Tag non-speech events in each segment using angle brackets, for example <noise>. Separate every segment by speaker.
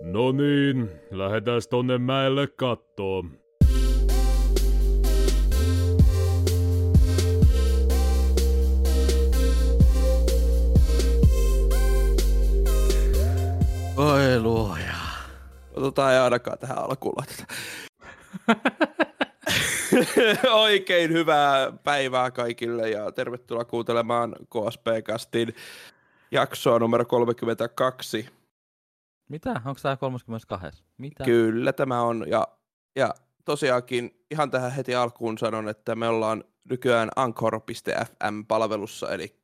Speaker 1: No niin, lähdetään tonne mäelle kattoon.
Speaker 2: Oi luoja.
Speaker 3: Otetaan ei ainakaan tähän alkuun laiteta. <laughs> Oikein hyvää päivää kaikille ja tervetuloa kuuntelemaan KSP-kastin jaksoa numero 32.
Speaker 2: Mitä? Onko tämä 32? Mitä?
Speaker 3: Kyllä tämä on ja, ja tosiaankin ihan tähän heti alkuun sanon, että me ollaan nykyään Anchor.fm-palvelussa, eli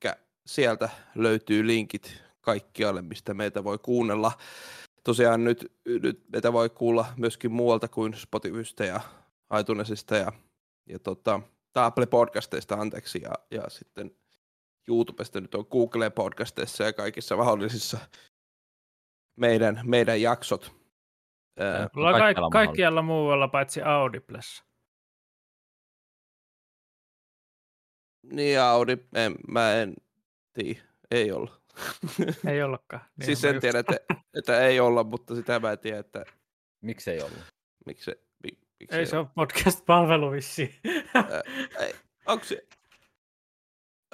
Speaker 3: sieltä löytyy linkit kaikkialle, mistä meitä voi kuunnella. Tosiaan nyt, nyt meitä voi kuulla myöskin muualta kuin Spotifysta ja iTunesista ja, ja tota, tai Apple Podcasteista, anteeksi, ja, ja sitten YouTubesta nyt on Google Podcasteissa ja kaikissa mahdollisissa meidän, meidän jaksot. Ää,
Speaker 2: Ää,
Speaker 4: Ollaan kaikkialla,
Speaker 2: on
Speaker 4: kaikkialla muualla paitsi Audiblessa.
Speaker 3: niin Audi, en, mä en tiedä, ei olla. <laughs>
Speaker 4: Ei ollakaan.
Speaker 3: Niin siis
Speaker 4: mä
Speaker 3: sen
Speaker 4: just-
Speaker 3: tiedä, että, että, ei olla, mutta sitä mä en tiedä, että
Speaker 2: mahdollinen. Miksei ollut?
Speaker 3: miksi se, mi, miksi
Speaker 4: Ei se ole podcast-palvelu vissiin.
Speaker 3: Onko se...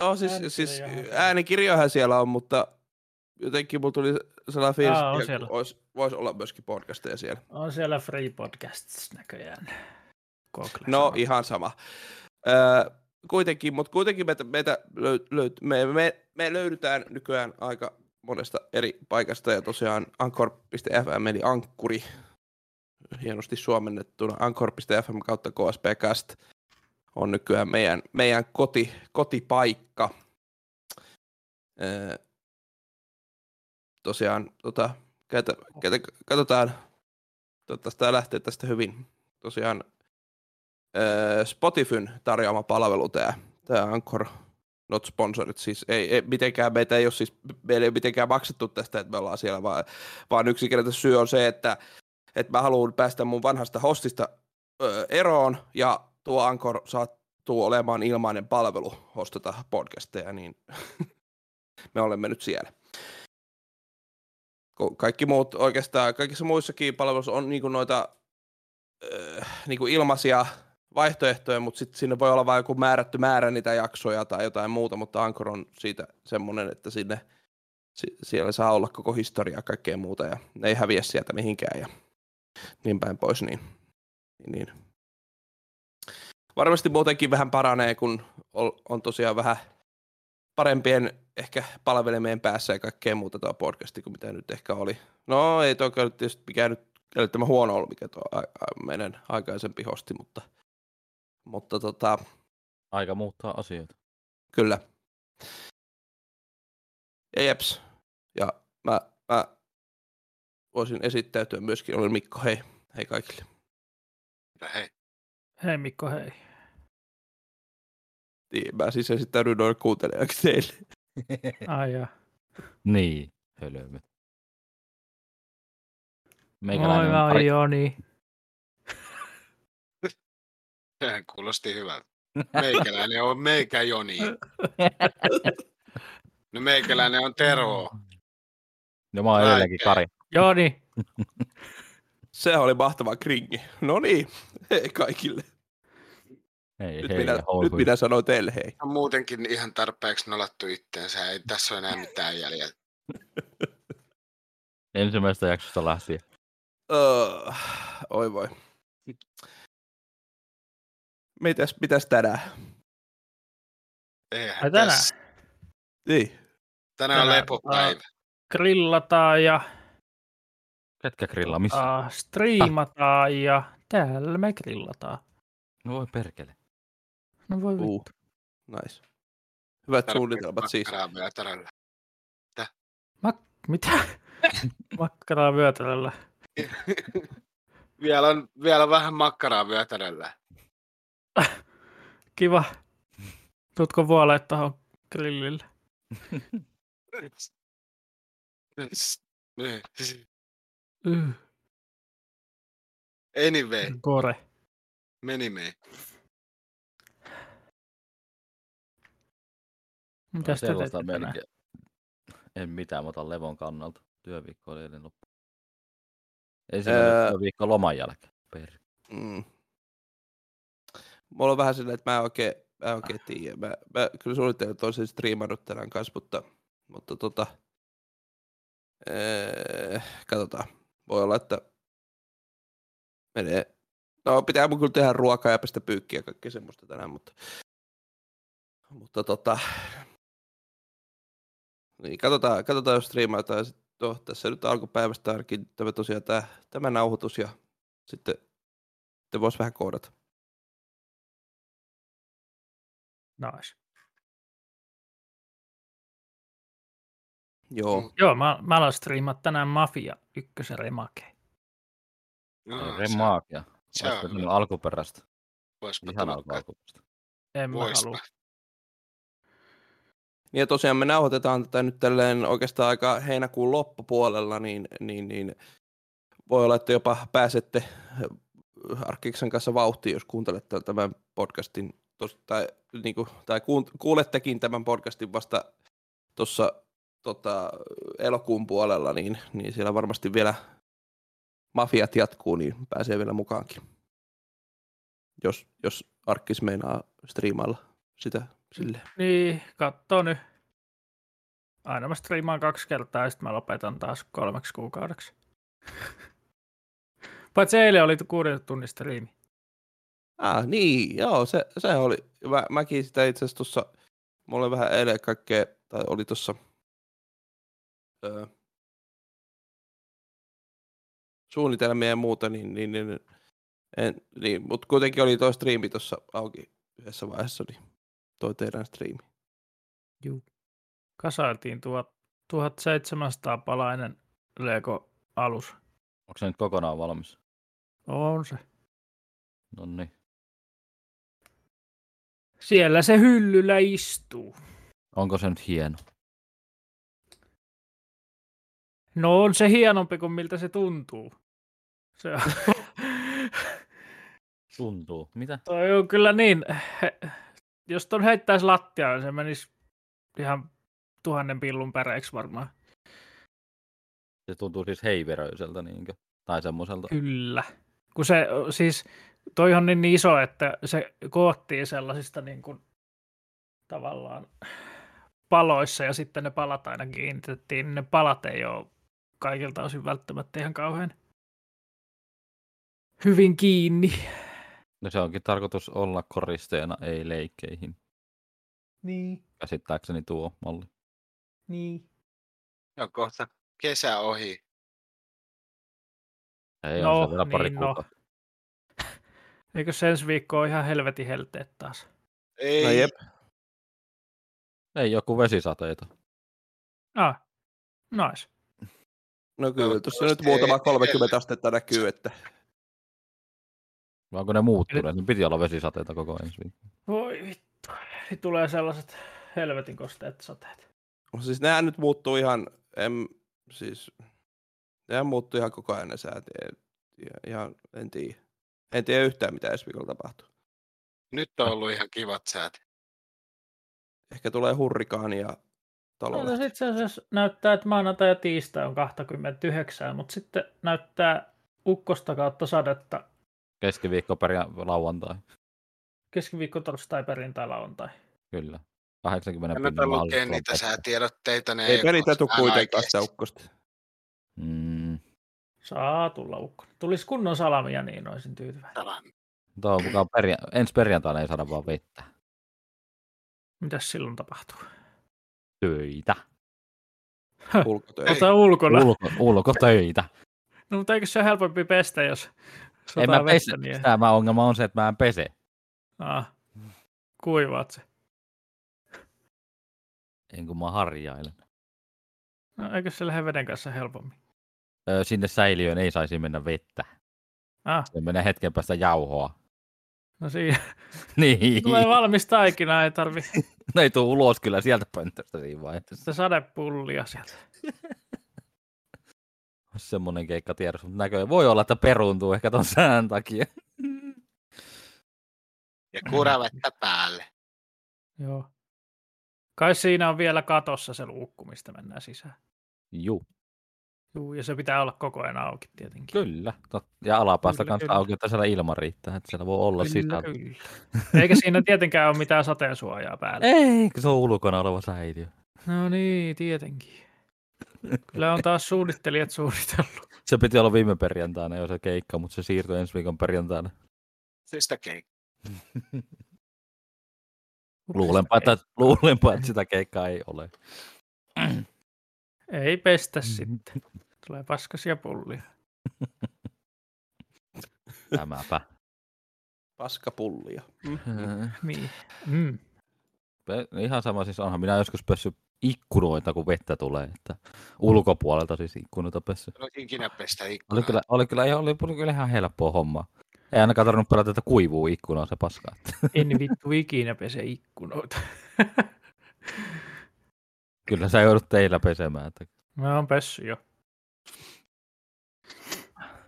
Speaker 3: Oh, siis,
Speaker 4: Äänikirjoja.
Speaker 3: siis äänikirjojahan siellä on, mutta jotenkin mulla tuli sellainen fiilis,
Speaker 4: Aa, on
Speaker 3: että
Speaker 4: siellä.
Speaker 3: olisi, voisi olla myöskin podcasteja siellä.
Speaker 4: On siellä Free Podcasts näköjään. Google
Speaker 3: No
Speaker 4: sanoo.
Speaker 3: ihan sama. Öö, kuitenkin, mutta kuitenkin meitä, meitä löy, löy, me, me, me löydytään nykyään aika monesta eri paikasta ja tosiaan anchor.fm eli ankkuri, hienosti suomennettuna anchor.fm kautta kspcast on nykyään meidän, meidän koti, kotipaikka. Öö, tosiaan, tota, käytä, käytä, katsotaan, toivottavasti tämä lähtee tästä hyvin. Tosiaan öö, Spotifyn tarjoama palvelu tämä, tämä Anchor Not Sponsored, siis ei, ei, mitenkään meitä ei ole siis, meillä ei ole mitenkään maksettu tästä, että me ollaan siellä, vaan, vaan yksinkertaisesti syy on se, että, että mä haluan päästä mun vanhasta hostista öö, eroon, ja tuo Anchor sattuu olemaan ilmainen palvelu hostata podcasteja, niin <laughs> me olemme nyt siellä. Ko- Kaikki muut oikeastaan, kaikissa muissakin palveluissa on niinku noita öö, niinku ilmaisia vaihtoehtoja, mutta sitten sinne voi olla vain joku määrätty määrä niitä jaksoja tai jotain muuta, mutta Anchor on siitä semmoinen, että sinne, si- siellä saa olla koko historia ja kaikkea muuta ja ne ei häviä sieltä mihinkään ja niin päin pois. Niin, niin. Varmasti muutenkin vähän paranee, kun ol- on tosiaan vähän parempien ehkä palvelimien päässä ja kaikkea muuta tuo podcasti kuin mitä nyt ehkä oli. No ei toki nyt tietysti mikään nyt älyttömän huono ollut, mikä tuo a- a- meidän aikaisempi hosti, mutta, mutta tota,
Speaker 2: Aika muuttaa asioita.
Speaker 3: kyllä. Ja jeps. Ja mä, mä voisin esittäytyä myöskin, olen Mikko, hei, hei kaikille.
Speaker 5: Hei,
Speaker 4: Hei Mikko, hei.
Speaker 3: Niin, mä siis esittäydyn noin kuuntelijaksi teille.
Speaker 4: Ai jaa.
Speaker 2: niin, hölömy.
Speaker 4: Moi,
Speaker 2: Meikäläinen
Speaker 4: mä
Speaker 2: on
Speaker 4: oon
Speaker 2: pari...
Speaker 4: Joni.
Speaker 5: sehän kuulosti hyvältä. Meikäläinen on meikä Joni. No meikäläinen on Tero.
Speaker 2: Ja No mä oon
Speaker 5: Ai,
Speaker 2: edelleenkin
Speaker 5: okei.
Speaker 2: Kari.
Speaker 4: Joni,
Speaker 3: Sehän oli mahtava kringi. No niin, hei kaikille.
Speaker 2: Ei,
Speaker 3: Nyt,
Speaker 2: hei,
Speaker 3: minä, nyt
Speaker 2: housuja.
Speaker 3: minä sanon teille hei.
Speaker 5: On muutenkin ihan tarpeeksi nolattu itteensä. Ei tässä ole enää mitään jäljellä.
Speaker 2: Ensimmäisestä jaksosta lähtien.
Speaker 3: Öö, oi voi. Mitäs, mitäs tänään?
Speaker 5: Eihän
Speaker 4: Ai tänään.
Speaker 5: tässä-
Speaker 3: Niin.
Speaker 5: tänään on
Speaker 4: Tänään,
Speaker 5: lepopäivä.
Speaker 4: grillataan ja
Speaker 2: Ketkä grillaa? Missä?
Speaker 4: uh, striimataan ja täällä me grillataan.
Speaker 2: No voi perkele.
Speaker 4: No voi vittu.
Speaker 3: Uu. Nice. Hyvät
Speaker 5: Tarpeeksi
Speaker 3: suunnitelmat siis.
Speaker 5: makkaraa vielä tarjolla.
Speaker 4: Mitä? <laughs> Makkaraa vyötäröllä.
Speaker 5: Vielä on, vielä on vähän makkaraa vyötäröllä.
Speaker 4: Kiva. Tutko vuoleen tuohon grillille? Yh,
Speaker 5: Anyway,
Speaker 4: kore.
Speaker 5: meni me.
Speaker 4: Mitäs te teette
Speaker 2: Sellaista
Speaker 4: tänään?
Speaker 2: melkein. En mitään, mä otan levon kannalta. Työviikko oli eilen loppu. Ensimmäinen
Speaker 3: Öö.
Speaker 2: viikko loman jälkeen. Per.
Speaker 3: Mm. Mulla on vähän silleen, että mä en oikein, mä en oikein tiedä. Mä, mä kyllä suunnittelin, että olisin striimannut tänään kanssa, mutta, mutta tota, ee, katsotaan. Voi olla, että menee. No pitää mun kyllä tehdä ruokaa ja pestä pyykkiä ja kaikkea semmoista tänään, mutta, mutta tota, niin katsotaan, katsotaan jos striimataan. Sit- No, tässä nyt alkupäivästä ainakin tämä tosiaan tämä, tämä nauhoitus ja sitten sitten voisi vähän koodata.
Speaker 4: Nice.
Speaker 3: Joo.
Speaker 5: Mm.
Speaker 4: Joo, mä, mä aloin striimaa tänään Mafia ykkösen remake.
Speaker 5: No,
Speaker 2: Remaakia.
Speaker 5: se, se
Speaker 2: Olisiko
Speaker 5: on
Speaker 2: semmoinen
Speaker 5: hyvä.
Speaker 2: alkuperäistä?
Speaker 5: Voispa
Speaker 2: Ihan
Speaker 5: tulla
Speaker 2: alku alkuperäistä.
Speaker 4: En mä
Speaker 5: Voispa.
Speaker 4: halua.
Speaker 3: Niin ja tosiaan me nauhoitetaan tätä nyt tälleen oikeastaan aika heinäkuun loppupuolella, niin, niin, niin voi olla, että jopa pääsette äh, Arkiksen kanssa vauhtiin, jos kuuntelette tämän podcastin, tos, tai, niin kuin, tai kuun- kuulettekin tämän podcastin vasta tuossa tota, elokuun puolella, niin, niin siellä varmasti vielä mafiat jatkuu, niin pääsee vielä mukaankin. Jos, jos Arkkis meinaa striimailla sitä silleen.
Speaker 4: Niin, kattoo nyt. Aina mä striimaan kaksi kertaa ja sitten mä lopetan taas kolmeksi <laughs> kuukaudeksi. Paitsi eilen oli kuuden tunnin striimi.
Speaker 3: Ah, niin, joo, se, se oli. Mä, mäkin sitä itse asiassa tuossa, mulla oli vähän eilen kaikkea, tai oli tuossa öö, suunnitelmia ja muuta, niin, niin, niin, en, niin mutta kuitenkin oli toi striimi tuossa auki yhdessä vaiheessa, niin toi teidän striimi.
Speaker 4: Kasailtiin tuhat, 1700 palainen Lego-alus.
Speaker 2: Onko se nyt kokonaan valmis?
Speaker 4: On se.
Speaker 2: No niin.
Speaker 4: Siellä se hyllyllä istuu.
Speaker 2: Onko se nyt hieno?
Speaker 4: No on se hienompi kuin miltä se tuntuu. Se on, <laughs>
Speaker 2: Tuntuu. Mitä?
Speaker 4: toi on kyllä niin. he- Jos ton heittäisi lattialle, se menisi ihan tuhannen pillun päreiksi varmaan.
Speaker 2: Se tuntuu siis heiveröiseltä niinkö? Tai semmoiselta.
Speaker 4: Kyllä. Kun se o, siis, toi on niin iso, että se koottiin sellaisista niin kuin, tavallaan paloissa ja sitten ne palat aina kiinnitettiin. niin Ne palat ei ole kaikilta osin välttämättä ihan kauhean hyvin kiinni.
Speaker 2: No se onkin tarkoitus olla koristeena, ei leikkeihin.
Speaker 4: Niin,
Speaker 2: Käsittääkseni tuo malli.
Speaker 4: niin.
Speaker 5: on kohta kesä
Speaker 3: No
Speaker 5: ohi.
Speaker 2: Ei
Speaker 4: No,
Speaker 2: no, on se vielä pari
Speaker 4: niin,
Speaker 2: niin
Speaker 4: no.
Speaker 2: kuukautta.
Speaker 4: Eikö se ensi viikko ole ihan helvetin helteet taas?
Speaker 5: Ei,
Speaker 3: No jep,
Speaker 2: Ei joku vesisateita.
Speaker 4: Ah, nice.
Speaker 3: no kyllä, tuossa nyt
Speaker 5: Toivottavasti
Speaker 3: muutama
Speaker 5: ei-
Speaker 3: 30 astetta näkyy, että
Speaker 2: Vai onko ne muuttuneet? Niin piti olla vesisateita koko ensi viikko.
Speaker 4: Voi vittu. Nyt tulee sellaiset helvetin kosteet sateet.
Speaker 3: No Siis nämä nyt muuttuu ihan, en, siis, nämä muuttuu ihan koko ajan ne säät. En, ihan, en tiedä. En tiedä yhtään, mitä ensi viikolla tapahtuu.
Speaker 5: nyt on ollut ihan kivat säät.
Speaker 3: Ehkä tulee hurrikaani ja
Speaker 4: No,
Speaker 3: talolehti.
Speaker 4: itse asiassa näyttää, että maanantai ja tiistai on 29, mutta sitten näyttää ukkosta kautta sadetta
Speaker 2: Keskiviikko, perja, lauantai.
Speaker 4: keskiviikko, torstai, perjantai, lauantai.
Speaker 2: Kyllä. 80
Speaker 5: Kannattaa lukea niitä säätiedotteita. Ne
Speaker 3: Ei pelitä tule
Speaker 5: koskaan
Speaker 3: kuitenkaan
Speaker 5: oikeesti.
Speaker 3: sitä ukkosta.
Speaker 2: Mm,
Speaker 4: Saa tulla ukko. Tulisi kunnon salamia, niin olisin tyytyväinen.
Speaker 5: Salam.
Speaker 2: toivon mukaan perja... ensi perjantaina ei saada vaan vettä.
Speaker 4: Mitäs silloin tapahtuu?
Speaker 2: Töitä.
Speaker 3: Ulkotöitä.
Speaker 4: Mutta ulkona.
Speaker 2: Ulko, ulkotöitä.
Speaker 4: No, mutta eikö se ole helpompi pestä, jos
Speaker 2: en mä
Speaker 4: sataa
Speaker 2: pese.
Speaker 4: vettä? Niin...
Speaker 2: Tämä ongelma on se, että mä en pese.
Speaker 4: Ah, kuivaat se.
Speaker 2: En niin kun mä harjailen.
Speaker 4: No, eikö se lähde veden kanssa helpommin?
Speaker 2: Ö, Sinne säiliöön ei saisi mennä vettä.
Speaker 4: Ah,
Speaker 2: Se menee hetken päästä jauhoa. <laughs>
Speaker 4: no siinä
Speaker 2: Niin.
Speaker 4: tulee valmis taikina, ei tarvi
Speaker 2: Ne ei tule ulos kyllä sieltä pöntöstä siinä vaiheessa.
Speaker 4: sitä sadepullia sieltä.
Speaker 2: Olisi semmoinen keikka tiedossa, mutta näköjään voi olla, että peruuntuu ehkä ton sään takia. <laughs>
Speaker 5: Ja
Speaker 2: Mm.
Speaker 5: kuravettä päälle.
Speaker 4: Joo. Kai siinä on vielä katossa se luukku, mistä mennään sisään.
Speaker 2: Juu.
Speaker 4: Juu, ja se pitää olla koko ajan auki tietenkin.
Speaker 2: Kyllä. tot- Ja alapäästä
Speaker 4: Kyllä,
Speaker 2: kanssa
Speaker 4: kyllä.
Speaker 2: auki, että siellä ilma riittää, että siellä voi olla sisällä.
Speaker 4: kyllä. Eikä siinä tietenkään ole mitään sateensuojaa päällä.
Speaker 2: Ei, kun se on ulkona oleva säiliö.
Speaker 4: No niin, tietenkin. Kyllä on taas suunnittelijat suunnitellut.
Speaker 2: Se piti olla viime perjantaina jo se keikka, mutta se siirtyi ensi viikon perjantaina.
Speaker 5: Se sitä keikkaa.
Speaker 2: Luulenpa, että, luulenpa, että sitä keikkaa ei ole.
Speaker 4: Ei
Speaker 2: Mm.
Speaker 4: pestä sitten. Tulee paskasia pullia.
Speaker 2: Tämäpä.
Speaker 3: Paskapullia.
Speaker 4: Niin. Mm.
Speaker 2: Pe- Ihan sama siis onhan minä joskus pessyt ikkunoita, kun vettä tulee. Että ulkopuolelta siis ikkunoita pessy.
Speaker 5: En ole ikinä pestä
Speaker 2: Oli
Speaker 5: ikkunaa.
Speaker 2: kyllä, oli kyllä, ihan- oli kyllä ihan helppoa hommaa. Ei ainakaan tarvinnut pelätä, että kuivuu ikkunaa se paska.
Speaker 4: En vittu ikinä pese ikkunoita.
Speaker 2: Kyllä sä joudut teillä pesemään. Että
Speaker 4: Mä oon pessy jo.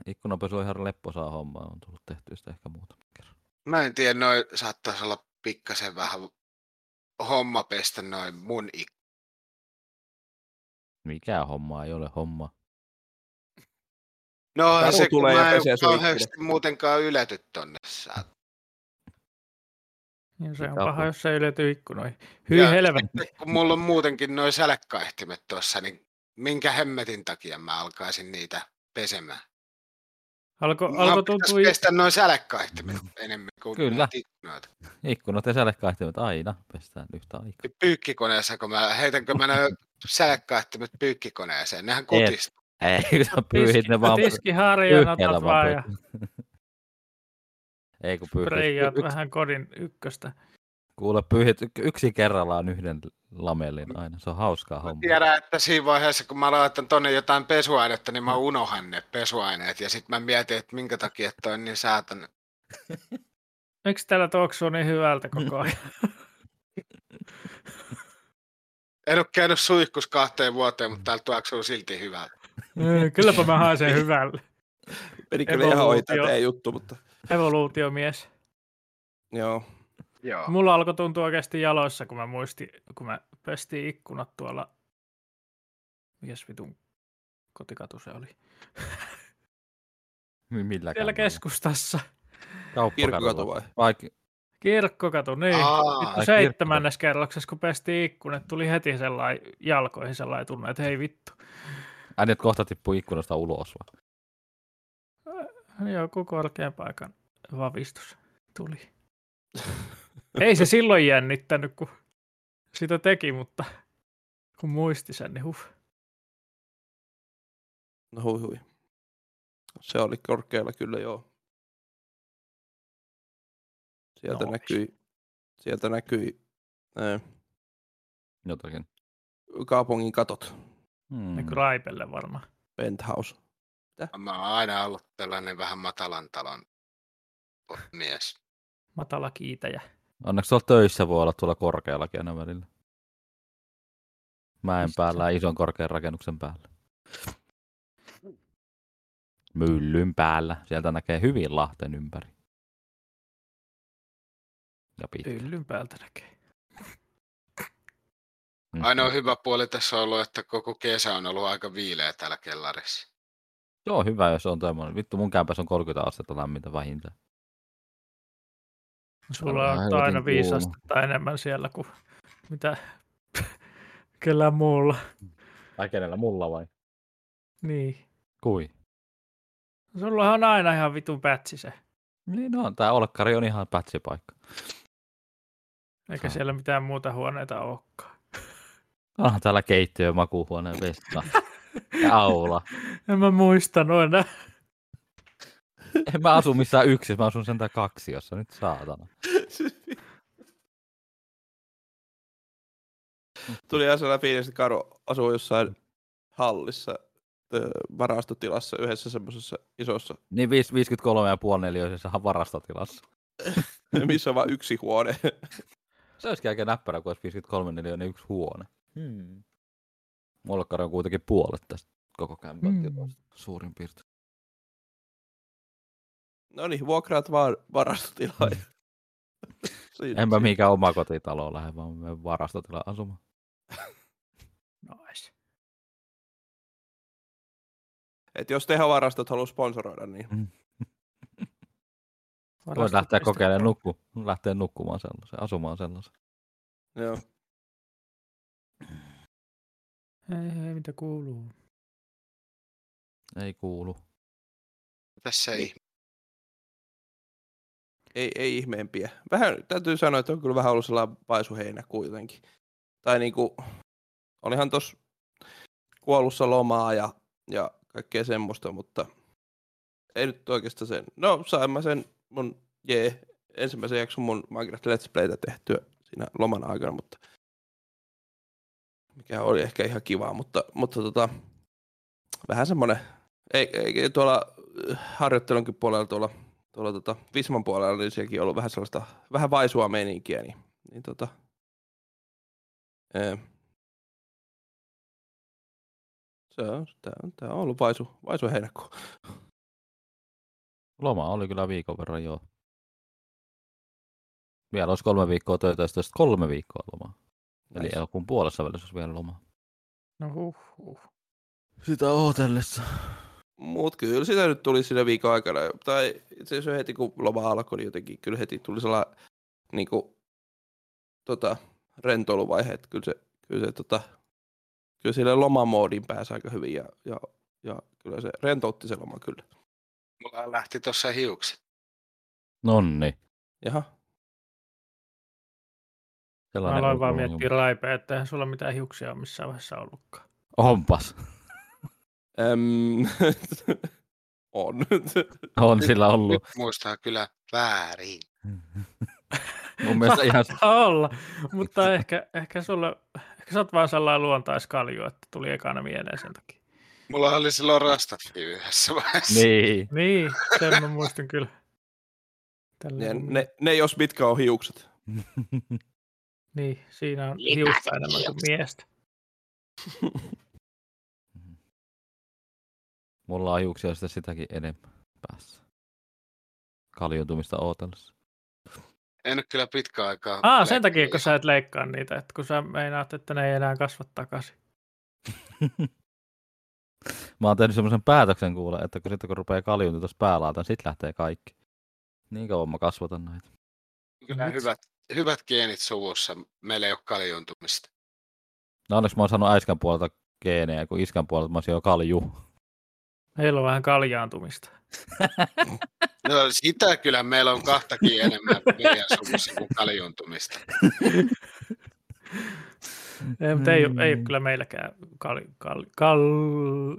Speaker 2: ikkunapesu on ihan lepposaa hommaa, on tullut tehtyä sitä ehkä muutama kerran.
Speaker 5: Mä en tiedä, noin saattaisi olla pikkasen vähän homma pestä noin mun ik-
Speaker 2: Mikä homma ei ole homma.
Speaker 5: No
Speaker 3: Taru
Speaker 5: se, kun
Speaker 3: tulee ja
Speaker 5: mä en
Speaker 3: pesee sun
Speaker 5: kauheasti muutenkaan yläty tonne saa.
Speaker 4: Ja se on
Speaker 2: Mitä
Speaker 4: paha,
Speaker 2: on?
Speaker 4: jos se yletyy ikkunoihin. Hyi
Speaker 5: Ja
Speaker 4: helvetti.
Speaker 5: sitten Kun mulla on muutenkin noin sälkkaehtimet tuossa, niin minkä hemmetin takia mä alkaisin niitä pesemään?
Speaker 4: Alko,
Speaker 3: No,
Speaker 5: Mä
Speaker 4: alko
Speaker 5: pitäis
Speaker 4: tuntua...
Speaker 5: pestä noin sälkkaehtimet enemmän kuin
Speaker 2: Mm. Kyllä.
Speaker 5: noita ikkunoita.
Speaker 2: Ikkunat ja sälekkaihtimet aina pestään yhtä aikaa.
Speaker 5: Ja Pyykkikoneessa, kun mä heitänkö mä noin sälkkaehtimet pyykkikoneeseen, nehän
Speaker 2: Et.
Speaker 5: kutistuu.
Speaker 2: Ei, sä pyyhit
Speaker 4: Tiski,
Speaker 2: ne vaan
Speaker 4: tiskiharjana
Speaker 2: pyyhkeellä
Speaker 4: otat vaan ja
Speaker 2: vaan pyyhit. Ei kun pyyhit.
Speaker 4: reijaat
Speaker 2: y- yks-
Speaker 4: vähän kodin ykköstä.
Speaker 2: Kuule, pyyhit y- yksi kerrallaan yhden lamellin aina. Se on hauskaa hommaa.
Speaker 5: Tiedän, että siinä vaiheessa, kun mä laitan tonne jotain pesuainetta, niin mä unohan ne pesuaineet. Ja sitten mä mietin, että minkä takia toi on niin saatan.
Speaker 4: Miksi täällä tuoksuu niin hyvältä koko ajan?
Speaker 5: En ole käynyt suihkus kahteen vuoteen, mutta täällä tuoksuu silti hyvältä.
Speaker 4: Mm, Kylläpä mä haisen hyvälle.
Speaker 3: Meni kyllä ihan
Speaker 4: Evoluutio.
Speaker 3: hoitaa tämä juttu, mutta
Speaker 4: Evoluutiomies.
Speaker 3: joo.
Speaker 5: Joo.
Speaker 4: Mulla alkoi tuntua oikeasti jaloissa, kun mä muistin, kun mä pestiin ikkunat tuolla. Mikäs vitun kotikatu se oli?
Speaker 2: Mi- Millä
Speaker 4: Siellä keskustassa.
Speaker 3: Kirkkokatu vai?
Speaker 2: vai?
Speaker 4: Kirkkokatu, niin.
Speaker 5: Aa,
Speaker 4: Vittu
Speaker 2: ai
Speaker 4: seitsemännes kerroksessa, kun pestiin ikkunat, tuli heti sellainen jalkoihin sellainen tunne, että hei vittu.
Speaker 2: Äänet kohta tippuu ikkunasta ulos vai?
Speaker 4: Joku korkean paikan vavistus
Speaker 2: <laughs>
Speaker 4: tuli. Ei se silloin jännittänyt, kun sitä teki, mutta kun muisti sen, niin huh.
Speaker 3: No hui hui. Se oli korkealla kyllä joo. Sieltä
Speaker 4: Nois.
Speaker 3: näkyi, sieltä näkyi ö,
Speaker 2: Jotakin.
Speaker 3: kaupungin katot,
Speaker 2: Hmm.
Speaker 4: Mm. Raipelle varmaan.
Speaker 3: penthouse.
Speaker 5: Mä oon aina ollut tällainen vähän matalan talon mies.
Speaker 4: Matala kiitäjä.
Speaker 2: Onneksi tuolla töissä voi olla tuolla korkeallakin aina välillä. Mäen
Speaker 4: Mistä
Speaker 2: päällä ja ison korkean rakennuksen päällä. Myllyn päällä. Sieltä näkee hyvin Lahten ympäri. Ja pitkä.
Speaker 4: Pyllyn päältä näkee.
Speaker 2: Mm.
Speaker 5: Ainoa hyvä puoli tässä on ollut, että koko kesä on ollut aika viileä täällä kellarissa.
Speaker 2: Joo, hyvä, jos on tämmöinen. Vittu, mun kämpässä on 30 astetta lämmintä vähintään.
Speaker 4: Sulla
Speaker 2: Vähän
Speaker 4: on aina
Speaker 2: jotenkin
Speaker 4: viisi
Speaker 2: kuuma.
Speaker 4: astetta enemmän siellä kuin mitä <laughs> kellään muulla.
Speaker 2: Tai kenellä mulla vai?
Speaker 4: Niin.
Speaker 2: Kui?
Speaker 4: Sulla on aina ihan vitun pätsi se.
Speaker 2: Niin on, tää olkkari on ihan pätsipaikka.
Speaker 4: Eikä
Speaker 2: Saa.
Speaker 4: siellä mitään muuta huoneita olekaan.
Speaker 2: Onhan täällä keittiö, makuuhuone, <laughs> vessa ja aula.
Speaker 4: En mä muista noin. <laughs> nä-
Speaker 2: En mä asu missään yksin, mä asun sentään kaksi, jossa nyt saatana.
Speaker 3: Tuli ihan sellainen fiilis, että Karu asuu jossain hallissa, ö, varastotilassa yhdessä semmoisessa isossa, <laughs>
Speaker 2: Niin 53,5 neliöisessä varastotilassa.
Speaker 3: missä on vain yksi huone. <laughs>
Speaker 2: Se olisikin aika näppärä, kun olisi 53 neliöinen yksi huone. Hmm. Olkkari on kuitenkin puolet tästä koko kämpän
Speaker 4: Hmm.
Speaker 2: tilasta suurin piirtein.
Speaker 3: No niin, vuokraat vaan varastotilaa. Siinä-
Speaker 2: Enpä
Speaker 3: siinä.
Speaker 2: mikään oma kotitalo lähde, vaan menen varastotilaan asumaan.
Speaker 4: Nois.
Speaker 3: Et jos tehovarastot haluaa sponsoroida, niin
Speaker 2: Voit lähteä kokeilemaan nukku, lähteä nukkumaan sellaisen, asumaan sellaisen.
Speaker 3: joo.
Speaker 4: Hei, hei, mitä kuuluu?
Speaker 2: Ei kuulu.
Speaker 5: Tässä ei.
Speaker 3: ei, ei ihmeempiä. Vähän, täytyy sanoa, että on kyllä vähän ollut sellainen paisuheinä kuitenkin. Tai niinku, olihan tos kuollussa lomaa ja, ja kaikkea semmoista, mutta ei nyt oikeastaan sen. No, sain mä sen mun, jee, ensimmäisen jakson mun Minecraft Let's Playtä tehtyä siinä loman aikana, mutta mikä oli ehkä ihan kivaa, mutta, mutta tota, vähän semmonen, ei, ei tuolla äh, harjoittelunkin puolella tuolla tuolla tota, Visman puolella, niin sielläkin on ollut vähän sellaista, vähän vaisua meininkiä, niin, niin tota, eh. ää, se on, tää, on, tää on ollut vaisu, vaisu heinäkuu.
Speaker 2: Loma oli kyllä viikon verran joo. Vielä olisi kolme viikkoa töitä ja sitten olisi kolme viikkoa lomaa. Eli
Speaker 3: Nice.
Speaker 2: elokuun puolessa välissä olisi vielä lomaa.
Speaker 4: No huh, huh.
Speaker 2: Sitä ootellessa.
Speaker 3: Mut kyllä sitä nyt tuli siinä viikon aikana, tai itse asiassa heti kun loma alkoi, niin jotenkin kyllä heti tuli sellainen niinku, tota, rentoiluvaihe, että kyllä se, kyllä se tota, kyllä sille lomamoodiin pääsi aika hyvin ja, ja, ja kyllä se rentoutti se loma kyllä.
Speaker 5: Mulla lähti tuossa hiukset.
Speaker 2: Nonni.
Speaker 3: Jaha.
Speaker 4: Mä
Speaker 2: Sellainen
Speaker 4: aloin vaan
Speaker 2: ulkoilun
Speaker 4: miettiä
Speaker 2: jumu.
Speaker 4: raipeä, että eihän sulla mitään hiuksia ole missään vaiheessa ollutkaan.
Speaker 2: Onpas.
Speaker 4: Ehm, <laughs>
Speaker 3: Öm, on.
Speaker 2: On sillä
Speaker 5: Nyt
Speaker 2: ollut.
Speaker 5: muistaa kyllä väärin.
Speaker 2: <laughs> Mun mielestä ihan
Speaker 4: Saattaa olla, mutta ehkä, ehkä, sulle, ehkä sä oot vaan sellainen luontaiskalju, että tuli ekana mieleen sen takia.
Speaker 5: Mulla oli silloin rastatkin yhdessä <laughs>
Speaker 2: <laughs>
Speaker 5: vaiheessa.
Speaker 2: Niin. <laughs>
Speaker 4: Niin, sen mä muistan kyllä. Tällä
Speaker 3: ne,
Speaker 4: Mm.
Speaker 3: ne, ne, jos mitkä on
Speaker 4: <laughs>
Speaker 3: hiukset.
Speaker 4: Niin, siinä on
Speaker 5: Likaiset
Speaker 4: hiusta enemmän kuin
Speaker 5: hiukset.
Speaker 4: miestä.
Speaker 2: Mulla on hiuksia sitä sitäkin enemmän päässä. Kaljuuntumista ootellessa.
Speaker 5: En ole kyllä pitkä aikaa.
Speaker 4: Aa, sen takia,
Speaker 5: Niin.
Speaker 4: kun sä et leikkaa niitä, että kun sä meinaat, että ne ei enää kasva takaisin.
Speaker 2: Mä oon tehnyt semmoisen päätöksen kuule, että kun sitten kun rupeaa kaljuuntua tuossa päälaataan, sit lähtee kaikki. Niin kauan mä kasvatan näitä.
Speaker 5: Kyllä hyvät, hyvät geenit suvussa. Meillä ei ole kaljuntumista.
Speaker 2: No onneksi mä oon saanut äiskän puolelta geenejä, kun iskän puolelta mä oon jo kalju.
Speaker 4: Heillä on vähän kaljaantumista.
Speaker 5: No sitä kyllä meillä on kahtakin
Speaker 4: <laughs>
Speaker 5: enemmän meidän suvussa kuin kaljuntumista.
Speaker 4: No, Ei, mutta ei, ole- ei ole
Speaker 2: Mm.
Speaker 4: kyllä meilläkään kal, kal, kal,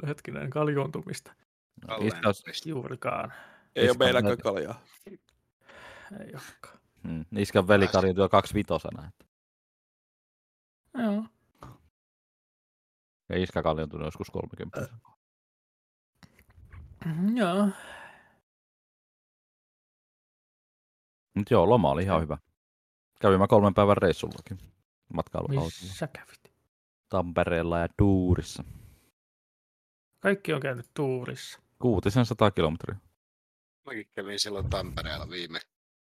Speaker 4: hetkinen, kaljuuntumista
Speaker 2: Iskäys,
Speaker 5: Kaljuntumista.
Speaker 4: juurikaan.
Speaker 3: Ei ole
Speaker 2: Iskan
Speaker 3: meilläkään
Speaker 2: veli-
Speaker 3: kaljaa.
Speaker 4: Ei olekaan.
Speaker 2: mm, iskän veli kaljuuntui jo kaksi vitosena. Että.
Speaker 4: Joo.
Speaker 2: Ja iskä kaljuuntui joskus
Speaker 5: Äh.
Speaker 2: 30.
Speaker 4: Mm-hmm, Joo.
Speaker 2: Mut joo, loma oli ihan hyvä. Kävin mä kolmen päivän reissullakin matkailuautolla.
Speaker 4: Missä kävit?
Speaker 2: Tampereella ja Tuurissa.
Speaker 4: Kaikki on käynyt tuurissa.
Speaker 2: Kuutisen sata kilometriä.
Speaker 5: Mäkin kävin silloin Tampereella viime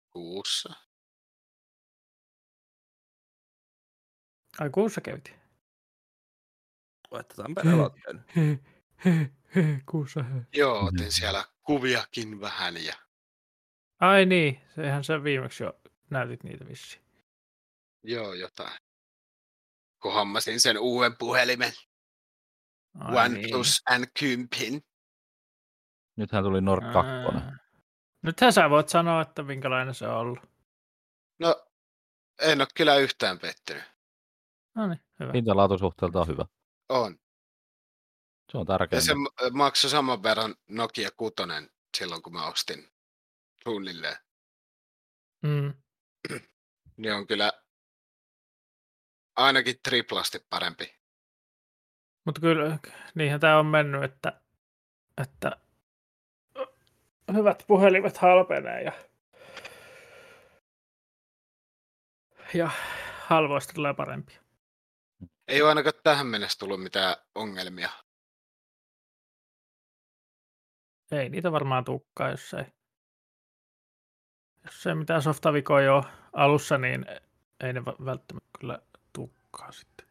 Speaker 5: kuussa.
Speaker 4: Ai kuussa kävit.
Speaker 3: Että Tampereella on käynyt.
Speaker 4: He, he, he, kuussa he.
Speaker 5: Joo,
Speaker 4: Mm.
Speaker 5: otin siellä kuviakin vähän ja
Speaker 4: Ai niin, sehän sä viimeksi jo näytit niitä vissiin.
Speaker 5: joo jotain. Kun hommasin sen uuden puhelimen,
Speaker 4: Ai niin.
Speaker 5: OnePlus N10.
Speaker 2: Nythän tuli Nord 2.
Speaker 4: Aa. Nythän sä voit sanoa, että minkälainen se on ollut.
Speaker 5: No, en ole kyllä yhtään pettynyt.
Speaker 4: No niin, hyvä.
Speaker 2: Hintalaatusuhteelta on hyvä.
Speaker 5: On.
Speaker 2: Se on niin tärkeää.
Speaker 5: Ja se m- maksoi saman verran Nokia 6 silloin, kun mä ostin suunnilleen.
Speaker 4: Mm.
Speaker 5: Niin on kyllä ainakin triplasti parempi.
Speaker 4: Mutta kyllä, niinhän tämä on mennyt, että, että hyvät puhelimet halpenee ja, ja halvoista tulee parempia.
Speaker 5: Ei ole ainakaan tähän mennessä tullut mitään ongelmia.
Speaker 4: Ei niitä varmaan tukkaa, jos ei, jos ei mitään softavikoja ole alussa, niin ei ne va- välttämättä kyllä tukkaa sitten.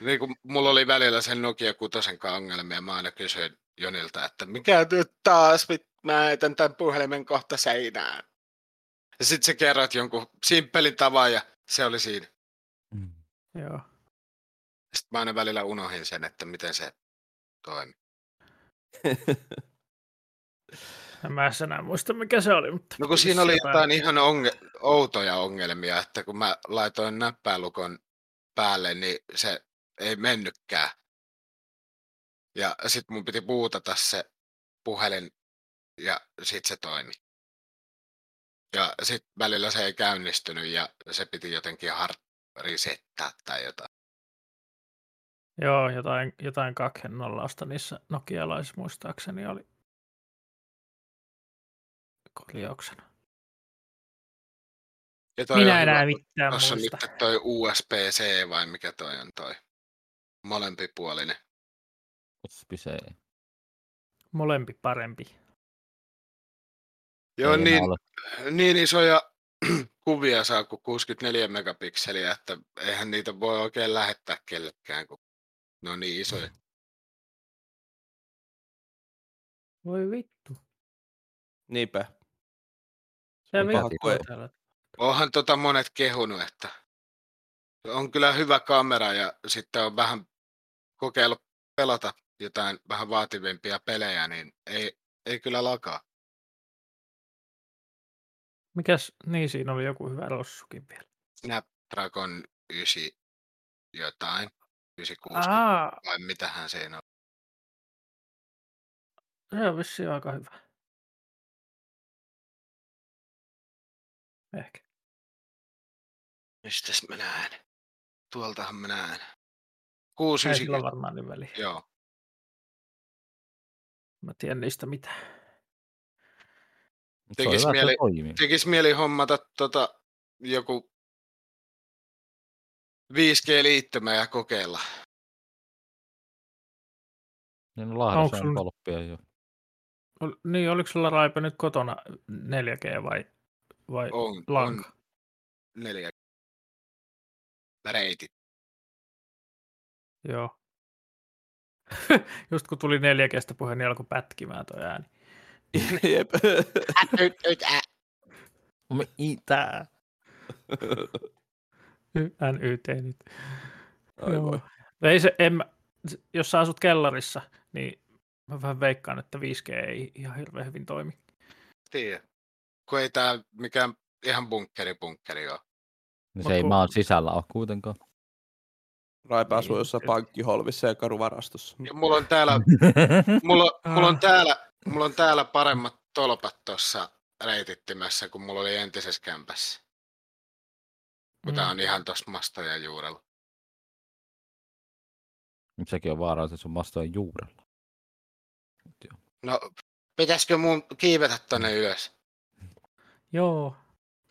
Speaker 5: Niin kuin mulla oli välillä sen Nokia 6 ongelmia, mä aina kysyin Jonilta, että mikä nyt taas, mit, mä etän tämän puhelimen kohta seinään. Ja sit sä kerroit jonkun simppelin tavan ja se oli siinä.
Speaker 2: Mm.
Speaker 4: Joo.
Speaker 5: Sitten mä aina välillä unohin sen, että miten se toimii.
Speaker 4: En mä edes enää muista, mikä se oli. Mutta
Speaker 5: No kun siinä oli
Speaker 4: jotain-
Speaker 5: jotain ihan onge- outoja ongelmia, että kun mä laitoin näppäilukon päälle, niin se ei mennytkään. Ja sit mun piti puutata se puhelin ja sit se toimi. Ja sit välillä se ei käynnistynyt ja se piti jotenkin hard resettää tai jotain.
Speaker 4: Joo, jotain, jotain kakhen nollausta niissä nokialaisissa muistaakseni oli koljauksena.
Speaker 5: Ja toi on
Speaker 4: Minä
Speaker 5: hyvä,
Speaker 4: enää
Speaker 5: kun
Speaker 4: mitään
Speaker 5: Tuossa on
Speaker 4: muista.
Speaker 5: nyt toi USB-C vai mikä toi on toi molempipuolinen.
Speaker 2: Ospisee.
Speaker 4: Molempi parempi.
Speaker 5: Joo,
Speaker 2: Ei enää
Speaker 5: niin,
Speaker 2: ole.
Speaker 5: niin isoja <clears throat> kuvia saa kuin 64 megapikseliä, että eihän niitä voi oikein lähettää kellekään, kun ne on niin isoja.
Speaker 4: Voi vittu. <laughs>
Speaker 3: Niinpä.
Speaker 4: Se
Speaker 2: on paha
Speaker 4: vittu
Speaker 3: koe.
Speaker 4: täällä.
Speaker 5: Onhan tota monet kehunut, että on kyllä hyvä kamera ja sitten on vähän kokeillut pelata jotain vähän vaativimpia pelejä, niin ei, ei kyllä lakaa.
Speaker 4: Mikäs, niin siinä oli joku hyvä rossukin vielä.
Speaker 5: Dragon 9 jotain, 960
Speaker 4: Aa,
Speaker 5: vai mitähän siinä on.
Speaker 4: se on vissiin aika hyvä. Ehkä.
Speaker 5: Mistäs mä näen? Tuoltahan mä näen.
Speaker 4: Ei sillä
Speaker 5: 690,
Speaker 4: varmaan niin väliä.
Speaker 5: joo.
Speaker 4: Mä tiedän niistä mitään.
Speaker 2: Mut se on
Speaker 5: tekis
Speaker 2: hyvä, että se
Speaker 5: mieli-
Speaker 2: toimii.
Speaker 5: Tekis mieli hommata tota, joku 5G-liittymä ja kokeilla.
Speaker 2: Niin no
Speaker 4: Onks
Speaker 2: Lahdessa on
Speaker 4: sun-
Speaker 2: kolppia jo.
Speaker 4: Ol- Niin, oliko sulla Raipe nyt kotona 4G vai, vai
Speaker 5: On, on
Speaker 4: lanka?
Speaker 5: neljä reitit.
Speaker 4: Joo. <laughs> Just kun tuli 4Gstä puhe, niin alkoi pätkimään toi ääni. <laughs>
Speaker 3: Jep.
Speaker 2: Me itää.
Speaker 4: Y- NYT nyt.
Speaker 3: Ai
Speaker 4: Joo.
Speaker 3: voi.
Speaker 4: Ei se, en, mä- s- jos sä asut kellarissa, niin mä vähän veikkaan, että 5G ei ihan hirveän hyvin toimi.
Speaker 5: <laughs> Tiedä. Kun ei tää mikään ihan bunkkeri bunkkeri ole.
Speaker 2: No
Speaker 4: Mut
Speaker 2: se ei
Speaker 4: kun-
Speaker 2: maan sisällä ole kuitenkaan.
Speaker 3: Raipa asuu
Speaker 4: Niin,
Speaker 3: jossain
Speaker 4: tietysti.
Speaker 3: pankkiholvissa ja karuvarastossa.
Speaker 5: Ja mulla on täällä, mulla, mulla on täällä, mulla on täällä paremmat tolpat tuossa reitittimessä kuin mulla oli entisessä kämpässä. Kun
Speaker 4: Mm.
Speaker 5: tää on niin. ihan tuossa mastojen juurella.
Speaker 2: Mut sekin on vaara, että se on mastojen juurella.
Speaker 5: No, pitäisikö mun kiivetä tonne ylös?
Speaker 4: Joo.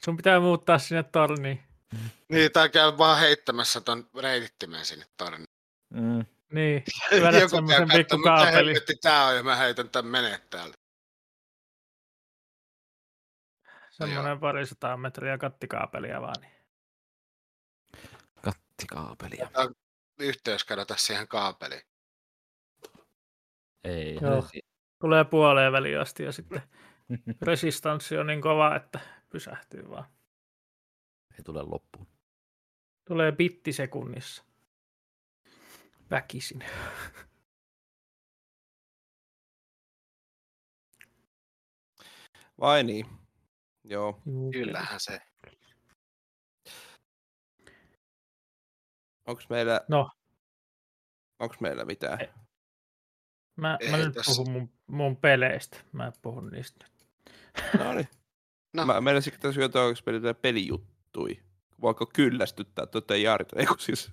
Speaker 4: Sun pitää muuttaa sinne torniin.
Speaker 5: Niin, tai käy vaan heittämässä ton reitittimen sinne torniin.
Speaker 2: Mm.
Speaker 4: Niin. Vedät semmosen pikku
Speaker 5: mitä
Speaker 4: kaapelin.
Speaker 5: helvetti tää on, ja mä heitän tän menee täältä. No
Speaker 4: Semmoinen parisataa metriä kattikaapelia vaan. Niin.
Speaker 2: Kattikaapelia.
Speaker 5: Yhteys kadota siihen kaapeliin.
Speaker 2: Ei.
Speaker 4: Joo.
Speaker 2: se-
Speaker 4: Tulee puoleen väliin asti ja sitten resistanssi on niin kova, että pysähtyy vaan.
Speaker 2: Ei tule loppuun.
Speaker 4: Tulee bitti sekunnissa. Väkisin.
Speaker 3: Vai niin? Joo.
Speaker 4: Juu,
Speaker 5: Kyllähän se.
Speaker 3: Onks meillä...
Speaker 4: No.
Speaker 3: Onks meillä mitään?
Speaker 4: Ei. Mä, mä
Speaker 5: Ei
Speaker 4: nyt
Speaker 5: tässä.
Speaker 4: puhun mun, mun peleistä. Mä puhun niistä nyt.
Speaker 3: No niin.
Speaker 5: No.
Speaker 3: No. Mä meinasin tässä jotain, onko meillä pelijuttui. Voiko kyllästyttää tuota Jaarita? Eiku
Speaker 4: <laughs>
Speaker 3: siis.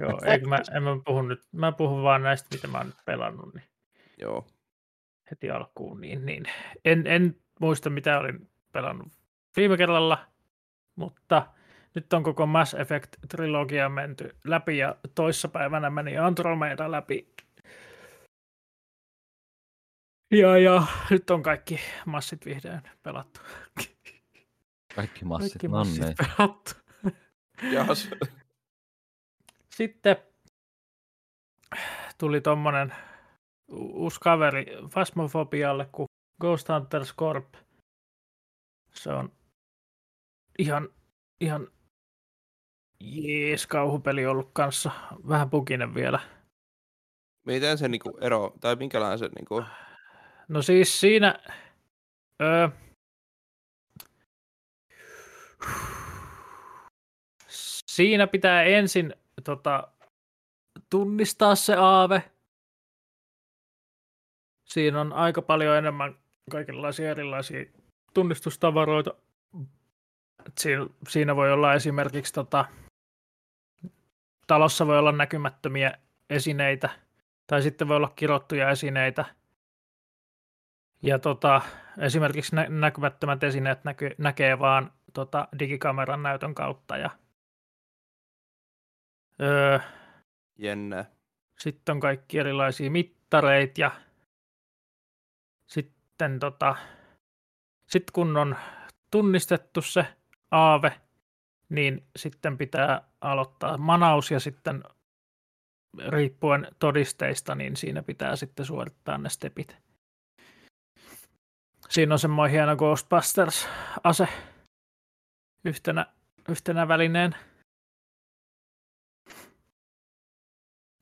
Speaker 4: Joo, eikö mä, en mä puhu nyt. Mä puhun vaan näistä, mitä mä oon nyt pelannut niin
Speaker 3: Joo.
Speaker 4: heti alkuun. Niin, niin. En, en muista, mitä olin pelannut viime kerralla, mutta nyt on koko Mass Effect-trilogia menty läpi ja toissapäivänä meni Andromeda läpi. Ja, ja nyt on kaikki massit vihdoin pelattu.
Speaker 2: Kaikki massit. Kaikki
Speaker 4: Kaikki massit pelattu.
Speaker 3: Jahas.
Speaker 4: Sitten tuli tommonen u- uusi kaveri Fasmofobialle kuin Ghost Hunter Corp. Se on ihan, ihan jees kauhupeli ollut kanssa. Vähän pukinen vielä.
Speaker 3: Miten se niinku ero, tai minkälainen se niinku...
Speaker 4: No siis siinä... Öö, siinä pitää ensin tota, tunnistaa se aave. Siinä on aika paljon enemmän kaikenlaisia erilaisia tunnistustavaroita. Et Siinä, siinä voi olla esimerkiksi tota, talossa voi olla näkymättömiä esineitä tai sitten voi olla kirottuja esineitä. Ja tota, esimerkiksi nä- näkymättömät esineet näky- näkee vaan tota, digikameran näytön kautta. Ja, öö,
Speaker 3: Jenne.
Speaker 4: sitten on kaikki erilaisia mittareita ja sitten tota, sit kun on tunnistettu se aave, niin sitten pitää aloittaa manaus ja sitten riippuen todisteista, niin siinä pitää sitten suorittaa ne stepit. Siinä on semmoinen hieno Ghostbusters-ase yhtenä, yhtenä välineen.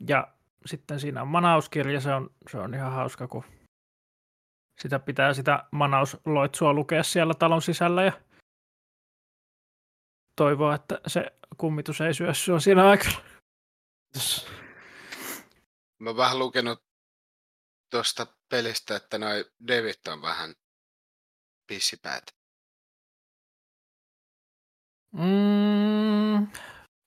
Speaker 4: Ja sitten siinä on manauskirja, se on, se on ihan hauska, kun sitä pitää sitä manausloitsua lukea siellä talon sisällä ja toivoa, että se kummitus ei syö sua siinä aikana.
Speaker 5: Mä oon vähän lukenut tuosta pelistä, että noi devit on vähän pissipäät.
Speaker 4: Mm,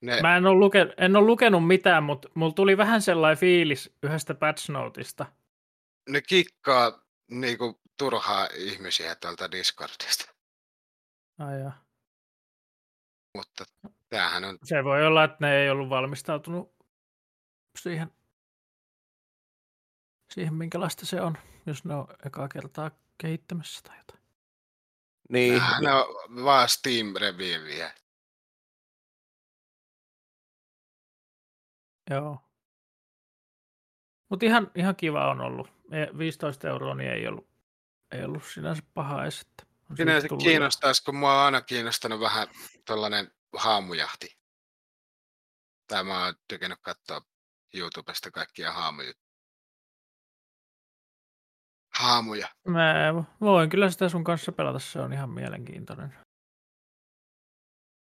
Speaker 5: Ne,
Speaker 4: mä en ole, luke, en ole lukenut mitään, mutta mulla tuli vähän sellainen fiilis yhdestä patch noteista.
Speaker 5: ne kikkaa niinku turhaa ihmisiä tuolta Discordista.
Speaker 4: Ai jaa.
Speaker 5: Mutta tämähän on
Speaker 4: Se voi olla, että ne ei ollut valmistautunut siihen, siihen minkälaista se on, jos ne on ekaa kertaa kehittämässä tai jotain.
Speaker 3: Niin,
Speaker 5: Tämähän on vaan Steam Reviviä.
Speaker 4: Joo. Mutta ihan, ihan kiva on ollut. E- 15 euroa niin ei ollut, ei ollut sinänsä paha edes. että on siitä
Speaker 5: Sinänsä
Speaker 4: tullut
Speaker 5: kiinnostaisi, kun mua on aina kiinnostanut vähän tuollainen haamujahti. Tai mä oon tykännyt katsoa YouTubesta kaikkia haamuja. Haamuja.
Speaker 4: jo- Mä voin kyllä sitä sun kanssa pelata, se on ihan mielenkiintoinen.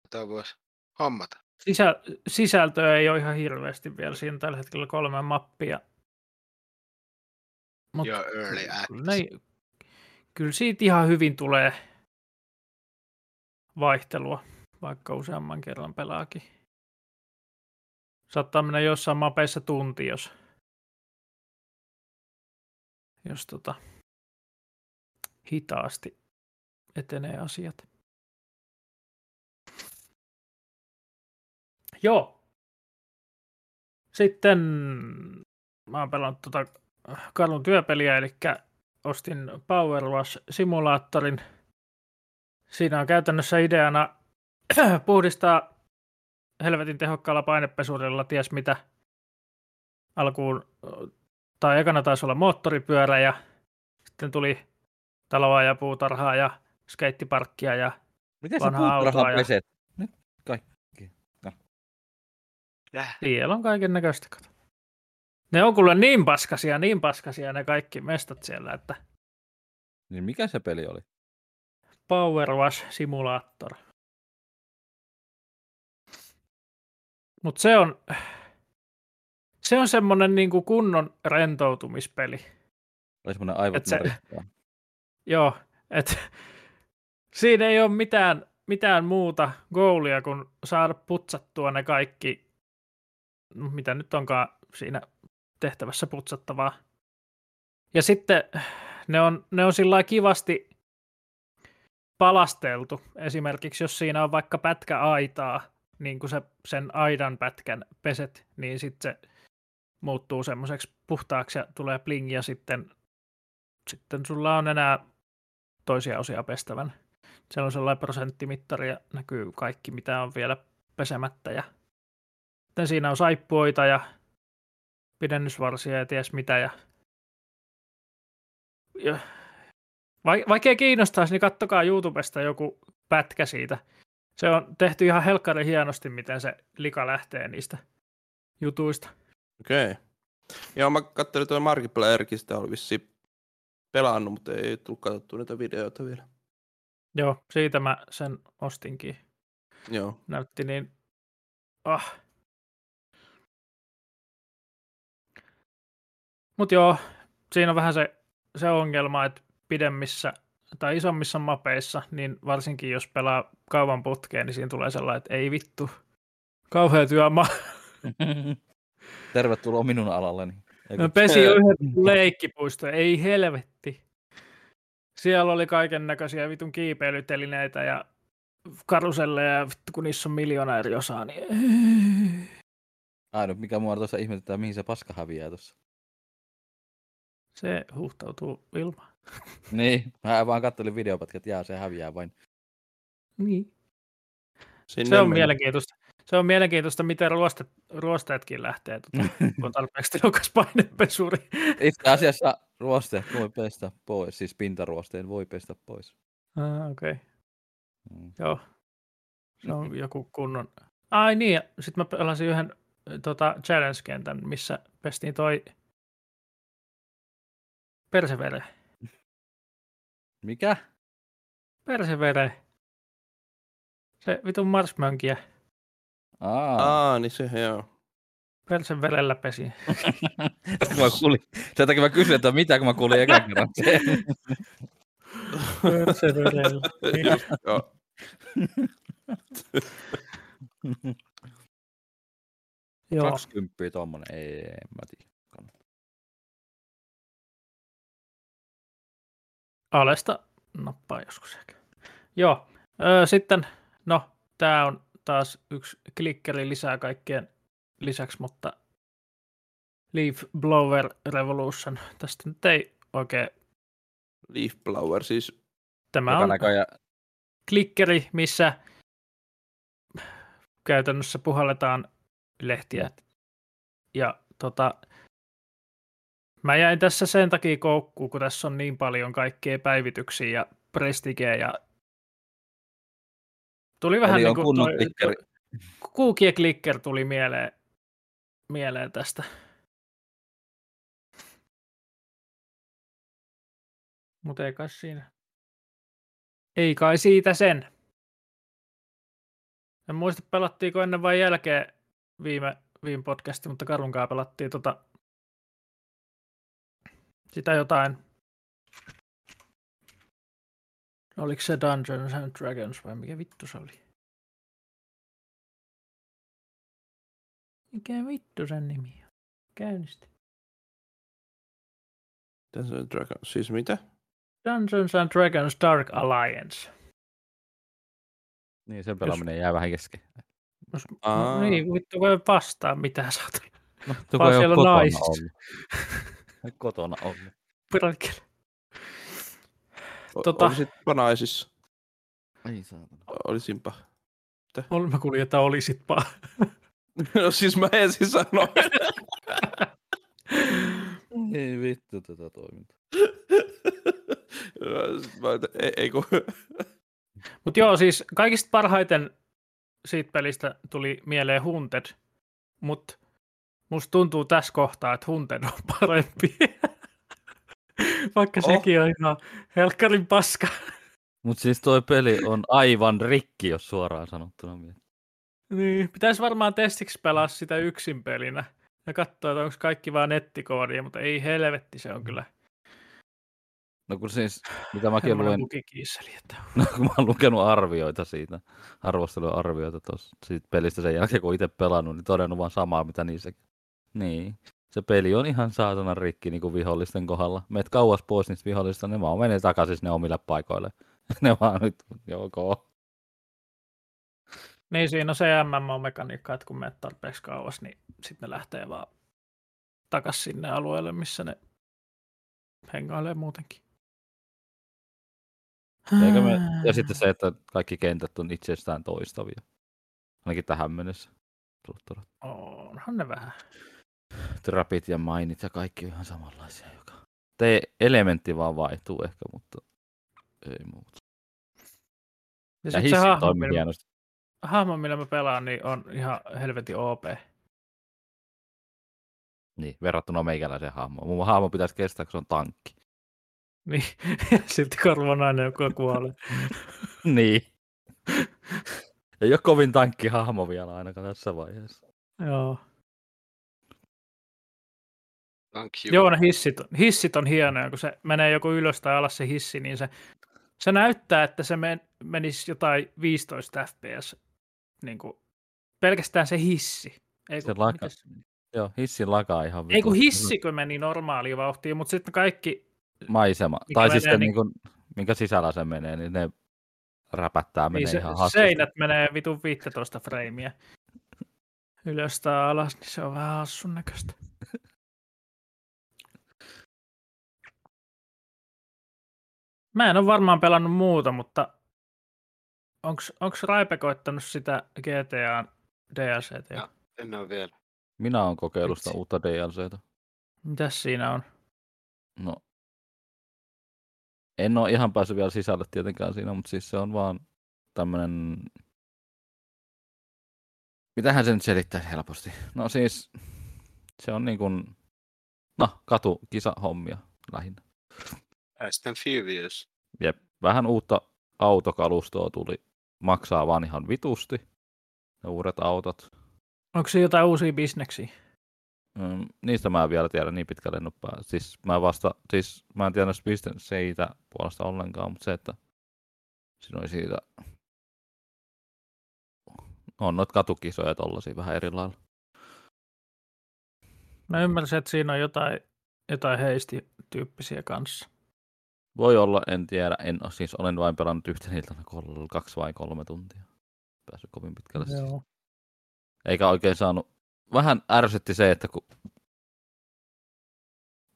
Speaker 5: Tämä voisi hommata.
Speaker 4: Sisä, sisältöä ei ole ihan hirveästi vielä. Siinä on tällä hetkellä kolme mappia. Mut
Speaker 5: Joo, early access.
Speaker 4: kyllä, ne- kyllä siitä ihan hyvin tulee vaihtelua, vaikka useamman kerran pelaakin. Saattaa mennä jossain mapeissa tunti, jos, jos tota, hitaasti etenee asiat. Joo. Sitten mä oon pelannut tota Karlun työpeliä, eli ostin Power Wash simulaattorin. Siinä on käytännössä ideana <clears throat> puhdistaa helvetin tehokkaalla painepesurilla ties mitä alkuun, tai ekana taisi olla moottoripyörä ja sitten tuli taloa ja puutarhaa ja skeittiparkkia ja
Speaker 2: Miten
Speaker 4: Vanha
Speaker 2: puutarhaa
Speaker 4: autoaja.
Speaker 2: peset? Nyt
Speaker 4: Siellä on kaiken näköistä. kato. Ne on kyllä niin paskasia, niin paskasia ne kaikki mestat siellä, että
Speaker 2: Niin mikä se peli oli?
Speaker 4: Power Wash Simulator. Mutta se on, se on semmoinen niinku kunnon rentoutumispeli.
Speaker 2: Oli semmoinen aivot
Speaker 4: Et se- <laughs>
Speaker 2: maristaa.
Speaker 4: Joo, et, <laughs> siinä ei ole mitään, mitään muuta goolia kuin saada putsattua ne kaikki, no, mitä nyt onkaan siinä tehtävässä putsattavaa. Ja sitten ne on, ne on sillä lailla kivasti palasteltu. Esimerkiksi jos siinä on vaikka pätkä aitaa, niin kun sä sen aidan pätkän peset, niin sitten se muuttuu semmoiseksi puhtaaksi ja tulee bling ja sitten sitten sulla on enää toisia osia pestävän. Siellä on sellainen prosenttimittari ja näkyy kaikki, mitä on vielä pesemättä. Ja sitten siinä on saippuoita ja pidennysvarsia ja ties mitä. Ja jo- vai- vaikea kiinnostaisi, niin kattokaa YouTubesta joku pätkä siitä. Se on tehty ihan helkkarin hienosti, miten se lika lähtee niistä jutuista.
Speaker 3: Okei. Okay. Joo, mä katselin tuon Markiplierkin, sitä oli vissiin pelannut, mutta ei tullut katsottua niitä videoita vielä.
Speaker 4: Joo, siitä mä sen ostinkin.
Speaker 3: Joo.
Speaker 4: Näytti niin... Ah. Mut joo, siinä on vähän se, se ongelma, että pidemmissä tai isommissa mapeissa, niin varsinkin jos pelaa kauan putkeen, niin siinä tulee sellainen, että ei vittu, kauhea työmaa.
Speaker 2: Tervetuloa minun alalleni.
Speaker 4: No
Speaker 2: Eiku,
Speaker 4: Mä pesin jo yhden leikkipuiston, ei helvetti. Siellä oli kaiken näköisiä vitun kiipeilytelineitä ja karuselleja, ja vittu kun niissä on miljoona eri osaa, niin...
Speaker 2: Ainut mikä mua tuossa ihmetyttää, mihin se paska häviää tuossa.
Speaker 4: Se huhtautuu ilmaan.
Speaker 2: <laughs> Niin, mä vaan kattelin videopätkät, jaa se häviää vain.
Speaker 4: Niin.
Speaker 3: Sinne
Speaker 4: Se on
Speaker 3: meni.
Speaker 4: mielenkiintoista. Se on mielenkiintoista, miten ruostet, ruosteetkin lähtee, tuota, kun on tarpeeksi tehokas painepesuri.
Speaker 2: Itse asiassa ruosteet voi pestä pois, siis pintaruosteen voi pestä pois.
Speaker 4: Ah, Okei, okay.
Speaker 2: Mm.
Speaker 4: joo. Se on joku kunnon... Ai niin, sitten mä pelasin yhden äh, tota, challenge-kentän, missä pestiin toi persevere.
Speaker 2: Mikä?
Speaker 4: Persevere. Se vitun marsmönkiä.
Speaker 2: Aa.
Speaker 3: Aa, niin se, joo.
Speaker 4: Perseverellä pesin.
Speaker 2: Tästä mä kuulin. Sen takia mä kysyin, että mitä kun mä kuulin ekan kerran.
Speaker 4: <laughs>
Speaker 2: sen.
Speaker 4: Perseverellä.
Speaker 3: joo.
Speaker 4: joo.
Speaker 2: 20 tommonen, ei, ei, en mä tiedä.
Speaker 4: alesta nappaa joskus ehkä. Joo, öö, sitten, no, tämä on taas yksi klikkeri lisää kaikkien lisäksi, mutta Leaf Blower Revolution, tästä nyt ei oikein,
Speaker 3: Leaf Blower, siis
Speaker 4: tämä
Speaker 2: Joka
Speaker 4: on
Speaker 2: näköjään,
Speaker 4: klikkeri, missä käytännössä puhalletaan lehtiä. Ja tota, mä jäin tässä sen takia koukkuun, kun tässä on niin paljon kaikkea päivityksiä ja prestigeä ja tuli vähän
Speaker 2: eli
Speaker 4: niin
Speaker 2: on
Speaker 4: kuin
Speaker 2: kunnon klikkeri.
Speaker 4: <laughs> Kuukie Clicker tuli mieleen, mieleen tästä. Mutta ei kai siinä. Ei kai siitä sen. En muista pelattiinko ennen vai jälkeen viime, viime podcasti, mutta Karunkaa pelattiin tota, sitä jotain. Oliko se Dungeons and Dragons vai mikä vittu se oli? Mikä vittu sen nimi on? Käynnisti.
Speaker 3: Dungeons and Dragons, siis mitä?
Speaker 4: Dungeons and Dragons Dark Alliance. No
Speaker 2: Niin, sen pelaaminen jää vähän kesken.
Speaker 4: Jos-
Speaker 3: Aa.
Speaker 4: No, niin, vittu voi vastaa mitä sä oot.
Speaker 2: No, tuo
Speaker 4: Vaan
Speaker 2: ei ole
Speaker 4: siellä on
Speaker 2: kotona
Speaker 4: naiset.
Speaker 2: ollut. Kotona ollut.
Speaker 4: Perkele.
Speaker 3: O-
Speaker 4: Tota.
Speaker 3: Olisitpa naisissa.
Speaker 2: Ai saatana.
Speaker 3: Olisinpa.
Speaker 4: Ol- Mä kuulin, että olisit vaan.
Speaker 3: <laughs> No siis mä en siis <laughs> sano.
Speaker 2: Ei vittu tätä toimintaa.
Speaker 3: Mä ajattelin, ei, ei kun...
Speaker 4: Mutta joo, siis kaikista parhaiten siitä pelistä tuli mieleen Hunted, mutta musta tuntuu tässä kohtaa, että Hunted on parempi. <laughs> Vaikka
Speaker 3: Oh.
Speaker 4: oh. sekin on ihan helkkarin paska. <laughs>
Speaker 2: Mut siis toi peli on aivan rikki, jos suoraan sanottuna miettii.
Speaker 4: Niin, pitäisi varmaan testiksi pelaa sitä yksin pelinä ja katsoa, että onko kaikki vaan nettikoodia, mutta ei helvetti, se on kyllä
Speaker 2: No kun siis, mitä mäkin
Speaker 4: semmoinen
Speaker 2: luen,
Speaker 4: lukikiisseli. Että...
Speaker 2: no kun mä oon lukenut arvioita siitä, arvosteluja arvioita tosta, siitä pelistä sen jälkeen, kun itse pelannut, niin todennut vaan samaa, mitä niissäkin. Niin. Se peli on ihan saatana rikki niin kuin vihollisten kohdalla. Meet kauas pois niistä vihollisista, ne vaan menee takaisin sinne omille paikoille. <laughs> ne vaan nyt, joko.
Speaker 4: Niin, siinä on se MMO-mekaniikka, että kun menet tarpeeksi kauas, niin sitten ne lähtee vaan takas sinne alueelle, missä ne hengailee muutenkin.
Speaker 2: Eikä me...
Speaker 4: Ah.
Speaker 2: Ja sitten se, että kaikki kentät on itsestään toistavia. Ainakin tähän mennessä. Totta-
Speaker 4: Onhan ne vähän.
Speaker 2: Trapit ja mainit ja kaikki on ihan samanlaisia. Joka... Te elementti vaan vaihtuu ehkä, mutta ei muuta.
Speaker 4: Ja
Speaker 2: Ja
Speaker 4: sit se
Speaker 2: hissi
Speaker 4: hahmo
Speaker 2: toimii
Speaker 4: millä,
Speaker 2: hienosti.
Speaker 4: hahmo, millä mä pelaan, niin on ihan helvetin OP.
Speaker 2: Niin, verrattuna meikäläiseen hahmoon. Mun hahmo pitäisi kestää, kun se on tankki.
Speaker 4: <laughs>
Speaker 2: <laughs>
Speaker 4: Niin. Sitten karvonainen, joka kuolee.
Speaker 2: Niin. <laughs> Ei ole kovin tankkihahmo vielä ainakaan tässä vaiheessa.
Speaker 4: Joo.
Speaker 5: Thank you.
Speaker 4: Joo, ne hissit, on- hissit on hienoja, kun se menee joku ylös tai alas se hissi, niin se, se näyttää, että se men, menisi jotain 15 fps, niin kuin, pelkästään se hissi. Ei
Speaker 2: Se
Speaker 4: kun,
Speaker 2: laka-
Speaker 4: mitäs-
Speaker 2: Joo, hissin lakaa ihan
Speaker 4: ei kun
Speaker 2: vitusti.
Speaker 4: hissikö meni normaaliin vauhtiin, mutta sitten kaikki,
Speaker 2: Maisema.
Speaker 4: Mikä
Speaker 2: Tai
Speaker 4: menee
Speaker 2: siis se, niin
Speaker 4: niin-
Speaker 2: kuin, minkä sisällä se menee, niin ne räpättää menee
Speaker 4: niin se,
Speaker 2: ihan hassusti.
Speaker 4: seinät menee vitun 15 freimiä ylös tai alas, niin se on vähän hassun näköistä. Mä en ole varmaan pelannut muuta, mutta onks, onks Raipe koittanut sitä GTA DLCtä? jo?
Speaker 5: Joo. En ole vielä.
Speaker 2: Minä olen kokeillut sitä
Speaker 4: Vitsi.
Speaker 2: uutta DLCtä.
Speaker 4: Mitäs siinä on?
Speaker 2: No. En ole ihan päässyt vielä sisälle tietenkään siinä, mutta siis se on vaan tämmönen... Mitähän se nyt selittäisi helposti? No siis, se on niin kuin, no, katukisahommia lähinnä.
Speaker 5: Fast and Furious.
Speaker 2: Vähän uutta autokalustoa tuli, maksaa vaan ihan vitusti, ne uudet autot.
Speaker 4: Onko se jotain uusia bisneksiä?
Speaker 2: Mm, niistä mä en vielä tiedä niin pitkälle en ole pää- Siis mä vasta, siis mä en tiedä näistä piste- siitä puolesta ollenkaan, mutta se, että siinä oli siitä, on noita katukisoja tollasia vähän eri lailla.
Speaker 4: Mä ymmärsin, että siinä on jotain, jotain heisti-tyyppisiä kanssa.
Speaker 2: Voi olla, en tiedä, en oo- siis olen vain pelannut yhtenä iltana kol- kaksi vai kolme tuntia. Päässyt kovin pitkälle. Joo. eikä oikein saanut. Vähän ärsytti se, että kun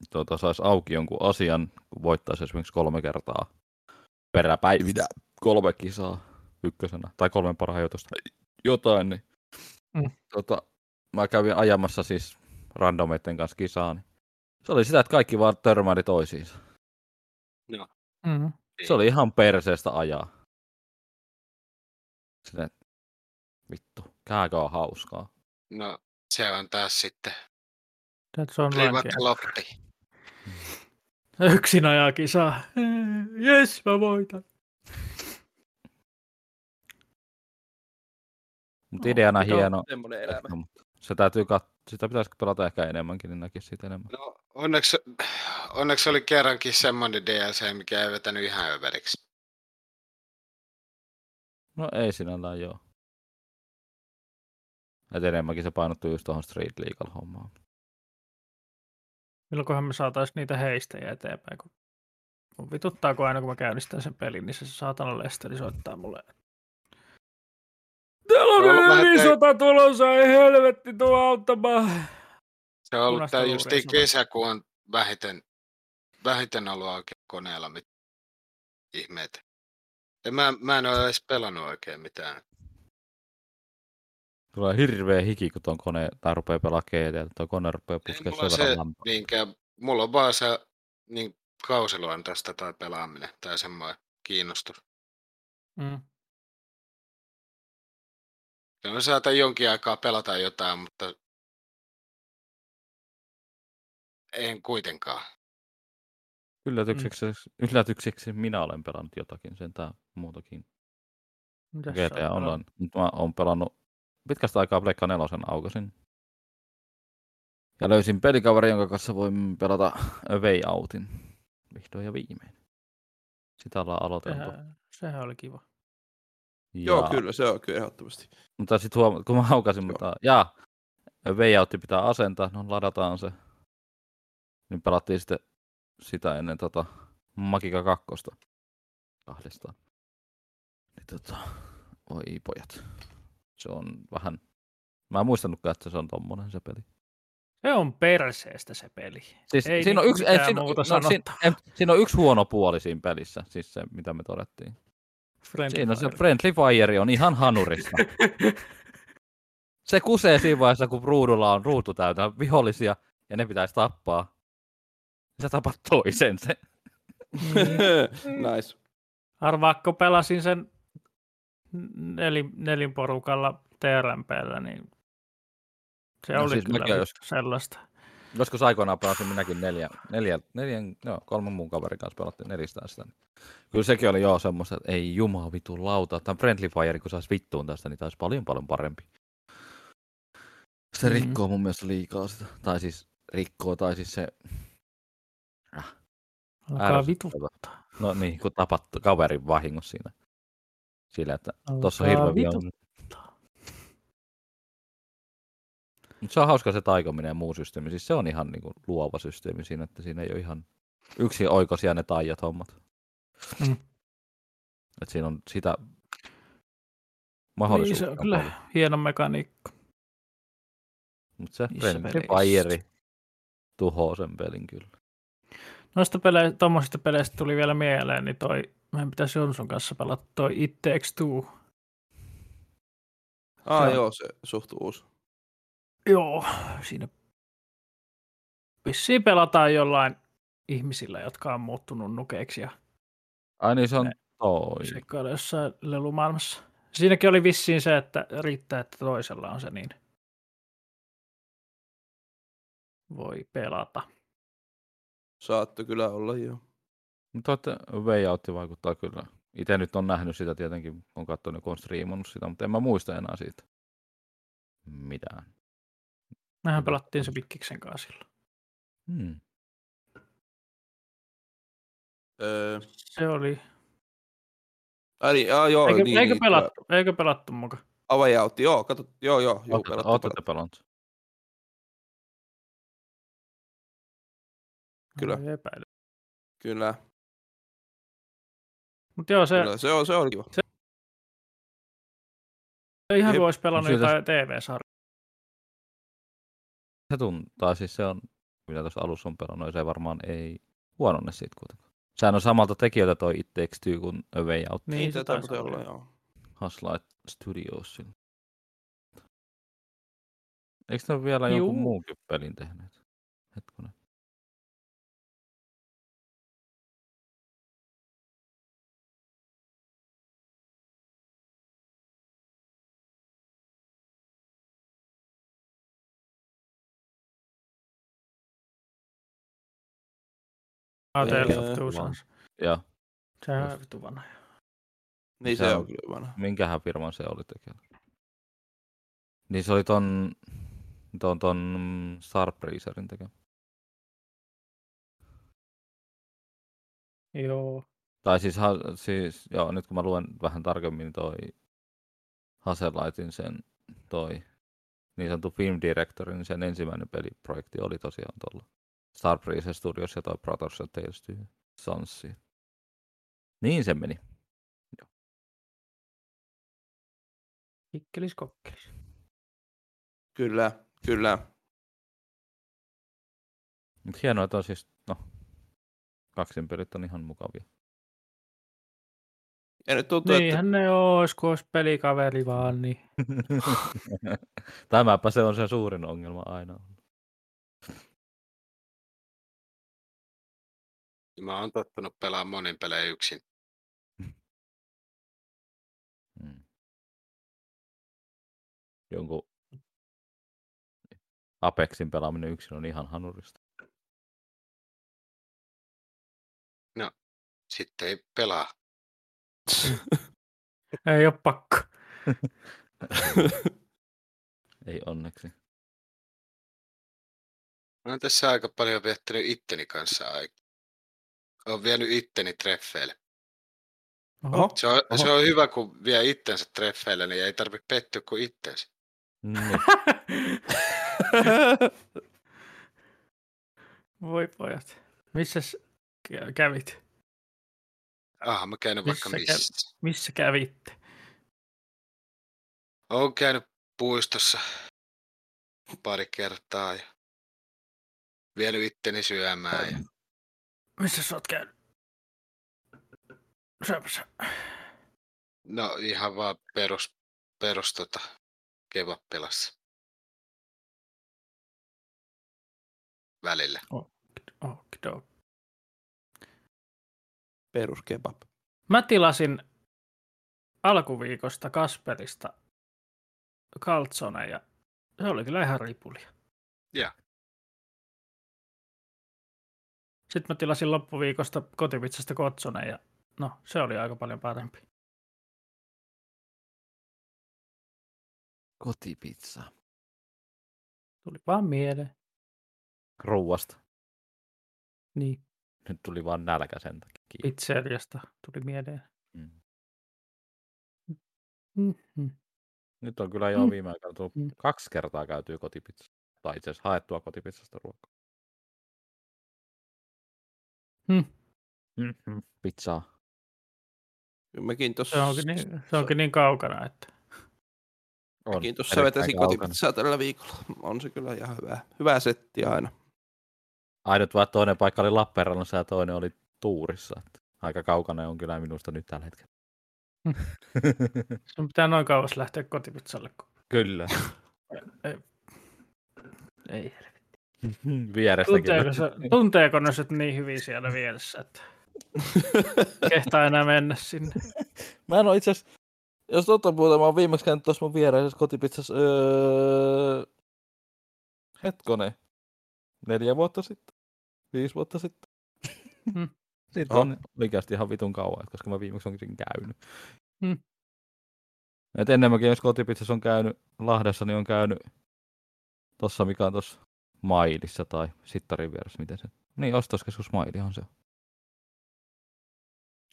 Speaker 2: tuota, saisi auki jonkun asian, kun voittaisi esimerkiksi kolme kertaa peräpäivinä kolme kisaa ykkösenä tai kolmen parhaiten jotain, niin
Speaker 4: Mm.
Speaker 2: mm. tota, mä kävin ajamassa siis randomeiden kanssa kisaa, niin se oli sitä, että kaikki vaan törmäili toisiinsa.
Speaker 4: Mm-hmm.
Speaker 2: Se oli ihan perseestä ajaa. Silleen, että vittu, kääkö on hauskaa.
Speaker 5: No, se on taas sitten.
Speaker 4: That's online
Speaker 5: Livat
Speaker 4: game.
Speaker 5: loppi.
Speaker 4: Yksin ajaa kisaa. Jes, mä voitan.
Speaker 2: Mutta ideana
Speaker 4: Joo,
Speaker 2: hieno.
Speaker 3: Semmoinen elämä.
Speaker 2: No, mutta se täytyy kat... sitä pitäisi pelata ehkä enemmänkin, niin näkisi siitä enemmän.
Speaker 5: No, onneksi, onneksi oli kerrankin semmoinen DLC, mikä ei vetänyt ihan överiksi.
Speaker 2: No ei sinällään joo. Et enemmänkin se painottuu just tuohon Street Legal hommaan.
Speaker 4: Milloinkohan me saatais niitä heistäjä eteenpäin, kun mun vituttaa, kun aina kun mä käynnistän sen pelin, niin se saatana lesteri soittaa mulle. Täällä
Speaker 2: No,
Speaker 5: Se on ollut
Speaker 4: on
Speaker 5: vähän
Speaker 4: yli
Speaker 5: tei-
Speaker 4: sota tulossa, ei helvetti tuu auttamaan.
Speaker 5: Se on ollut
Speaker 4: Punaista
Speaker 5: tämä
Speaker 4: luuria
Speaker 5: justiin
Speaker 4: samalla.
Speaker 5: kesä, kun on vähiten, vähiten ollut oikein koneella mit... ihmeitä. Ja mä, mä en ole edes pelannut oikein mitään.
Speaker 2: Tulee hirveä hiki, kun tuon kone, tai rupeaa pelaa GTA, tuo kone rupeaa
Speaker 5: mulla
Speaker 2: puskemaan
Speaker 5: on
Speaker 2: sen verran
Speaker 5: se-
Speaker 2: lämpöä.
Speaker 5: Niinkään, mulla on vaan se niin kausiluontoista toi pelaaminen tai semmoinen kiinnostus.
Speaker 4: Mm.
Speaker 5: Se on saata jonkin aikaa pelata jotain, mutta en kuitenkaan.
Speaker 2: Yllätykseksi,
Speaker 5: Mm.
Speaker 2: yllätykseksi minä olen pelannut jotakin sentään muutakin.
Speaker 4: Mitäs sä
Speaker 2: GTA
Speaker 4: oot pelannut?
Speaker 2: Online. Nyt mä oon pelannut pitkästä aikaa Pleikka nelosen aukasin. Ja löysin pelikaverin, jonka kanssa voimme pelata A Way Outin. Vihdoin ja viimein. Sitä ollaan aloiteltu.
Speaker 4: Sehän, sehän oli kiva.
Speaker 2: Ja,
Speaker 3: Joo, kyllä, se on kyllä ehdottomasti.
Speaker 2: Mutta sitten huom... kun mä aukasin, mutta jaa, A Way Out pitää asentaa, no ladataan se. Niin pelattiin sitten sitä ennen tota Magika 2. Kahdestaan. Niin tota, voi pojat. Se on vähän, mä en muistanutkaan, että se on tommonen se peli.
Speaker 4: Se on perseestä se peli.
Speaker 2: Siis
Speaker 4: Ei
Speaker 2: siinä on
Speaker 4: niinku
Speaker 2: yksi,
Speaker 4: mitään
Speaker 2: siinä,
Speaker 4: muuta
Speaker 2: no, siinä,
Speaker 4: sanottavaa.
Speaker 2: en, siinä on yksi huono puoli siinä pelissä, siis se mitä me todettiin.
Speaker 4: Friendly
Speaker 2: Siinä on se
Speaker 4: fire.
Speaker 2: Friendly Fire on ihan <laughs> hanurissa. se kusee siinä vaiheessa, kun ruudulla on ruutu täynnä vihollisia ja ne pitäisi tappaa. Sä tapat toisen se.
Speaker 4: Niin.
Speaker 3: <laughs> nice.
Speaker 4: Arvaakko pelasin sen nelin, nelinporukalla TRMPllä, niin se
Speaker 2: No
Speaker 4: oli
Speaker 2: siis
Speaker 4: kyllä
Speaker 2: mäkin jos-
Speaker 4: sellaista.
Speaker 2: Joskus aikoinaan pelasin minäkin neljä, neljä, neljän, joo, kolmen muun kaverin kanssa pelattiin nelistään sitä. niin Kyllä sekin oli joo semmoista, että ei jumaa vitun lauta. Tämä Friendly Fire, kun saisi vittuun tästä, niin taisi paljon paljon parempi. Se
Speaker 4: Mhm.
Speaker 2: rikkoo mun mielestä liikaa sitä. Tai siis rikkoo, tai siis se
Speaker 4: Alkaa
Speaker 2: ärsyttävä.
Speaker 4: vituttaa.
Speaker 2: No niin, kun tapat kaverin vahingossa siinä. Sillä, että tuossa on
Speaker 4: Alkaa
Speaker 2: hirveä
Speaker 4: vituttaa.
Speaker 2: vitu. Mutta se on hauska se taikominen ja muu systeemi. Siis se on ihan niinku luova systeemi siinä, että siinä ei ole ihan yksi oikosia ne taijat hommat.
Speaker 4: Mm.
Speaker 2: Et siinä on sitä
Speaker 4: Niin,
Speaker 2: mahdollisuutta.
Speaker 4: se on kyllä hieno mekaniikka.
Speaker 2: Mutta se
Speaker 4: niissä
Speaker 2: Friendly
Speaker 4: peleissä.
Speaker 2: Fire tuhoaa sen pelin kyllä.
Speaker 4: Noista pele- tommosista peleistä tuli vielä mieleen, niin toi, meidän pitäisi Jonsun kanssa pelata toi It Takes Two.
Speaker 3: Ah,
Speaker 4: Joo.
Speaker 3: joo, se suht uusi.
Speaker 4: Joo, siinä vissiin pelataan jollain ihmisillä, jotka on muuttunut nukeiksi ja
Speaker 2: Ai niin, se on
Speaker 4: Ne-
Speaker 2: toi.
Speaker 4: seikkailla jossain lelumaailmassa. Siinäkin oli vissiin se, että riittää, että toisella on se, niin voi pelata.
Speaker 3: Saattoi kyllä olla, joo.
Speaker 2: Mutta että Way Out vaikuttaa kyllä. Itse nyt on nähnyt sitä tietenkin, on katsonut, kun on striimannut sitä, mutta en mä muista enää siitä mitään.
Speaker 4: Mehän pelattiin se Pikkiksen kanssa silloin.
Speaker 2: Hmm.
Speaker 3: Öö,
Speaker 4: Se oli.
Speaker 3: ai, niin, ah, joo,
Speaker 4: Eikö,
Speaker 3: niin,
Speaker 4: eikö,
Speaker 3: niin,
Speaker 4: pelattu, eikö pelattu muka?
Speaker 3: A Way Out, joo, kato, joo, joo, joo, pelattu,
Speaker 2: Ootte
Speaker 3: pelattu.
Speaker 2: pelannut?
Speaker 3: Kyllä. Kyllä,
Speaker 4: Mutta joo, se,
Speaker 3: kyllä, se, on, se on kiva.
Speaker 4: se ihan
Speaker 3: Jep.
Speaker 4: kuin olisi pelannut
Speaker 2: Siitä-
Speaker 4: jotain TV-sarjaa.
Speaker 2: Se tuntaa, siis se on, mitä tuossa alussa on pelannut, ja se varmaan ei huononne siitä kuitenkaan. Sehän on samalta tekijöiltä toi It Takes Two kuin A Way Out
Speaker 4: Niin,
Speaker 3: Niin,
Speaker 4: se
Speaker 3: se
Speaker 4: taisi
Speaker 3: tarvitsee
Speaker 4: olla.
Speaker 3: olla, joo.
Speaker 2: Haslight Studios. Eikö ne ole vielä
Speaker 4: Juu.
Speaker 2: jonkun muunkin pelin tehneet? Hetkinen.
Speaker 4: Tales of
Speaker 3: Öö,
Speaker 4: Two
Speaker 2: vaan.
Speaker 4: Sons.
Speaker 2: Ja
Speaker 4: Sehän on vitu vanha.
Speaker 3: Niin se,
Speaker 2: Se on-
Speaker 3: on kyllä vanha.
Speaker 2: minkähän firman se oli tekemässä? Niin se oli ton, ton, ton Starbreezerin tekemä.
Speaker 4: Joo.
Speaker 2: Tai siis, ha, siis joo, nyt kun mä luen vähän tarkemmin niin toi Haselaitin sen toi niin sanottu film director, niin sen ensimmäinen peliprojekti oli tosiaan tuolla Starbreeze Studios ja toi Brothers and Tales to Sons. Niin se meni.
Speaker 4: Kikkelis kokkelis.
Speaker 3: Kyllä, kyllä.
Speaker 2: Mutta hienoa, että on siis, no, kaksin pelit on ihan mukavia.
Speaker 3: Ja nyt tuntuu, että
Speaker 4: Niinhän ne ois, kun ois pelikaveri vaan, niin
Speaker 2: <laughs> Tämäpä se on se suurin ongelma aina.
Speaker 5: Mä oon tottunut pelaamaan monin pelejä yksin.
Speaker 2: Mm. Jonkun Apexin pelaaminen yksin on ihan hanurista.
Speaker 5: Sitten ei pelaa.
Speaker 4: ei oo pakko.
Speaker 2: Ei onneksi.
Speaker 5: Mä oon tässä aika paljon viettänyt itteni kanssa aikaa. Oon vienyt itteni treffeille.
Speaker 3: <laughs> Oho.
Speaker 5: Se on, se
Speaker 3: Oho.
Speaker 5: on hyvä, kun vie itsensä treffeille, niin ei tarvitse pettyä kuin itsensä.
Speaker 2: Niin. <laughs>
Speaker 4: <laughs> Voi pojat. Missä kävit?
Speaker 5: Aha, mä käynyt vaikka
Speaker 4: Missä kä-
Speaker 5: missä.
Speaker 4: Missä kävitte?
Speaker 5: Olen käynyt puistossa pari kertaa ja vienyt itteni syömään. Ja...
Speaker 4: Missä sä oot käynyt? Syömässä.
Speaker 5: No ihan vaan perus, perus tota, kevappilassa. Välillä.
Speaker 4: Oh, dog.
Speaker 3: Peruskebab.
Speaker 4: Mä tilasin alkuviikosta Kasperista kaltsone ja se oli kyllä ihan ripulia.
Speaker 5: Joo.
Speaker 4: Sitten mä tilasin loppuviikosta kotipitsasta kotsone ja no se oli aika paljon parempi.
Speaker 2: Kotipizza.
Speaker 4: Tuli vaan mieleen.
Speaker 2: Ruuasta.
Speaker 4: Niin.
Speaker 2: Nyt tuli vaan nälkä sen takia.
Speaker 4: Pizzeriasta tuli mieleen.
Speaker 2: Mm.
Speaker 4: Mm-hmm.
Speaker 2: Nyt on kyllä jo
Speaker 4: Mm.
Speaker 2: viime aikoina tullut
Speaker 4: Mm.
Speaker 2: kaksi kertaa käytyy kotipizza. Tai itse asiassa haettua kotipizzasta ruokaa.
Speaker 4: Mm.
Speaker 2: Mm-hmm. Pizzaa.
Speaker 3: Mäkin
Speaker 4: Se,
Speaker 3: tuossa
Speaker 4: onkin niin, se onkin niin kaukana, että
Speaker 2: On.
Speaker 3: Mäkin tuossa
Speaker 2: erittäin
Speaker 3: vetäisin
Speaker 2: kaukana.
Speaker 3: kotipizzaa tällä viikolla. On se kyllä ihan hyvä. Hyvä setti aina.
Speaker 2: Ainut vaan toinen paikka oli Lappeenrannassa ja toinen oli Tuurissa. Että aika kaukana on kyllä minusta nyt tällä hetkellä.
Speaker 4: Mm. sun pitää noin kauas lähteä kotipizzalle, kun
Speaker 2: kyllä.
Speaker 4: ei.
Speaker 2: <laughs> Vierestäkin.
Speaker 4: Tunteeko, se, tunteeko ne sit niin hyvin siellä vieressä, että kehtaa enää mennä sinne?
Speaker 2: Mä en oo itse asiassa- jos totta puhutaan, mä oon viimeksi käynyt tuossa mun viereisessä kotipizzassa, öö... hetkone, neljä vuotta sitten, viisi vuotta sitten.
Speaker 4: Hmm.
Speaker 2: Siitä on oikeasti ihan vitun kauan, koska mä viimeksi onkin sen käynyt.
Speaker 4: Hmm.
Speaker 2: Et enemmänkin, jos kotipizzassa on käynyt Lahdessa, niin on käynyt tuossa, mikä on tuossa Mailissa tai Sittarin vieressä, miten se. Niin, ostoskeskus Maili on se.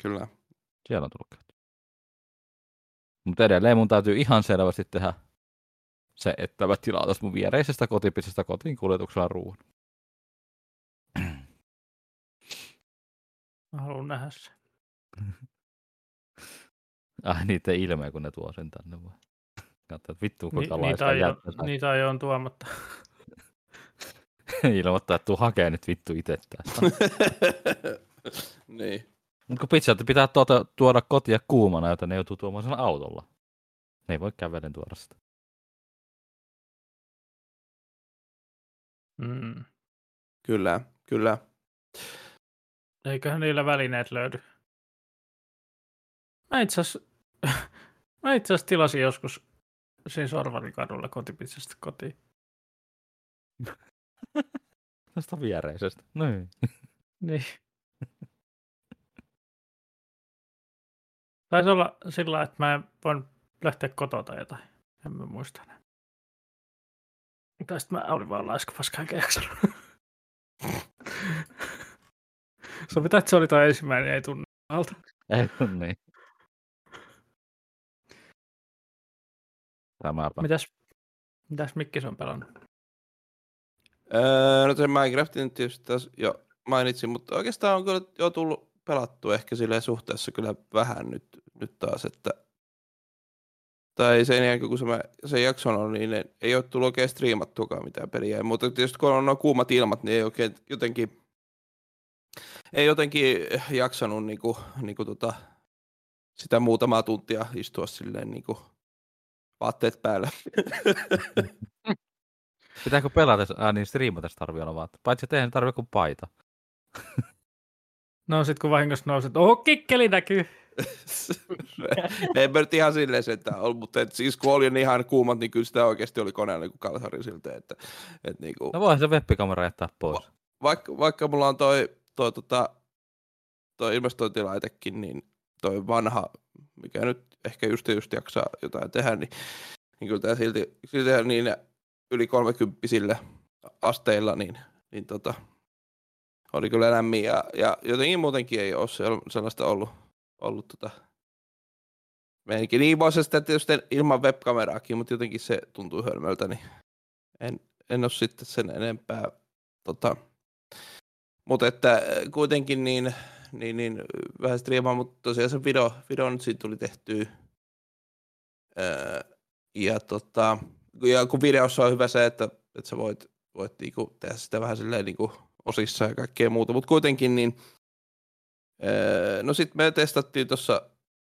Speaker 3: Kyllä. <laughs>
Speaker 2: Siellä on tullut käyty. Mutta edelleen mun täytyy ihan selvästi tehdä se, että mä tilaan tästä mun viereisestä kotipizzasta kotiin kuljetuksella ruuan.
Speaker 4: Mä haluan nähdä sen.
Speaker 2: Ai niiden ilmeä, kun ne tuo sen tänne vai? Katsotaan, että vittu
Speaker 4: Ni,
Speaker 2: kuinka Ni,
Speaker 4: niitä,
Speaker 2: laista
Speaker 4: aion,
Speaker 2: jättää. Ni...
Speaker 4: niitä aion tuomatta.
Speaker 2: <laughs> Ilmoittaa, että tuu hakee nyt vittu itse tästä.
Speaker 3: niin.
Speaker 2: Mutta kun pizzat pitää tuota, tuoda kotia kuumana, joten ne joutuu tuomaan sen autolla. Ne ei voi kävellen tuoda sitä.
Speaker 4: Mm.
Speaker 3: Kyllä, kyllä.
Speaker 4: Eiköhän niillä välineet löydy. Mä itse asiassa <laughs> mä itse asiassa tilasin joskus siis Orvalin kadulla kotipizzasta kotiin.
Speaker 2: Tästä viereisestä. Noin.
Speaker 4: Niin. Taisi olla sillä lailla, että mä en voinut lähteä kotoa tai jotain. En mä muista enää. Tai sitten mä olin vaan laiska paskaan jaksanut. Se mitä, että se oli toi ensimmäinen, ei tunne alta.
Speaker 2: Ei, <laughs> kun niin. Tämäpä.
Speaker 4: Mitäs, mitäs Mikki se on pelannut?
Speaker 3: Öö, no se Minecraftin nyt tietysti taas jo mainitsin, mutta oikeastaan on kyllä jo tullut pelattu ehkä silleen suhteessa kyllä vähän nyt, nyt taas, että tai sen jälkeen, kun se, mä, sen jakson on, niin ei- ei ole tullut oikein striimattuakaan mitään peliä. Mutta tietysti kun on nuo kuumat ilmat, niin ei oikein jotenkin, ei jotenkin jaksanut niinku, niinku tota, sitä muutamaa tuntia istua silleen niinku vaatteet päällä.
Speaker 2: Pitääkö pelata, äh, niin striimata sitä tarviolla vaan. Paitsi, että eihän tarvitse kuin paita.
Speaker 4: No sit kun vahingossa nouset, oho, kikkeli näkyy.
Speaker 3: <laughs> Ei mä nyt ihan silleen sentään ollut, mutta et siis kun oli ne ihan kuumat, niin kyllä sitä oikeasti oli koneella niin kalsari siltä, että, että niin kuin,
Speaker 2: No voihan se webbikamera jättää pois.
Speaker 3: vaikka, vaikka mulla on toi, toi, tota, toi ilmastointilaitekin, niin toi vanha, mikä nyt ehkä just, ja just jaksaa jotain tehdä, niin, niin kyllä tää silti, silti niin yli 30 asteilla, niin, niin tota, oli kyllä lämmin ja, ja jotenkin muutenkin ei ole sel- sellaista ollut, ollut tota, meininki. Niin voi se sitä tietysti ilman webkameraakin, mutta jotenkin se tuntuu hölmöltä, niin en, en ole sitten sen enempää tota, mutta että äh, kuitenkin niin, niin, niin äh, vähän striimaa, mutta tosiaan se video, video nyt siitä tuli tehtyä. Öö, ja, tota, ja kun videossa on hyvä se, että, että sä voit, voit niinku tehdä sitä vähän silleen niinku osissa ja kaikkea muuta, mutta kuitenkin niin, öö, no sitten me testattiin tuossa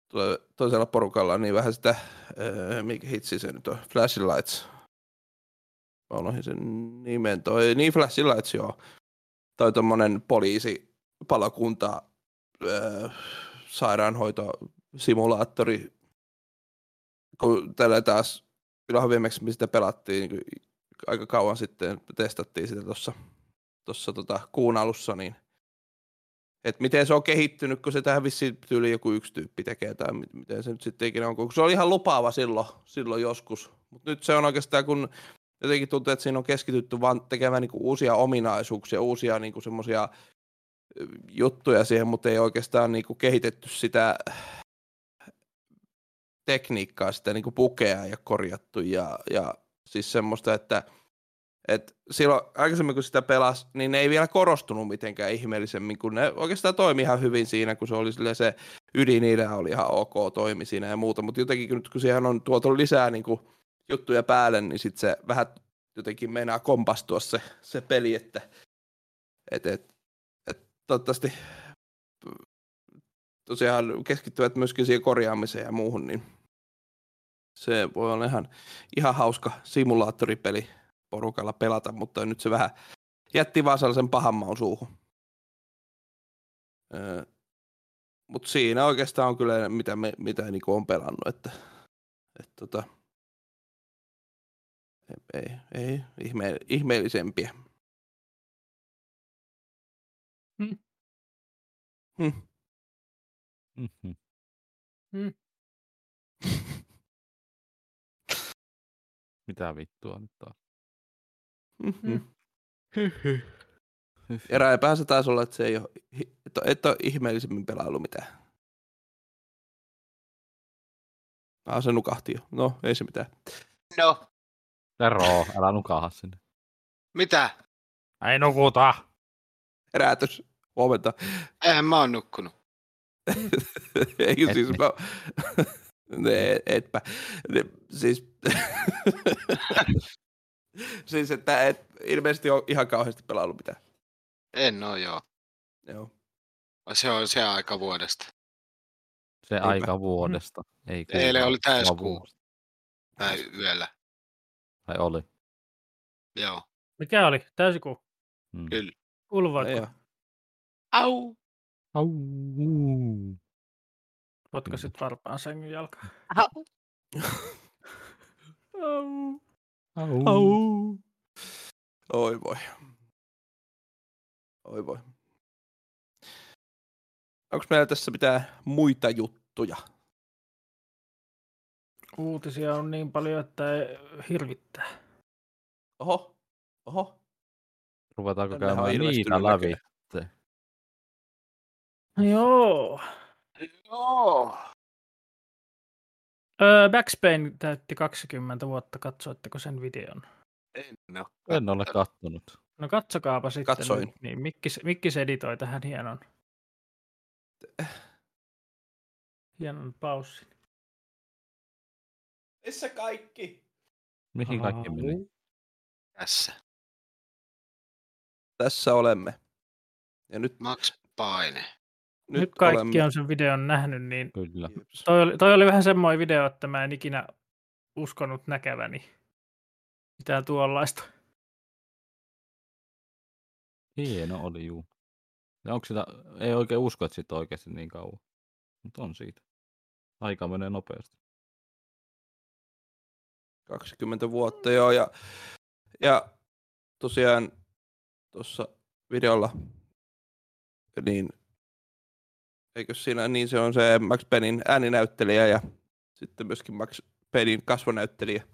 Speaker 3: to- toisella porukalla niin vähän sitä, öö, mikä hitsi se nyt on, Flashing Lights. Mä unohdin sen nimen, toi, niin Flashing Lights joo tai tuommoinen poliisi, palokunta, öö, sairaanhoitosimulaattori, kun tällä taas Pilahan viimeksi me sitä pelattiin niin aika kauan sitten, testattiin sitä tuossa tuossa tota, kuun alussa, niin että miten se on kehittynyt, kun se tähän vissiin tyyli joku yksi tyyppi tekee, tai mi- miten se nyt sitten ikinä on, kun se oli ihan lupaava silloin, silloin joskus, mutta nyt se on oikeastaan, kun jotenkin tuntuu, että siinä on keskitytty vaan tekemään niin uusia ominaisuuksia, uusia niin semmoisia juttuja siihen, mutta ei oikeastaan niin kehitetty sitä äh, tekniikkaa, sitä niin pukea ja korjattu ja, ja siis semmoista, että et silloin aikaisemmin kun sitä pelasi, niin ne ei vielä korostunut mitenkään ihmeellisemmin, kun ne oikeastaan toimi ihan hyvin siinä, kun se oli silleen se ydin, niillä oli ihan ok, toimi siinä ja muuta, mutta jotenkin kun nyt kun siihen on tuotu lisää niin kuin, juttuja päälle, niin sitten se vähän jotenkin meinaa kompastua se, se peli, että et, et, et, toivottavasti tosiaan keskittyvät myöskin siihen korjaamiseen ja muuhun, niin se voi olla ihan, ihan hauska simulaattoripeli porukalla pelata, mutta nyt se vähän jätti vaan sellaisen pahan maun suuhun. Öö, mutta siinä oikeastaan on kyllä mitä, me, mitä niinku on pelannut, että et tota, ei, ei ihme, ihmeellisempiä.
Speaker 4: Hmm.
Speaker 3: Hmm.
Speaker 2: Mhm.
Speaker 5: Hmm.
Speaker 4: Mm.
Speaker 2: <laughs> Mitä vittua nyt on?
Speaker 3: Mhm. Ja Raipäähän se taisi olla, että se ei ole, et, ole- et ole ihmeellisemmin pelaillut mitään. Ah, se nukahti jo. No, ei se mitään.
Speaker 5: No,
Speaker 2: Tero, älä nukaha sinne.
Speaker 5: mitä?
Speaker 4: Ei nukuta.
Speaker 3: Herätys. Huomenta. <laughs>
Speaker 5: Eihän mä oon nukkunut.
Speaker 3: ei
Speaker 2: Et
Speaker 3: siis
Speaker 2: niin.
Speaker 3: mä... <laughs> ne, etpä. Ne, siis... <laughs> siis, että et ilmeisesti ole ihan kauheasti pelaillut mitään.
Speaker 5: En oo joo.
Speaker 3: Joo.
Speaker 5: Se on se aika vuodesta.
Speaker 2: Se
Speaker 3: Eipä.
Speaker 2: aika vuodesta. Ei
Speaker 5: Eilen
Speaker 2: kuukaudesta,
Speaker 5: oli täyskuu.
Speaker 2: vaan vuodesta.
Speaker 5: Tai yöllä.
Speaker 2: Tai oli.
Speaker 5: Joo.
Speaker 4: Mikä oli? Täysikuu.
Speaker 2: Mm.
Speaker 5: Kyllä.
Speaker 3: No,
Speaker 4: Ulvoitko?
Speaker 3: joo.
Speaker 5: Au!
Speaker 2: Au.
Speaker 4: Potko sit varpaan sängyn jalkaan?
Speaker 5: Au!
Speaker 4: Au.
Speaker 2: Au.
Speaker 4: Au.
Speaker 3: Oi voi. Oi voi. Onko meillä tässä mitään muita juttuja?
Speaker 4: Uutisia on niin paljon, että ei hirvittää.
Speaker 3: Oho, oho.
Speaker 2: Ruvetaanko
Speaker 3: Tännehän on
Speaker 2: käymään niitä
Speaker 3: ilmestynyt
Speaker 2: läpi?
Speaker 4: No Joo.
Speaker 5: Joo!
Speaker 4: Öö, Max Payne täytti 20 vuotta, katsoitteko sen videon?
Speaker 5: En oo.
Speaker 2: En ole kattonut.
Speaker 4: No katsokaapa sitten.
Speaker 3: Katsoin.
Speaker 4: nyt, Niin, Mikkis, Mikkis editoi tähän hienon, hienon paussin.
Speaker 3: Missä kaikki?
Speaker 2: Mihin kaikki meni?
Speaker 5: Tässä.
Speaker 3: Tässä olemme. Ja nyt,
Speaker 5: Max Paine.
Speaker 4: Nyt,
Speaker 3: nyt,
Speaker 4: Nyt kaikki
Speaker 3: olemme.
Speaker 4: on sen videon nähnyt, niin
Speaker 2: Kyllä.
Speaker 3: Jeps.
Speaker 4: toi oli, toi oli vähän semmoinen video, että mä en ikinä uskonut näkeväni mitään tuollaista.
Speaker 2: Hieno oli juu. Ja onko sitä, ei oikein usko, että siitä on oikeasti niin kauan. Mutta on siitä. Aika menee nopeasti. Niin
Speaker 3: 20 vuotta joo, ja, ja tosiaan tuossa videolla, niin eikö siinä, niin se on se Max Paynein ääninäyttelijä ja sitten myöskin Max Paynein kasvonäyttelijä.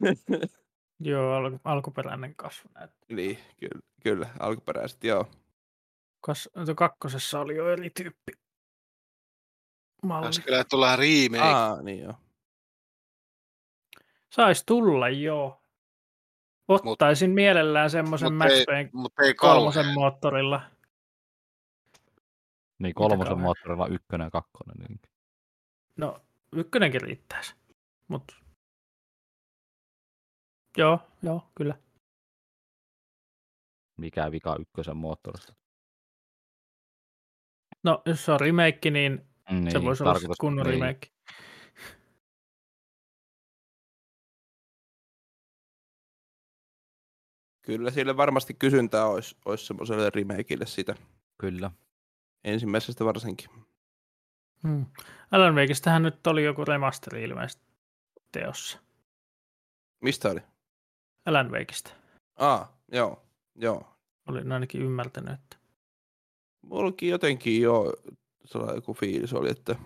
Speaker 3: <laughs>
Speaker 4: Joo, al- alkuperäinen kasvu näyttää.
Speaker 3: niin, kyllä, kyllä alkuperäiset, joo.
Speaker 4: Kas, no kakkosessa oli jo eri tyyppi. Malli.
Speaker 5: Jos kyllä tulee remake. Ah.
Speaker 3: Aa, niin joo.
Speaker 4: Saisi tulla, joo. Ottaisin mielellään semmoisen
Speaker 5: mut
Speaker 4: Max
Speaker 5: ei-
Speaker 4: Payne
Speaker 5: Mutta ei
Speaker 4: kolmosen
Speaker 5: kolmosen.
Speaker 4: moottorilla.
Speaker 2: Niin kolmosen
Speaker 4: kauan?
Speaker 2: moottorilla ykkönen ja kakkonen. Niin.
Speaker 4: No, ykkönenkin riittäisi. Mut. Joo, joo, kyllä.
Speaker 2: Mikä vika ykkösen moottorista?
Speaker 4: No, jos se on remake, niin,
Speaker 2: Niin,
Speaker 4: se voisi olla sit
Speaker 2: tarkoitus-
Speaker 4: kunnon
Speaker 2: niin,
Speaker 4: remake.
Speaker 3: Kyllä sille varmasti kysyntää olisi, olisi semmoiselle remakeille sitä.
Speaker 2: Kyllä.
Speaker 3: Ensimmäisestä varsinkin.
Speaker 4: Hmm. Alan Wakestähän nyt oli joku remasteri ilmeisesti teossa.
Speaker 3: Mistä oli?
Speaker 4: Alan Wakeista.
Speaker 3: Aa, joo, joo.
Speaker 4: Olin ainakin ymmärtänyt, että
Speaker 3: Mullakin jotenkin joo, sellainen joku fiilis oli, että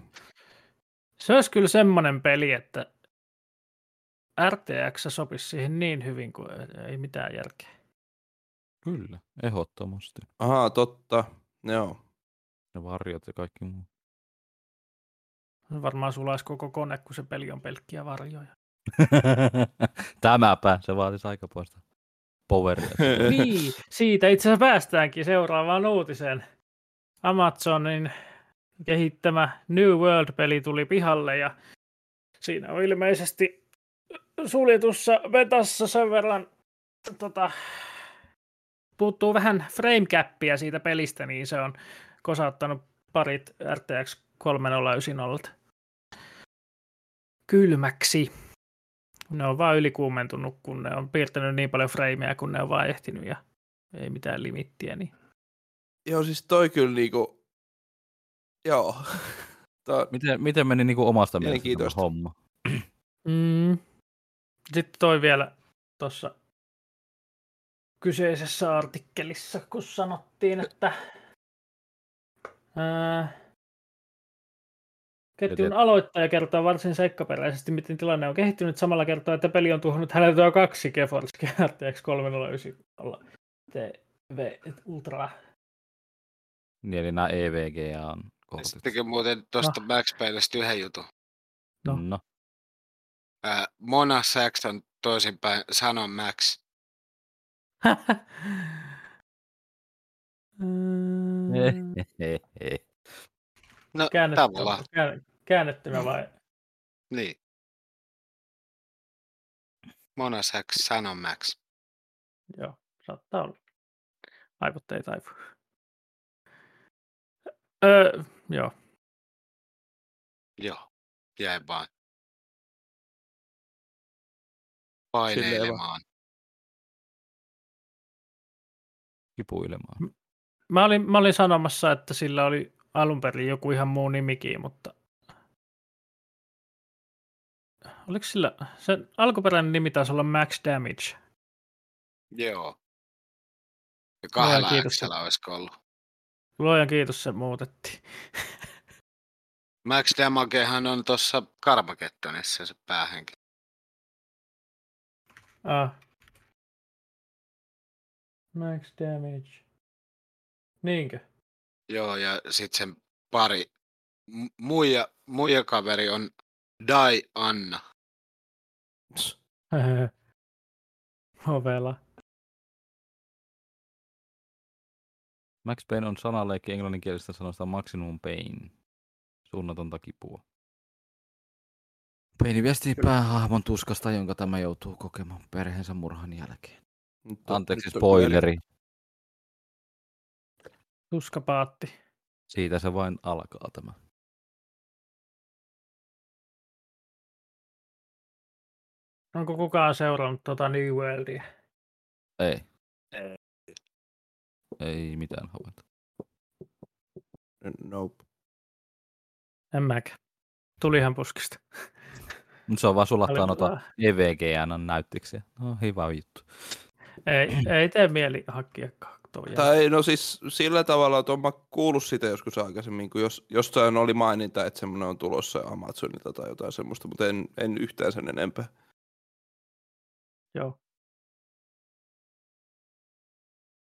Speaker 4: Se olisi kyllä semmoinen peli, että RTX sopisi siihen niin hyvin kuin ei mitään järkeä.
Speaker 2: Kyllä, ehdottomasti.
Speaker 3: ahaa, totta,
Speaker 2: <laughs>
Speaker 3: joo.
Speaker 2: Ne varjot ja kaikki
Speaker 4: <laughs>
Speaker 2: muu.
Speaker 4: Varmaan sulaisi koko kone, kun se peli on pelkkiä varjoja.
Speaker 2: Tämäpä, se vaatisi aikapuolesta poweria.
Speaker 4: <laughs> Niin, siitä itse asiassa päästäänkin seuraavaan uutiseen. Amazonin kehittämä New World-peli tuli pihalle ja siinä on ilmeisesti suljetussa vetassa sen verran tota, puuttuu vähän framecappia siitä pelistä, niin se on kosauttanut parit RTX 3090 kylmäksi. Ne on vaan ylikuumentunut, kun ne on piirtänyt niin paljon frameja, kun ne on vaan ehtinyt ja ei mitään limittiä. Niin.
Speaker 3: Joo, siis toi kyllä niinku, joo. <laughs> Tää on
Speaker 2: Miten, miten meni niinku omasta mielestä tämä
Speaker 3: Mielenkiintoista.
Speaker 2: homma?
Speaker 4: Mm. Sitten toi vielä tuossa kyseisessä artikkelissa, kun sanottiin, että ää, ketjun
Speaker 2: tiedät-
Speaker 4: aloittaja kertoo varsin seikkaperäisesti, miten tilanne on kehittynyt. Samalla kertoo, että peli on tuhonnut häneltä jo kaksi GeForce GTX 309 TV Ultra.
Speaker 2: Niin, eli nämä EVGA on kohtit.
Speaker 5: Sittenkin muuten tuosta no. Max Paynestä yhden jutun.
Speaker 4: no.
Speaker 2: no. <laughs>
Speaker 5: Ää, Mona Saxon toisinpäin sanon Max.
Speaker 4: Mm.
Speaker 2: Hehehe.
Speaker 5: No
Speaker 4: Käännettynä,
Speaker 5: tavallaan,
Speaker 4: käänn- käännettynä vai?
Speaker 5: niin. Mona Saxon sanon Max.
Speaker 4: Joo, saattaa olla. Aivot ei taivu. Öö, joo.
Speaker 5: Joo, jäi vaan.
Speaker 3: vaan.
Speaker 5: Paineilemaan.
Speaker 2: Kipuilemaan.
Speaker 4: Mä olin, mä olin sanomassa, että sillä oli alun perin joku ihan muu nimikin, mutta... Oliko sillä... Sen alkuperäinen nimi taisi olla Max Damage.
Speaker 5: Joo. Ja kahdella
Speaker 4: kiitos.
Speaker 5: Xllä olisiko ollut.
Speaker 4: Luojan kiitos, se muutettiin.
Speaker 5: Max Damagehan on tuossa Karmakettonissa se päähenki.
Speaker 4: Ah. Max Damage. Niinkö? <laughs>
Speaker 5: Joo, ja sitten sen pari. M- muija, muija kaveri on Dai Anna.
Speaker 4: Ovela.
Speaker 2: Max Payne on sanaleikki englanninkielistä sanasta maximum pain. Suunnatonta kipua. Peini viestii päähahmon tuskasta, jonka tämä joutuu kokemaan perheensä murhan jälkeen.
Speaker 3: Nyt on-
Speaker 2: Anteeksi
Speaker 3: nyt on
Speaker 2: spoileri.
Speaker 4: Tuskapaatti.
Speaker 2: Siitä se vain alkaa tämä.
Speaker 4: Onko kukaan seurannut tuota New Worldia?
Speaker 2: Ei. Ei mitään havaita.
Speaker 3: kyllä- Nope.
Speaker 4: En mäkään. Tulihan puskista.
Speaker 2: Nyt se on vaan E sulattaa
Speaker 4: Oli-
Speaker 2: noita EVGN näyttiksiä. No hyvä juttu.
Speaker 4: Ei, ei tee mieli hakkia kaktoja.
Speaker 3: Tai no siis sillä tavalla, että olen mä kuullut sitä joskus aikaisemmin, kun jos, jostain oli maininta, että semmoinen on tulossa Amazonilta tai jotain semmoista, mutta en, en yhtään sen enempää.
Speaker 4: Joo.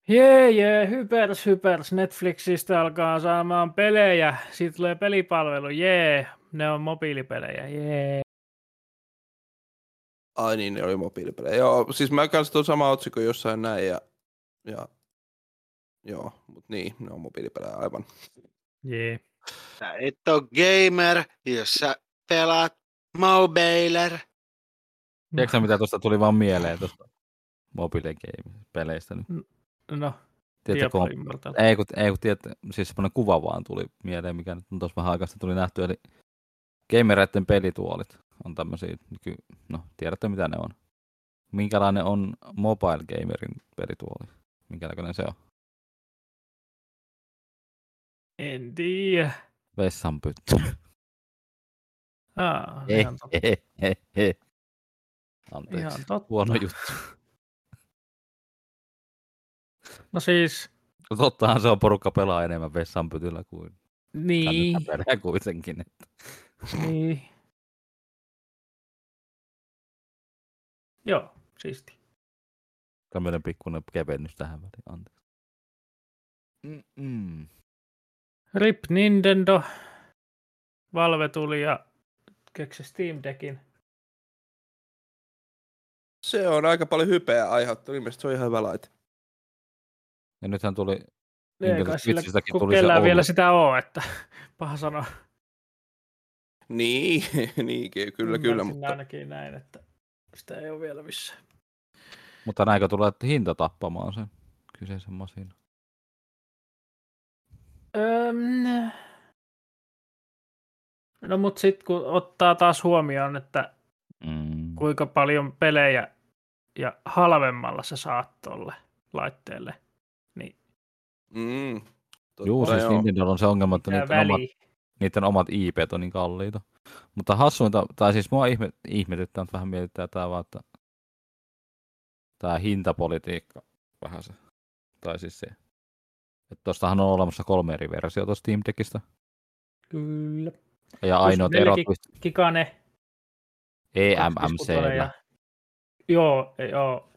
Speaker 4: Jee, jee, hypers, hypers. Netflixistä alkaa saamaan pelejä. Siitä tulee pelipalvelu, jee. Ne on mobiilipelejä, jee.
Speaker 3: Ai niin, ne oli mobiilipelejä. Joo, siis mä kanssa tuon sama otsikon jossain näin ja, ja joo, mutta niin, ne on mobiilipelejä aivan.
Speaker 4: Jee.
Speaker 5: Sä et oo gamer, jos sä pelaat mobiler.
Speaker 2: Tiedätkö sä, mitä tuosta tuli vaan mieleen tuosta mobiilegame-peleistä nyt?
Speaker 4: No,
Speaker 2: Tiedätkö,
Speaker 4: Diablo
Speaker 2: kun on
Speaker 4: Immortal.
Speaker 2: Ei kun, ei kun tiedät, siis semmoinen kuva vaan tuli mieleen, mikä nyt on tuossa vähän aikaa sitten tuli nähty, eli gamereiden pelituolit on tämmöisiä, nyky... no tiedätte mitä ne on. minkälainen on mobile gamerin pelituoli? Minkä näköinen se on?
Speaker 4: En tiedä.
Speaker 2: Vessanpyttö.
Speaker 4: Ah,
Speaker 2: Ei,
Speaker 4: ihan, totta.
Speaker 2: ei, ei, ei. <laughs> Anteeksi.
Speaker 4: ihan totta.
Speaker 2: Huono juttu.
Speaker 4: No siis,
Speaker 2: Tottahan se on porukka pelaa enemmän vessanpytyllä kuin <laughs>
Speaker 4: niin,
Speaker 2: kännykäpärää kuitenkin. että
Speaker 4: niin. Joo, siisti.
Speaker 2: Tämmöinen pikkuinen kevennys tähän väliin. Anteeksi. Mm-mm.
Speaker 4: RIP Nintendo. Valve tuli ja keksi Steam Deckin.
Speaker 3: Se on aika paljon hypeä aiheuttanut. Ilmeisesti se on ihan hyvä laite.
Speaker 2: Ja nythän tuli
Speaker 4: Ei
Speaker 2: Nintendo
Speaker 4: kai sillä,
Speaker 2: Switchistäkin
Speaker 4: kun
Speaker 2: tuli se
Speaker 4: kellään
Speaker 2: ollut.
Speaker 4: vielä sitä oo, että <laughs> paha sanoa.
Speaker 3: Niin, <laughs> niin ky- kyllä, kyllä.
Speaker 4: Ymmärsin
Speaker 3: Mutta
Speaker 4: Ainakin näin, että sitä ei ole vielä missään.
Speaker 2: Mutta näinkö tulee hinta tappamaan sen kyseisen masinan?
Speaker 4: Öm... No mut sit kun ottaa taas huomioon, että
Speaker 2: Mm.
Speaker 4: kuinka paljon pelejä ja halvemmalla sä saat tolle laitteelle, niin
Speaker 3: mm, totta
Speaker 2: Juu, siis
Speaker 3: joo.
Speaker 2: Nintendo on se ongelma, että
Speaker 4: mitä
Speaker 2: niiden omat,
Speaker 4: väliä.
Speaker 2: niiden omat IPt on niin kalliita. Mutta hassuinta, tai siis mua ihme, ihmetyttää, nyt vähän mietittää tämä vaan, että tämä hintapolitiikka vähän se, tai siis se, että tuostahan on olemassa kolme eri versiota Steam Deckistä,
Speaker 4: Kyllä.
Speaker 2: ja ainoat
Speaker 4: meilläkin-
Speaker 2: erot E just
Speaker 4: Kikane.
Speaker 2: EMMC.
Speaker 4: Ja... Joo, joo.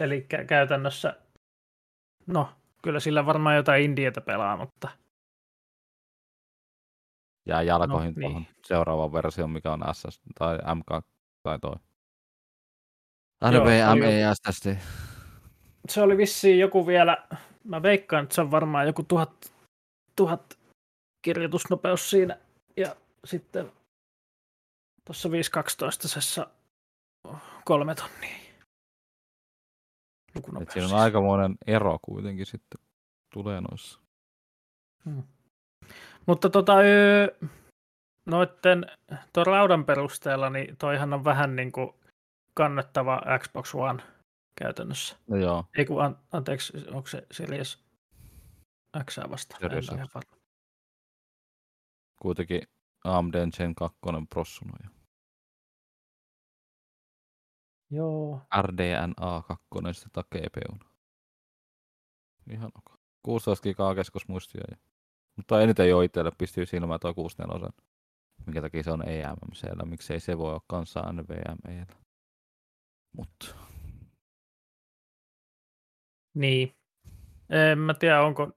Speaker 4: Eli kä- käytännössä, no kyllä sillä varmaan jotain indietä pelaa, mutta
Speaker 2: ja jalkoihin no,
Speaker 4: No,
Speaker 2: tuohon
Speaker 4: niin.
Speaker 2: seuraavaan versioon, mikä on SS tai MK tai toi. E RBMESSD.
Speaker 4: se oli vissiin joku vielä, mä veikkaan, että se on varmaan joku tuhat, tuhat kirjoitusnopeus siinä. Ja sitten tuossa 5.12. kolme tonnia.
Speaker 2: Et
Speaker 4: Lukunopeus.
Speaker 2: siinä on
Speaker 4: siis.
Speaker 2: aikamoinen ero kuitenkin sitten tulee noissa.
Speaker 4: Mutta tota, öö, noitten tuon raudan perusteella, niin toihan on vähän niin kuin kannettava Xbox One käytännössä.
Speaker 2: No joo,
Speaker 4: Ei kun, an, anteeksi, onko se Series X vastaan? En
Speaker 2: Series
Speaker 4: ole ihan varma.
Speaker 2: kuitenkin AMD Gen 2 prossuna jo.
Speaker 4: Joo.
Speaker 2: RDNA 2 sitten tai GPU. Ihan ok. 16 gigaa keskusmuistia. Ja... Mutta eniten jo itselle pistyy silmään tuo 64. Minkä takia se on E EMMCllä, miksei se voi olla kanssa NVMEllä. Mut.
Speaker 4: Niin. En mä tiedä, onko...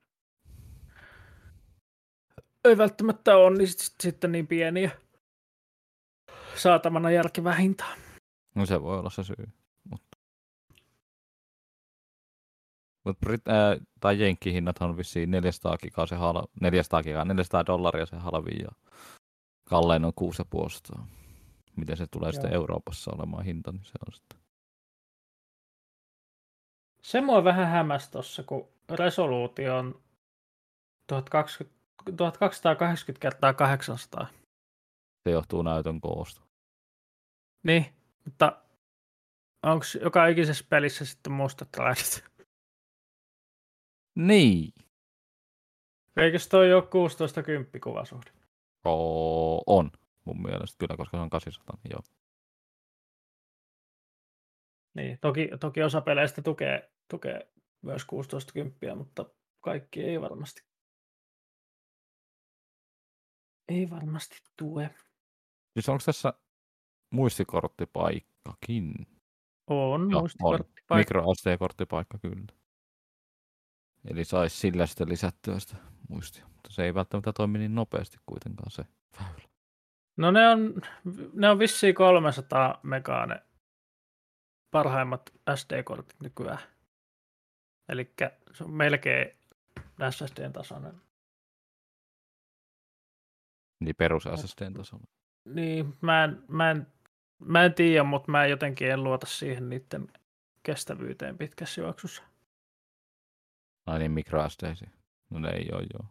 Speaker 4: Ei välttämättä ole niin sit, sit, sitten niin pieniä saatavana järkevää hintaa.
Speaker 2: No se voi olla se syy. Mutta Mut Brit- ää, tai jenkkihinnathan on vissiin 400 gigaa, se hal- 400 gigaa, 400 dollaria se halvin ja kallein on 6,5. Miten se tulee sitten Euroopassa olemaan hinta, niin se on sitten.
Speaker 4: Se mua vähän hämäs tossa, kun resoluutio on 1020, 1280 kertaa 800.
Speaker 2: Se johtuu näytön koosta.
Speaker 4: Niin, mutta onko joka ikisessä pelissä sitten mustat raidat?
Speaker 2: Niin.
Speaker 4: Eikö toi ole 16 10 kuvasuhde?
Speaker 2: Oo, on mun mielestä kyllä, koska se on 800. niin Joo.
Speaker 4: Niin, toki, toki osa peleistä tukee, tukee myös 16-10, mutta kaikki ei varmasti. Ei varmasti tue.
Speaker 2: Siis onko tässä muistikorttipaikkakin?
Speaker 4: On
Speaker 2: Joo,
Speaker 4: muistikorttipaikka.
Speaker 2: on. Micro SD-korttipaikka kyllä. Eli saisi sillä sitten lisättyä sitä muistia. Mutta se ei välttämättä toimi niin nopeasti kuitenkaan se väylä.
Speaker 4: No ne on, ne on vissiin 300 megaa ne parhaimmat SD-kortit nykyään. Eli se on melkein SSDn tasoinen.
Speaker 2: Niin perus SSDn tasolla.
Speaker 4: Niin, mä en, mä en, mä en tiedä, mutta mä jotenkin en luota siihen niiden kestävyyteen pitkässä juoksussa.
Speaker 2: Ai niin, micro SD. No ne ei ole joo.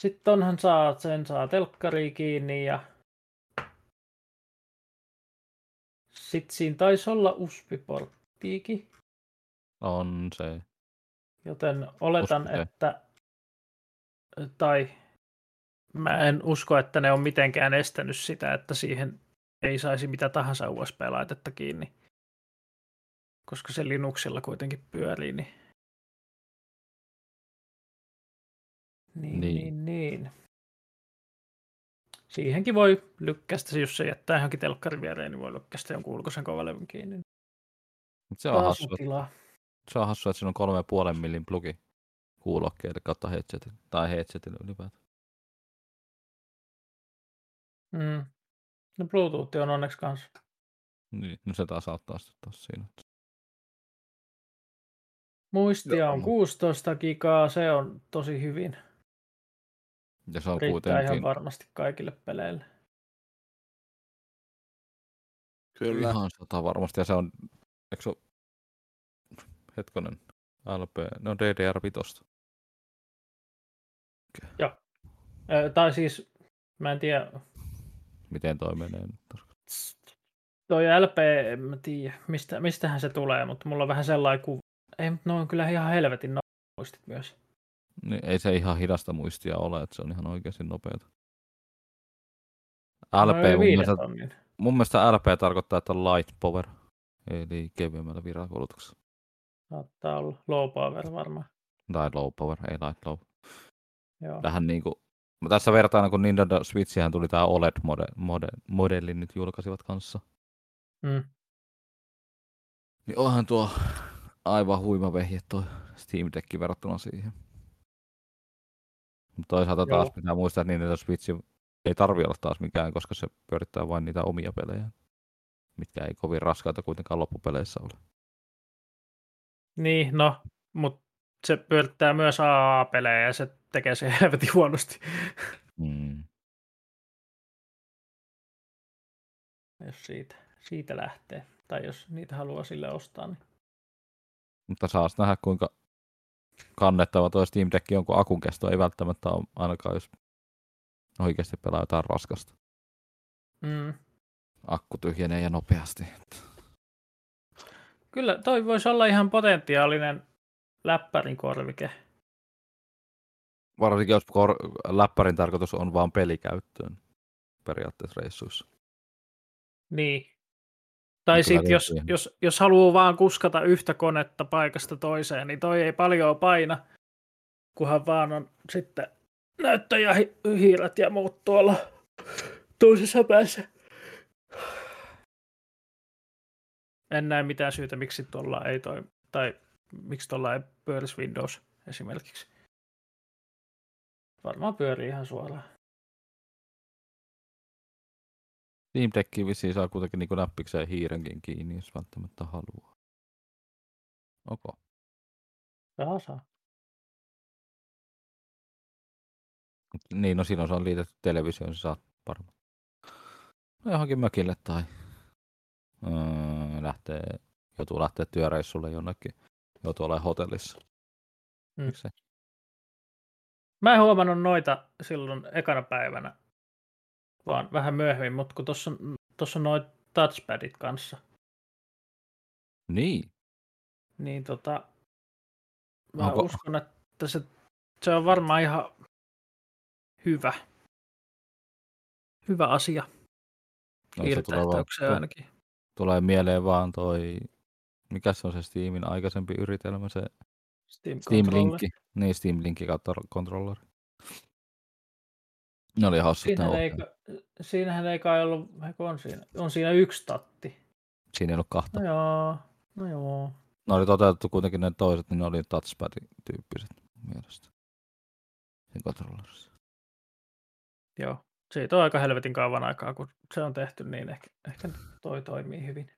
Speaker 4: Sitten onhan saa, sen saa telkkari kiinni ja Sitten siinä taisi olla uspiporttiikin,
Speaker 2: On se.
Speaker 4: joten oletan,
Speaker 2: Uskon, joo.
Speaker 4: että... Tai mä en usko, että ne on mitenkään estänyt sitä, että siihen ei saisi mitä tahansa USB-laitetta kiinni. Koska se Linuxilla kuitenkin pyörii, niin...
Speaker 2: Niin.
Speaker 4: Niin, niin, niin. niin. Siihenkin voi lykkästä, jos se jättää johonkin telkkarin viereen, niin voi lykkästä jonkun ulkoisen kovalevyn kiinni.
Speaker 2: Mut se on
Speaker 4: Taas
Speaker 2: hassu,
Speaker 4: tilaa.
Speaker 2: se on hassu, että siinä on kolme ja puolen millin plugi kuulokkeelle kautta headsetille, tai headsetille ylipäätään.
Speaker 4: Mm. No Bluetooth on onneksi kanssa.
Speaker 2: Niin, no se taas auttaa sitten taas siinä.
Speaker 4: Muistia
Speaker 2: Joo.
Speaker 4: on 16 gigaa, se on tosi hyvin.
Speaker 2: Ja se on
Speaker 4: Riittää ihan
Speaker 2: kuitenkin
Speaker 4: varmasti kaikille peleille.
Speaker 3: Kyllä.
Speaker 2: ihan sata varmasti, ja se on, eikö se ole, hetkonen, LP, no DDR5.
Speaker 4: Ö, tai siis, mä en tiedä,
Speaker 2: Miten toi menee nyt?
Speaker 4: toi LP, en mä tiedä, mistä, mistähän se tulee, mutta mulla on vähän sellainen kuva. Ei, mutta ne on kyllä ihan helvetin no- muistit myös.
Speaker 2: Niin ei se ihan hidasta muistia ole, että se on ihan oikeasti nopeata. LP,
Speaker 4: no,
Speaker 2: mun, mielestä,
Speaker 4: tonnin.
Speaker 2: mun mielestä LP tarkoittaa, että on light power, eli kevyemmällä virakulutuksella.
Speaker 4: Saattaa olla low power varmaan.
Speaker 2: Tai low power, ei light low.
Speaker 4: Joo.
Speaker 2: Vähän niin kuin, mä tässä vertaan, kun Nintendo Switchihän tuli tämä OLED-modelli nyt julkaisivat kanssa.
Speaker 4: Mm.
Speaker 2: Niin onhan tuo aivan huima vehje tuo Steam Deck verrattuna siihen. Mutta toisaalta taas
Speaker 4: Joo.
Speaker 2: pitää muistaa, että Nintendo Switch ei tarvi olla taas mikään, koska se pyörittää vain niitä omia pelejä, mitkä ei kovin raskaita kuitenkaan loppupeleissä ole.
Speaker 4: Niin, no, mutta se pyörittää myös AA-pelejä ja se tekee se <laughs> helvetin huonosti.
Speaker 2: Mm.
Speaker 4: jos siitä, siitä lähtee. Tai jos niitä haluaa sille ostaa, niin
Speaker 2: Mutta saas nähdä, kuinka kannettava tuo Steam Deck on, kun akun kesto ei välttämättä ole ainakaan, jos oikeasti pelaa jotain raskasta.
Speaker 4: mm.
Speaker 2: Akku tyhjenee ja nopeasti.
Speaker 4: Kyllä, toi voisi olla ihan potentiaalinen läppärin korvike.
Speaker 2: Varsinkin jos kor- läppärin tarkoitus on vaan pelikäyttöön periaatteessa reissuissa.
Speaker 4: Niin. Tai
Speaker 2: Niin kyllä
Speaker 4: sitten jos,
Speaker 2: tietenkin.
Speaker 4: jos, jos haluaa vaan kuskata yhtä konetta paikasta toiseen, niin toi ei paljon paina, kunhan vaan on sitten näyttäjähiirat ja muut tuolla toisessa päässä. En näe mitään syytä, miksi tuolla ei toi, tai miksi tuolla ei pyörisi Windows esimerkiksi. Varmaan pyörii ihan suoraan.
Speaker 2: Steam Deckiin vissiin saa kuitenkin niin näppikseen hiirenkin kiinni, jos välttämättä haluaa. Okei. Okay.
Speaker 4: Saa, saa.
Speaker 2: Niin, no silloin se on liitetty televisioon, se saat varmaan. No johonkin mökille tai öö, lähtee, joutuu lähteä työreissulle jonnekin, joutuu olemaan hotellissa.
Speaker 4: Mm.
Speaker 2: Mm. Miksei?
Speaker 4: Mä en huomannut noita silloin ekana päivänä, vaan vähän myöhemmin, mutta kun tuossa on, tossa on noit touchpadit kanssa,
Speaker 2: Niin,
Speaker 4: niin tota, mä
Speaker 2: Onko-
Speaker 4: Onko... uskon, että se, se on varmaan ihan hyvä. Hyvä asia,
Speaker 2: no, se tulee, vaan,
Speaker 4: hiirtähtäykseen ainakin.
Speaker 2: tulee mieleen vaan toi, mikä se on se Steamin aikaisempi yritelmä, se Steam
Speaker 4: Steam, Controller.
Speaker 2: Linkki. Niin, Steam Linkki kautta controller. Ne oli hassut ne
Speaker 4: Siinähän ei,
Speaker 2: ohjeet.
Speaker 4: siinähän ei kai ollut, eikö on siinä, on siinä yksi tatti.
Speaker 2: Siinä ei ollut kahta.
Speaker 4: No joo, no joo.
Speaker 2: Ne oli toteutettu kuitenkin ne toiset, niin ne oli touchpad-tyyppiset mielestä. Sen controllerissa. <laughs>
Speaker 4: Joo. Siitä on aika helvetin kauan aikaa, kun se on tehty, niin ehkä, ehkä toi toimii hyvin.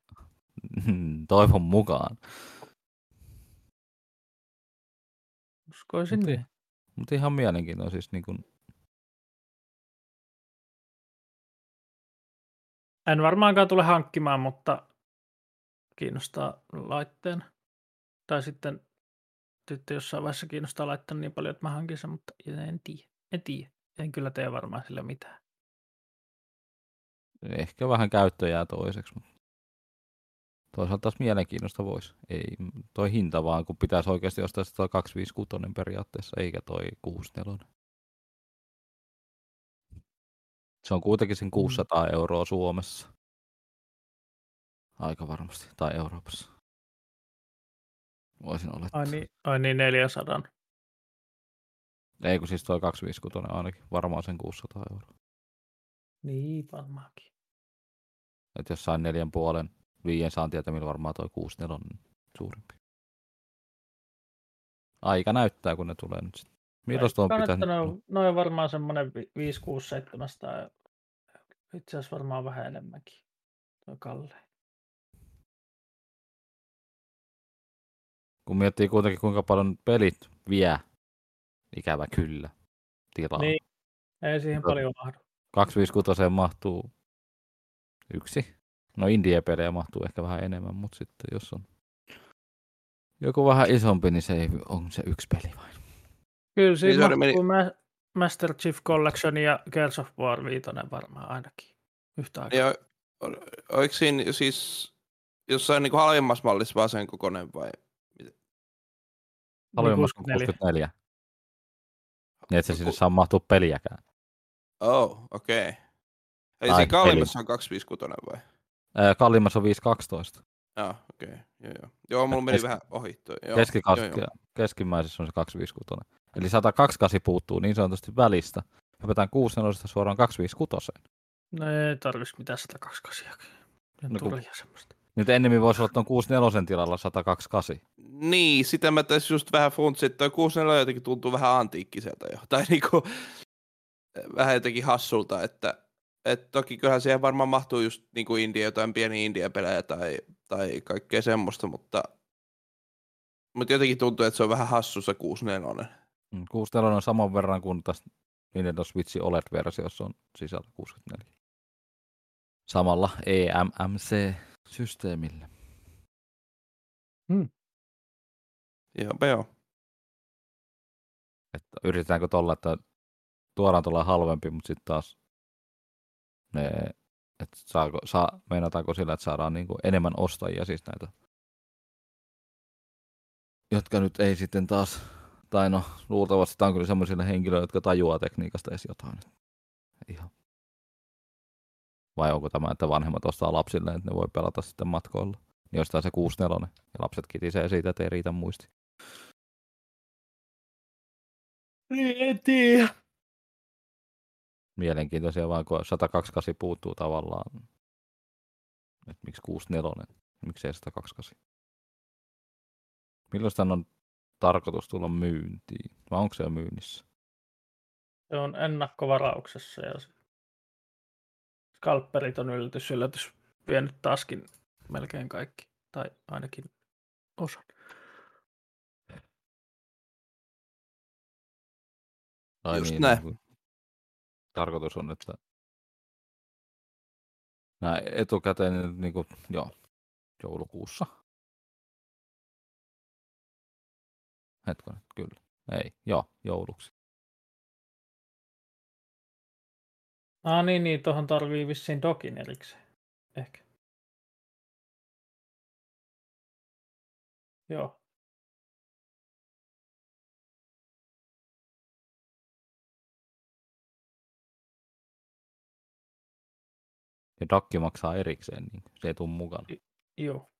Speaker 2: Toivon mukaan.
Speaker 4: Uskoisin
Speaker 2: Mut ei-
Speaker 4: niin.
Speaker 2: Mutta ihan mielenkiintoinen siis niin kun,
Speaker 4: En varmaankaan tule hankkimaan, mutta kiinnostaa laitteen. Tai sitten tyttö jossain vaiheessa kiinnostaa laitteen niin paljon, että mä hankin sen, mutta en tiedä. En tiedä. En kyllä tee varmaan sillä mitään.
Speaker 2: ehkä vähän käyttö jää toiseksi. Mutta Toisaalta taas mielenkiinnosta voisi. Ei, toi hinta vaan, kun pitäisi oikeasti ostaa se toi 256 periaatteessa, eikä toi 64. Se on kuitenkin
Speaker 4: Mm.
Speaker 2: sen 600 euroa Suomessa. Aika varmasti. Tai Euroopassa. Voisin olettaa.
Speaker 4: Ai niin, ai niin 400.
Speaker 2: Ei kun siis toi 256 ainakin. Varmaan sen 600 euroa.
Speaker 4: Niin, varmaankin.
Speaker 2: Et jossain neljän puolen, viien saan tietämillä varmaan toi 64 on suurempi. Aika näyttää, kun ne tulee nyt sitten. Milloin tuo on pitänyt?
Speaker 4: Noin, noin varmaan semmoinen 5, 6, 700. Itse asiassa varmaan vähän enemmänkin. Toi Kalle.
Speaker 2: Kun miettii kuitenkin, kuinka paljon pelit vie, ikävä kyllä, tilaa.
Speaker 4: Niin. Ei siihen
Speaker 2: Tota-
Speaker 4: paljon mahdu.
Speaker 2: 256 mahtuu yksi. No indie-pelejä mahtuu ehkä vähän enemmän, mutta sitten jos on joku vähän isompi, niin se ei, on se yksi peli vain.
Speaker 4: Kyllä
Speaker 3: Niin,
Speaker 4: siinä
Speaker 3: sorry,
Speaker 4: niin,
Speaker 3: meni-
Speaker 4: mahtuu Ma- Master Chief Collection ja Gears of War 5 varmaan ainakin. Yhtä aikaa.
Speaker 3: Niin, o- o- oliko siinä siis jossain niin halvimmassa mallissa vaan sen kokoinen vai?
Speaker 4: Niin
Speaker 2: Halvemmassa kuin
Speaker 4: 64.
Speaker 2: 64. Niin et
Speaker 3: No,
Speaker 2: se sinne saa mahtua peliäkään.
Speaker 3: Oh, okei. Okay. Eli
Speaker 2: Tai
Speaker 3: siinä kalliimmassa on 256 vai?
Speaker 2: Ää, Kalliimmassa Äh, on 512.
Speaker 3: Joo, okei. Okay. Joo, joo. Joo, mulla meni
Speaker 2: Keski-
Speaker 3: vähän ohi toi. Joo, joo,
Speaker 2: Keskikaski,
Speaker 3: joo.
Speaker 2: keskimmäisessä on se 256. Eli 128 puuttuu niin sanotusti välistä. Hypätään 64 suoraan 256.
Speaker 4: No ei tarvitsisi mitään 128.
Speaker 2: No
Speaker 4: No,
Speaker 2: kun-
Speaker 4: turhia semmoista.
Speaker 2: Nyt ennemmin voisi olla tuon 64 tilalla 128.
Speaker 3: Niin, sitä mä tässä just vähän funtsin, että toi 64 jotenkin tuntuu vähän antiikkiselta jo. <laughs> Tai niinku, eh, vähän jotenkin hassulta, että et toki kyllähän siihen varmaan mahtuu just niinku indie, jotain pieniä indie-pelejä tai, tai kaikkea semmoista, mutta, mutta jotenkin tuntuu, että se on vähän hassu se 64.
Speaker 2: Mm, 64 on saman verran kuin tässä Nintendo Switchin OLED-versiossa E on sisällä 64. Samalla E EMMC-systeemillä.
Speaker 3: Joo, joo.
Speaker 2: Että yritetäänkö tuolla, että tuodaan tuolla halvempi, mutta sitten taas ne, että saako, saa, meinataanko sillä, että saadaan niinku enemmän ostajia siis näitä, jotka nyt ei sitten taas, tai no luultavasti tämä on kyllä sellaisille henkilöille, jotka tajuaa tekniikasta edes jotain. Ihan. Vai onko tämä, että vanhemmat ostaa lapsille, että ne voi pelata sitten matkoilla. Niin ostaa se 64 ja lapset kitisee siitä, että ei riitä muisti.
Speaker 4: Niin, en tiedä.
Speaker 2: mielenkiintoisia, vaan kun 128 puuttuu tavallaan. Et miksi 64, miksei 128. Milloin tämän on tarkoitus tulla myyntiin? Vai onko se jo myynnissä?
Speaker 4: Se on ennakkovarauksessa ja se... Skalpperit on yllätys, yllätys. Vienyt taaskin melkein kaikki. Tai ainakin osan.
Speaker 3: Just näin.
Speaker 2: niin, kun Tarkoitus on, että nämä etukäteen niin kuin, joo, joulukuussa. Hetkonen, kyllä. Ei, joo, jouluksi.
Speaker 4: Ah niin, niin tuohon tarvii vissiin dokin erikseen. Ehkä. Joo.
Speaker 2: Ja dakki maksaa erikseen, niin se ei tule mukana.
Speaker 4: Joo.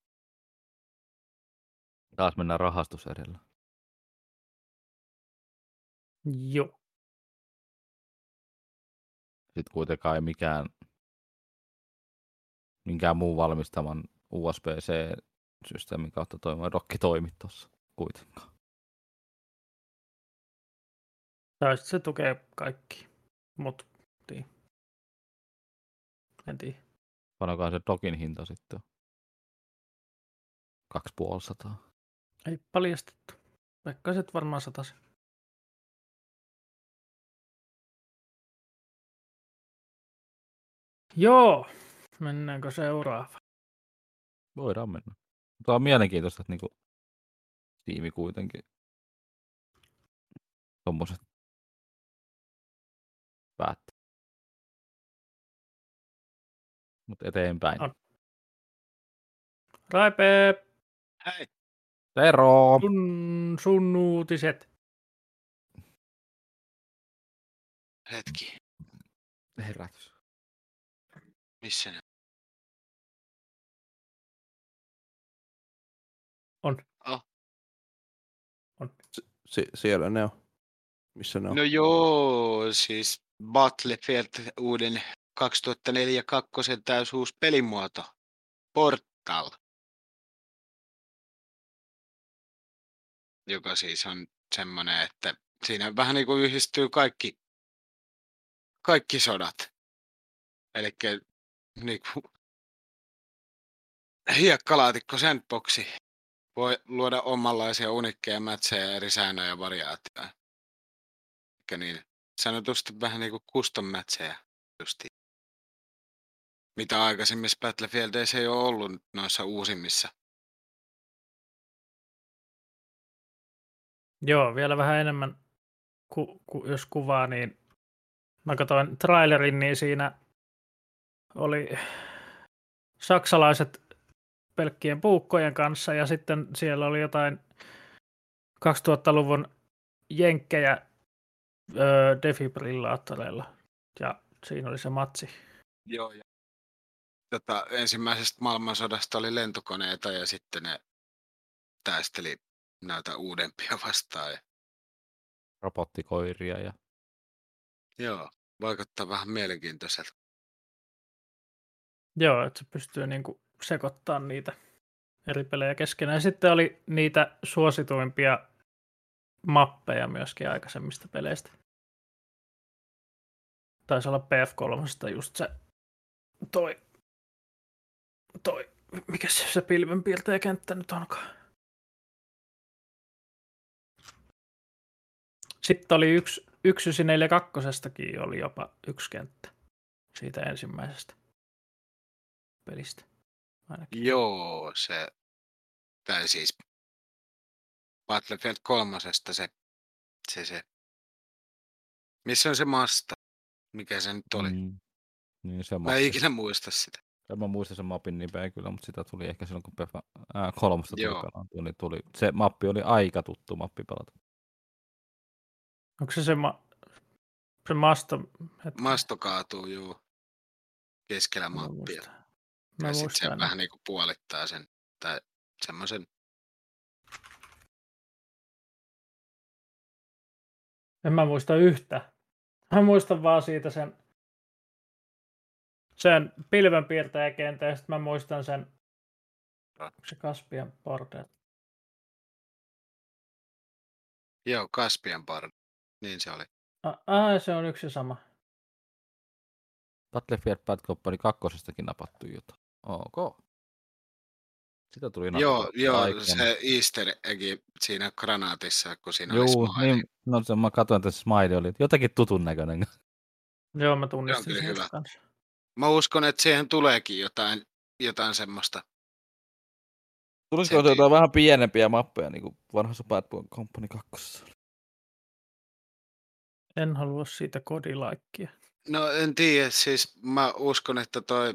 Speaker 2: Taas mennään rahastus edellä.
Speaker 4: Joo.
Speaker 2: Sitten kuitenkaan ei mikään, minkään muun valmistaman USB-C-systeemin kautta toimiva dokki toimi tuossa kuitenkaan.
Speaker 4: Tai sit se tukee kaikki. Mut, tii. En tiedä.
Speaker 2: Panokaa se dokin hinta sitten. 2500.
Speaker 4: Ei paljastettu. Veikkaiset varmaan satasi. Joo. Mennäänkö seuraavaan?
Speaker 2: Voidaan mennä. Tämä on mielenkiintoista, että niinku tiimi kuitenkin tommoset päättää. Mutta eteenpäin.
Speaker 4: On. Raipe,
Speaker 5: Hei.
Speaker 2: Tero!
Speaker 4: sun, sun uutiset.
Speaker 5: Hetki.
Speaker 2: Herätys.
Speaker 5: Missä ne?
Speaker 3: Si- siellä ne on. Missä ne
Speaker 5: No.
Speaker 3: on?
Speaker 5: no joo, siis Battlefield uuden 2004 kakkosen täys uusi pelimuoto. Portal. Joka siis on semmoinen, että siinä vähän niin kuin yhdistyy kaikki, kaikki sodat. Eli niin kuin, hiekkalaatikko sandboxi voi luoda omanlaisia unikkeja mätsejä eri säännöjä ja variaatioita. Eli niin, sanotusti vähän niin kuin custom mätsejä justiin. Mitä aikaisemmissa Battlefieldeissä ei ole ollut noissa uusimmissa.
Speaker 4: Joo, vielä vähän enemmän, ku, ku, jos kuvaa, niin mä katsoin trailerin, niin siinä oli saksalaiset pelkkien puukkojen kanssa ja sitten siellä oli jotain 2000-luvun jenkkejä öö, defibrillaattoreilla ja siinä oli se matsi.
Speaker 5: Joo, ja... Tota, ensimmäisestä maailmansodasta oli lentokoneita ja sitten ne taisteli näitä uudempia vastaan. Ja...
Speaker 2: Robottikoiria ja
Speaker 5: Joo, vaikuttaa vähän mielenkiintoiselta.
Speaker 4: Joo, että se pystyy niinku sekoittamaan niitä eri pelejä keskenään. Ja Sitten oli niitä suosituimpia mappeja myöskin aikaisemmista peleistä. Taisi olla PF3 just se toi, toi mikä se, se pilvenpiirtäjäkenttä nyt onkaan. Sitten oli yksi, yksi sinne kakkosestakin oli jopa yksi kenttä siitä ensimmäisestä pelistä. Ainakin.
Speaker 5: Joo, se, tai siis Battlefield kolmosesta se, se, se, missä on se masta, mikä se nyt oli. Mm,
Speaker 2: Mm. Niin se
Speaker 5: Mä en
Speaker 2: mappi.
Speaker 5: ikinä muista sitä.
Speaker 2: En mä muista sen mapin nimeä kyllä, mutta sitä tuli ehkä silloin, kun Pefa, ää, kolmosta tuli,
Speaker 5: Joo.
Speaker 2: pelattua, niin tuli. Se mappi oli aika tuttu mappi pelata.
Speaker 4: Onko se se, ma- se masto? Hetki,
Speaker 5: Masto kaatuu juu keskellä
Speaker 4: mä
Speaker 5: mappia.
Speaker 4: muistan. Mä
Speaker 5: Ja sit se
Speaker 4: muistan.
Speaker 5: vähän niinku puolittaa sen, tai semmoisen.
Speaker 4: En mä muista yhtä. Mä muistan vaan siitä sen, sen pilvenpiirtäjäkentän ja sitten mä muistan sen, onko se Kaspian bordel.
Speaker 5: Joo, Kaspian par. Niin se oli.
Speaker 4: Ah, ah, se on yksi ja sama.
Speaker 2: Battlefield Bad Company kakkosestakin napattu jotain. Ok. Sitä tuli
Speaker 5: joo,
Speaker 2: napattua
Speaker 5: joo
Speaker 2: aikaan.
Speaker 5: se easter egg siinä granaatissa, kun siinä oli
Speaker 2: Juu,
Speaker 5: smiley.
Speaker 2: niin, no se, mä katsoin, että se smiley oli jotakin tutun näköinen.
Speaker 4: Joo, mä tunnistin
Speaker 5: kyllä
Speaker 4: sen
Speaker 5: hyvä.
Speaker 4: kanssa.
Speaker 5: Mä uskon, että siihen tuleekin jotain, jotain semmoista.
Speaker 2: Tulisiko se
Speaker 5: Sekin.
Speaker 2: jotain vähän pienempiä mappeja, niin kuin vanhassa Bad Boy Company 2?
Speaker 4: En halua siitä kodilaikkia.
Speaker 5: No en tiedä, siis mä uskon, että toi,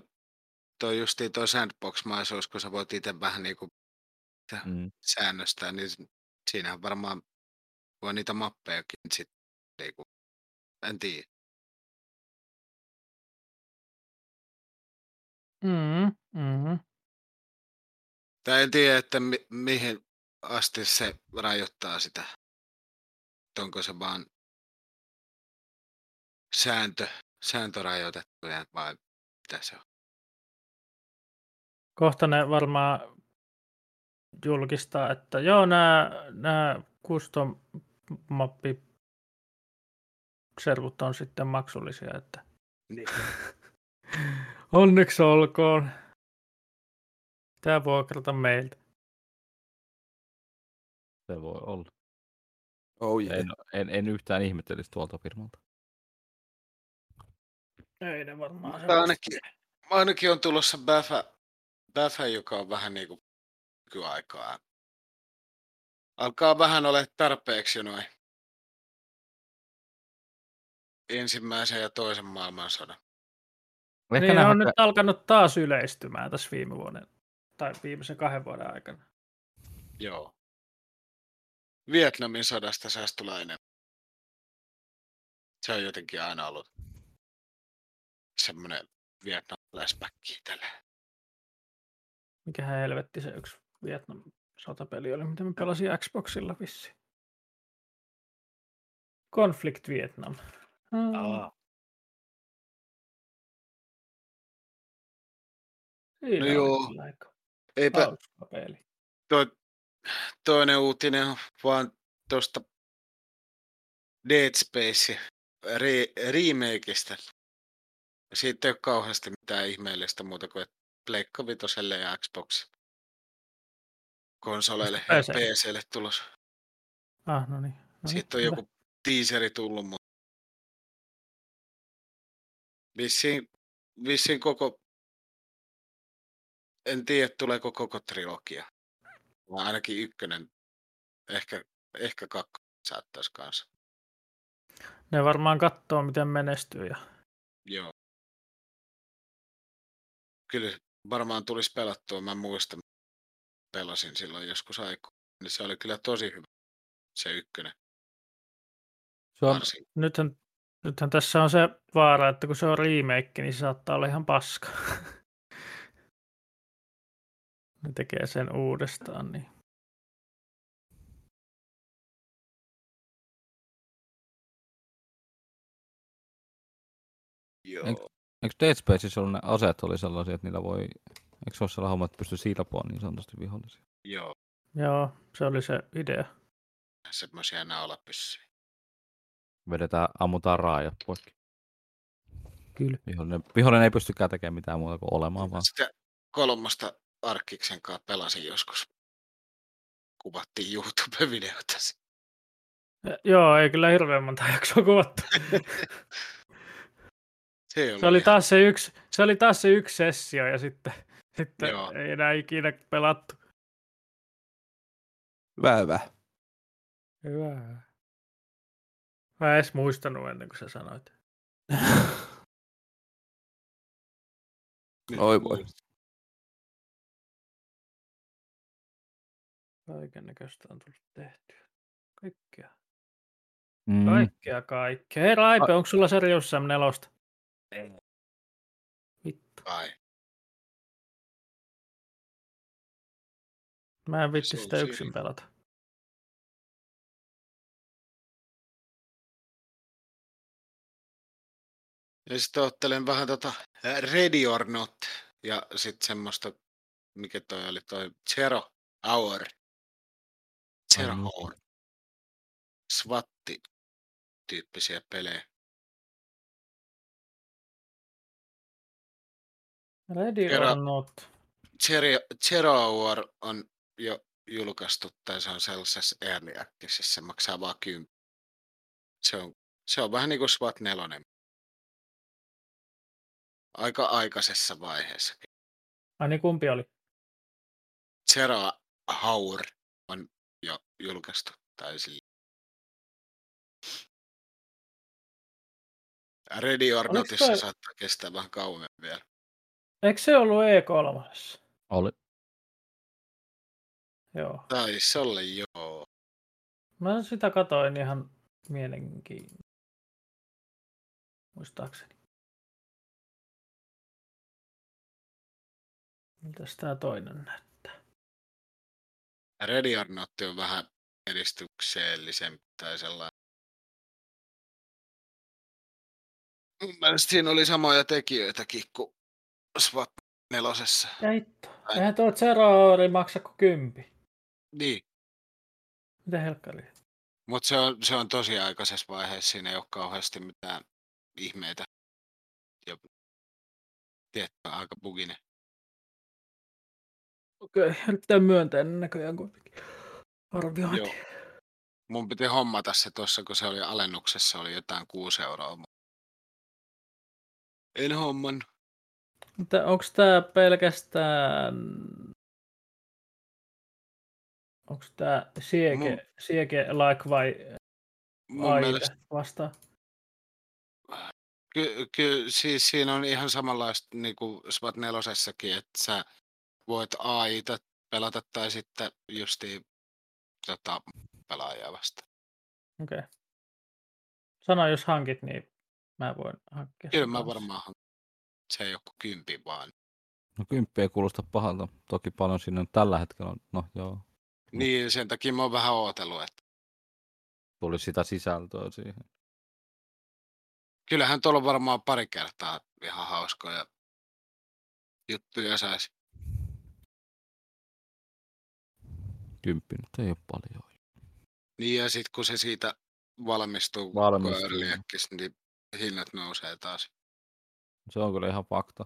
Speaker 5: toi justiin toi sandbox-maisuus, kun sä voit itse vähän niinku
Speaker 2: Mm.
Speaker 5: säännöstää, niin s- siinähän varmaan voi niitä mappejakin sit niinku, en tiedä.
Speaker 4: Mm, mm.
Speaker 5: Tai en tiedä, että mi- mihin asti se rajoittaa sitä. Et Onko se vaan sääntö, sääntörajoitettuja vai mitä se on?
Speaker 4: kohta ne varmaan julkistaa, että joo, nämä, nämä custom mappi servut on sitten maksullisia, että
Speaker 5: Niin.
Speaker 4: onneksi olkoon. Tämä vuokrata meiltä.
Speaker 2: Se voi olla.
Speaker 3: Oh yeah.
Speaker 2: En, en, en yhtään ihmettelisi tuolta firmalta.
Speaker 4: Ei ne varmaan.
Speaker 5: Mutta ainakin, ainakin on tulossa Bäfä, Bäfä joka on vähän niin kuin nykyaikaa. Alkaa vähän ole tarpeeksi jo noin ensimmäisen ja toisen maailmansodan.
Speaker 4: no Niin, ne on nyt alkanut taas yleistymään tässä viime vuoden. tai viimeisen kahden vuoden aikana.
Speaker 5: Joo. Vietnamin sodasta saisi tulla enemmän. Se on jotenkin aina ollut semmoinen vietnamilaispäkki tällä.
Speaker 4: Mikähän helvetti se yksi Vietnam sotapeli oli, mitä mä pelasin Xboxilla vissi. Conflict Vietnam. Mm. Siinä
Speaker 5: No
Speaker 4: oli
Speaker 5: joo.
Speaker 4: kyllä aika
Speaker 5: Eipä
Speaker 4: hauska peli.
Speaker 5: Toi, toinen uutinen on vaan tuosta Dead Space re, remakeista. Siitä ei ole kauheasti mitään ihmeellistä muuta kuin että Pleikka Vitoselle ja Xbox konsoleille ja
Speaker 4: Pääsee.
Speaker 5: PClle tulos.
Speaker 4: Ah, no niin. No
Speaker 5: Siitä on
Speaker 4: hyvä.
Speaker 5: joku teaseri tullut, mutta vissiin, vissiin koko, en tiedä tuleeko koko trilogia, vaan ainakin ykkönen, ehkä, ehkä kakkonen saattaisi kanssa.
Speaker 4: Ne varmaan katsoo, miten menestyy. Ja...
Speaker 5: Joo. Kyllä varmaan tulisi pelattua, mä muistan, pelasin silloin joskus aikaa, niin se oli kyllä tosi hyvä, se ykkönen
Speaker 2: Se on,
Speaker 5: varsinkin.
Speaker 4: Nythän, nythän tässä on se vaara, että kun se on remake, niin se saattaa olla ihan paska. <laughs> ne tekee sen uudestaan, niin
Speaker 5: Joo.
Speaker 2: eikö Dead Spaceissa ollut ne aseet oli sellaisia, että niillä voi, eikö se ole sellainen homma, että pystyy silpoon niin sanotusti vihollisia?
Speaker 5: Joo,
Speaker 4: joo, se oli se idea.
Speaker 5: semmoisia naulapyssyjä.
Speaker 2: Vedetään, ammutaan raajat poikki.
Speaker 4: Kyllä.
Speaker 2: Vihollinen, vihollinen ei pystykään tekemään mitään muuta kuin olemaan vaan.
Speaker 5: Sitä kolmosta Arkiksen kanssa pelasin joskus. Kuvattiin YouTube-videota. si-
Speaker 4: Joo, ei kyllä hirveän monta <laughs> jaksoa kuvattu.
Speaker 5: Se, ei ollut
Speaker 4: Se oli
Speaker 5: ihan-
Speaker 4: taas se yksi, se oli taas se yksi sessio ja sitten, sitten
Speaker 5: Joo.
Speaker 4: ei enää ikinä pelattu.
Speaker 3: Hyvä, hyvä.
Speaker 4: Hyvä. Mä en edes muistanut ennen kuin sä sanoit.
Speaker 5: Nyt
Speaker 3: Oi voi. <laughs>
Speaker 4: Kaiken näköistä on tullut tehtyä. Kaikkea.
Speaker 2: Mm.
Speaker 4: Kaikkea, kaikkea. Hei Raipe, onko sulla se Rius Sam nelosta? Vittu.
Speaker 5: Ai,
Speaker 4: Mä en vitti
Speaker 5: on
Speaker 4: sitä
Speaker 5: siinä.
Speaker 4: yksin pelata.
Speaker 5: Ja sitten ottelen vähän tota äh, Ready or Not ja sitten semmoista, mikä toi oli toi Zero Hour. Zero
Speaker 2: Ai, muista.
Speaker 5: Hour. Swatti tyyppisiä pelejä.
Speaker 4: Ready
Speaker 5: Kerro.
Speaker 4: or not.
Speaker 5: Zero, Zero Hour on jo julkaistu, tai se on sellaisessa early accessissa, se maksaa vaan 10. Se on, se on vähän niin kuin SWAT 4. Aika aikaisessa vaiheessa.
Speaker 4: Ai niin kumpi oli?
Speaker 5: Zero Hour on jo julkaistu, tai sille. Ready or
Speaker 4: Oliko
Speaker 5: Notissa
Speaker 4: toi-
Speaker 5: saattaa kestää vähän kauemmin vielä.
Speaker 4: Eikö se ollut E E3?
Speaker 2: Oli.
Speaker 4: Joo.
Speaker 5: Taisi olla joo.
Speaker 4: Mä sitä katoin ihan mielenkiin. Muistaakseni. Mitäs tää toinen näyttää?
Speaker 5: Ready or Not on vähän edistyksellisempi tai sellainen. Mun mielestä siinä oli samoja tekijöitäkin kuin SWAT nelosessa.
Speaker 4: Ja hitto.
Speaker 5: Ai.
Speaker 4: Eihän tuo Zero Hour maksa kuin kympi.
Speaker 5: Niin,
Speaker 4: Mitä helkkari?
Speaker 5: mutta se on, se on tosi aikaisessa vaiheessa, siinä ei ole kauheasti mitään ihmeitä. Ja tietty on aika buginen.
Speaker 4: Okei, <laughs> okay, erittäin myönteinen näköjään kuitenkin. Arviointi.
Speaker 5: Joo. Mun piti hommata se tuossa, kun se oli alennuksessa, oli jotain 6 euroa. mut En homman.
Speaker 4: Mutta onko tämä pelkästään... Onko tämä siege,
Speaker 5: Mun-
Speaker 4: siege like vai
Speaker 5: Mun
Speaker 4: aite
Speaker 5: mielestä
Speaker 4: vasta?
Speaker 5: Ky- kyllä siis siinä on ihan samanlaista niin kuin SWAT nelosessakin, että sä voit AIta pelata tai sitten justiin tota, pelaajaa vastaan.
Speaker 4: Okei. Okay. Sano, jos hankit, niin mä voin hankkia.
Speaker 5: Kyllä
Speaker 4: sen
Speaker 5: mä
Speaker 4: kanssa.
Speaker 5: varmaan han- se ei ole kuin kympi vaan.
Speaker 2: No kymppi ei kuulosta pahalta. Toki paljon siinä on tällä hetkellä. on- No joo,
Speaker 5: Niin, sen takia mä oon vähän ootellut, että
Speaker 2: tuli sitä sisältöä siihen.
Speaker 5: kyllähän tuolla on varmaan pari kertaa ihan hauskoja juttuja saisi.
Speaker 2: Kymppi nyt ei ole paljon.
Speaker 5: Niin ja sitten kun se siitä valmistuu, valmistuu.
Speaker 2: Valmistuu,
Speaker 5: kun early
Speaker 2: joo.
Speaker 5: access, niin hinnat nousee taas.
Speaker 2: Se on kyllä ihan fakta.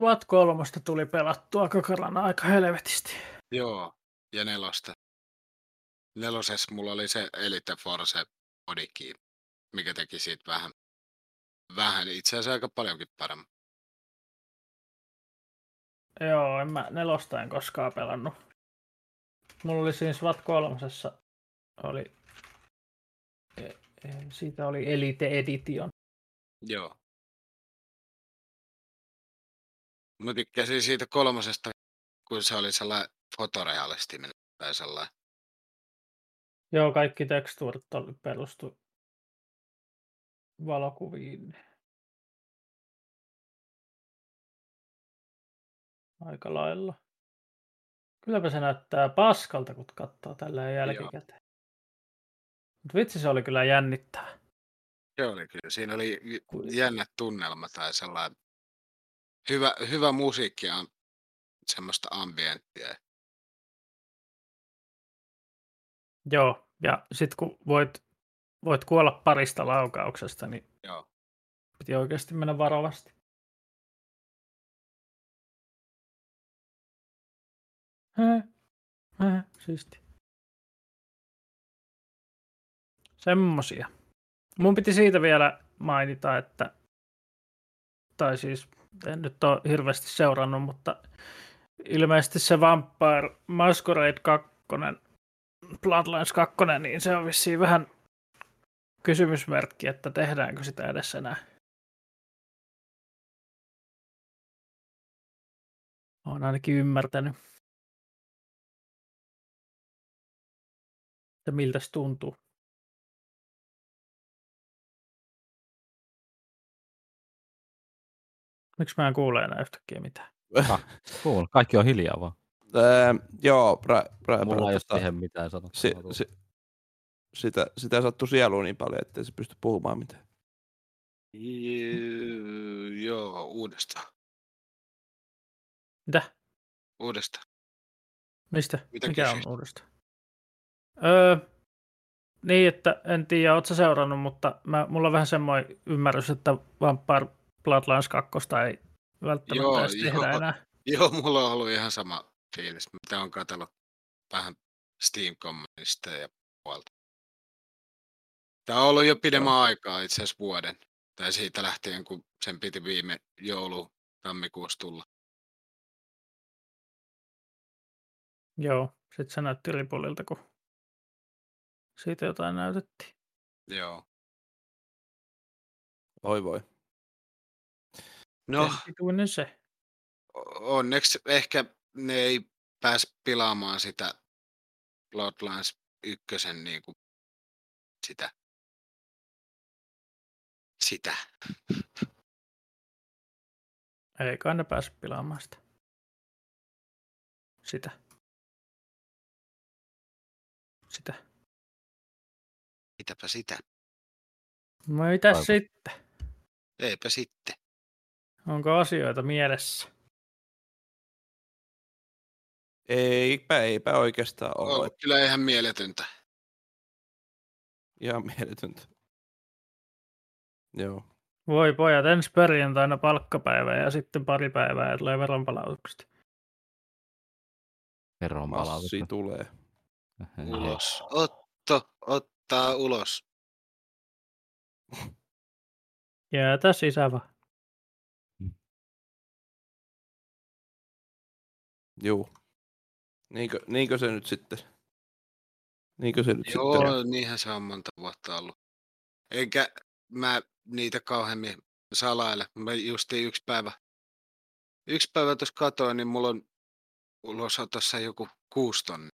Speaker 4: Vat kolmosta tuli pelattua kokonaan aika helvetisti.
Speaker 5: Joo, ja nelosta. Neloses mulla oli se Elite Force Bodikey, mikä teki siitä vähän, vähän itse asiassa aika paljonkin paremmin.
Speaker 4: Joo, en mä nelosta en koskaan pelannut. Mulla oli siis Vat kolmosessa oli, e- e- siitä oli Elite Edition.
Speaker 5: Joo. Mä tykkäsin siitä kolmosesta, kun se oli sellainen fotorealistinen tai sellainen.
Speaker 4: Joo, kaikki tekstuurit oli perustu valokuviin. Aika lailla. Kylläpä se näyttää paskalta, kun katsoo tällä jälkikäteen. Mutta vitsi, se oli kyllä jännittävä.
Speaker 5: Se oli kyllä. Siinä oli j-
Speaker 4: Kui-
Speaker 5: jännä tunnelma tai sellainen hyvä, hyvä musiikki ja semmoista ambienttia.
Speaker 4: Joo, ja sitten kun voit, voit kuolla parista laukauksesta, niin
Speaker 5: Joo.
Speaker 4: piti oikeasti mennä varovasti. Hä? Hä? Siisti. Semmosia. Mun piti siitä vielä mainita, että tai siis en nyt ole hirveästi seurannut, mutta ilmeisesti se Vampire Masquerade 2 Bloodlines 2, niin se on vissiin vähän kysymysmerkki, että tehdäänkö sitä edes enää. Olen ainakin ymmärtänyt. Että miltä se tuntuu. Miksi mä en kuule enää yhtäkkiä mitään?
Speaker 2: Cool. Kaikki on hiljaa vaan.
Speaker 3: Öö, joo, pra, pra,
Speaker 2: Mulla ei ole
Speaker 3: pra,
Speaker 2: siihen mitään sanottavaa.
Speaker 3: si, si, sitä, sitä sattui sieluun niin paljon, ettei se pysty puhumaan mitään.
Speaker 5: Joo, uudestaan.
Speaker 4: Mitä?
Speaker 5: Uudestaan. <laughs>
Speaker 4: Mistä?
Speaker 5: Mitä
Speaker 4: Mikä
Speaker 5: kysyit?
Speaker 4: on uudestaan? Öö, niin, että en tiedä, ootko sä seurannut, mutta mä, mulla on vähän semmoinen ymmärrys, että Vampire Bloodlines 2 ei välttämättä
Speaker 5: Joo,
Speaker 4: joo, edes tehdä
Speaker 5: joo.
Speaker 4: enää.
Speaker 5: Joo, mulla on ollut ihan sama fiilis, mitä on katsellut vähän steam communista ja puolta. Tämä on ollut jo pidemmän aikaa, itse asiassa vuoden. Tai siitä lähtien, kun sen piti viime joulu tammikuussa tulla.
Speaker 4: Joo, sit se näytti ripulilta, kun siitä jotain näytettiin.
Speaker 5: Joo.
Speaker 3: Oi voi.
Speaker 5: No,
Speaker 4: Sen pituinen se.
Speaker 5: o- onneksi ehkä ne ei pääse pilaamaan sitä Bloodlines ykkösen niin kuin sitä. Sitä.
Speaker 4: Ei kai ne pääse pilaamaan sitä. Sitä. Sitä.
Speaker 5: Mitäpä sitä?
Speaker 4: No mitä
Speaker 2: Aivan.
Speaker 4: sitten?
Speaker 5: Eipä sitten.
Speaker 4: Onko asioita mielessä?
Speaker 3: Eipä, eipä oikeastaan
Speaker 5: On
Speaker 3: ole.
Speaker 5: ollut kyllä ihan mieletöntä.
Speaker 3: Ihan mieletöntä. Joo.
Speaker 4: Voi pojat, ensi perjantaina palkkapäivä ja sitten pari päivää ja tulee veronpalautukset.
Speaker 2: Herran
Speaker 3: Massi
Speaker 2: <laughs>
Speaker 3: tulee.
Speaker 5: Ulos. Otto ottaa ulos.
Speaker 4: Jäätä sisä vaan.
Speaker 3: Juu. Niinkö, niinkö se nyt sitten? Niinkö se nyt sitten?
Speaker 5: Joo, niinhän se on monta vuotta ollut. Enkä mä niitä kauhemmin salaile. Mä justiin yksi päivä Yksi päivä tuossa katoin, niin mulla on ulosotossa joku kuusi tonnia.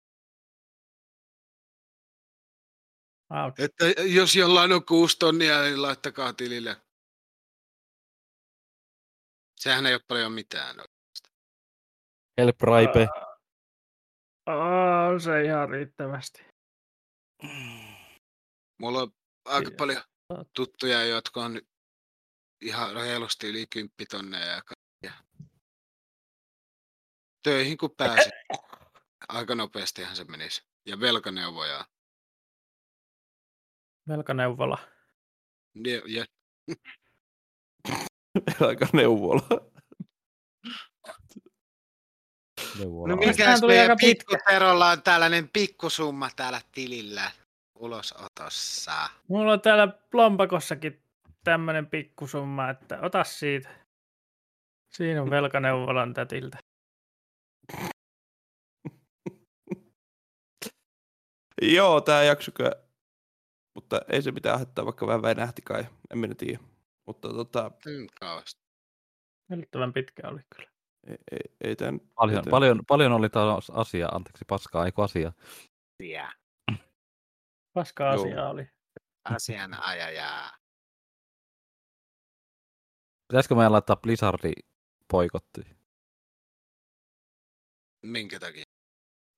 Speaker 4: Ouch.
Speaker 5: Että jos jollain on kuusi tonnia, niin laittakaa tilille. Sehän ei ole paljon mitään.
Speaker 6: Help Raipe.
Speaker 4: Aa, se ihan riittävästi.
Speaker 5: Mulla on aika
Speaker 4: Joo.
Speaker 5: paljon tuttuja, jotka on ihan reilusti yli kymppitonneja ja kaikkea. Töihin kun
Speaker 4: <laughs>
Speaker 5: pääsi, aika nopeastihan se menisi. Ja velkaneuvoja.
Speaker 4: Velkaneuvola.
Speaker 5: Ne- Ja
Speaker 3: <laughs> Aika neuvola. <laughs>
Speaker 2: Neuvola.
Speaker 5: No
Speaker 2: No,
Speaker 5: mikäs
Speaker 4: Tästähän tuli
Speaker 5: meidän
Speaker 4: aika pitkä.
Speaker 5: pikkuterolla on tällainen pikkusumma täällä tilillä ulosotossa?
Speaker 4: Mulla on täällä lompakossakin tämmönen pikkusumma, että ota siitä. Siinä on velkaneuvolan tätiltä.
Speaker 3: Joo, tää jaksokö. Mutta ei se mitään haittaa, vaikka vähän venähti kai. En minä tiedä. Mutta tota,
Speaker 5: Mm, kauheasti.
Speaker 4: Yllättävän pitkä oli kyllä.
Speaker 3: ei, ei, e- ei tän...
Speaker 2: paljon,
Speaker 3: ei tän-
Speaker 2: paljon, paljon oli taas asiaa, anteeksi paskaa, eikö asiaa.
Speaker 5: Yeah.
Speaker 4: Paska
Speaker 3: Joo.
Speaker 4: asia oli.
Speaker 5: Asianajajaa.
Speaker 2: Pitäisikö meidän laittaa Blizzardi poikotti?
Speaker 5: Minkä takia?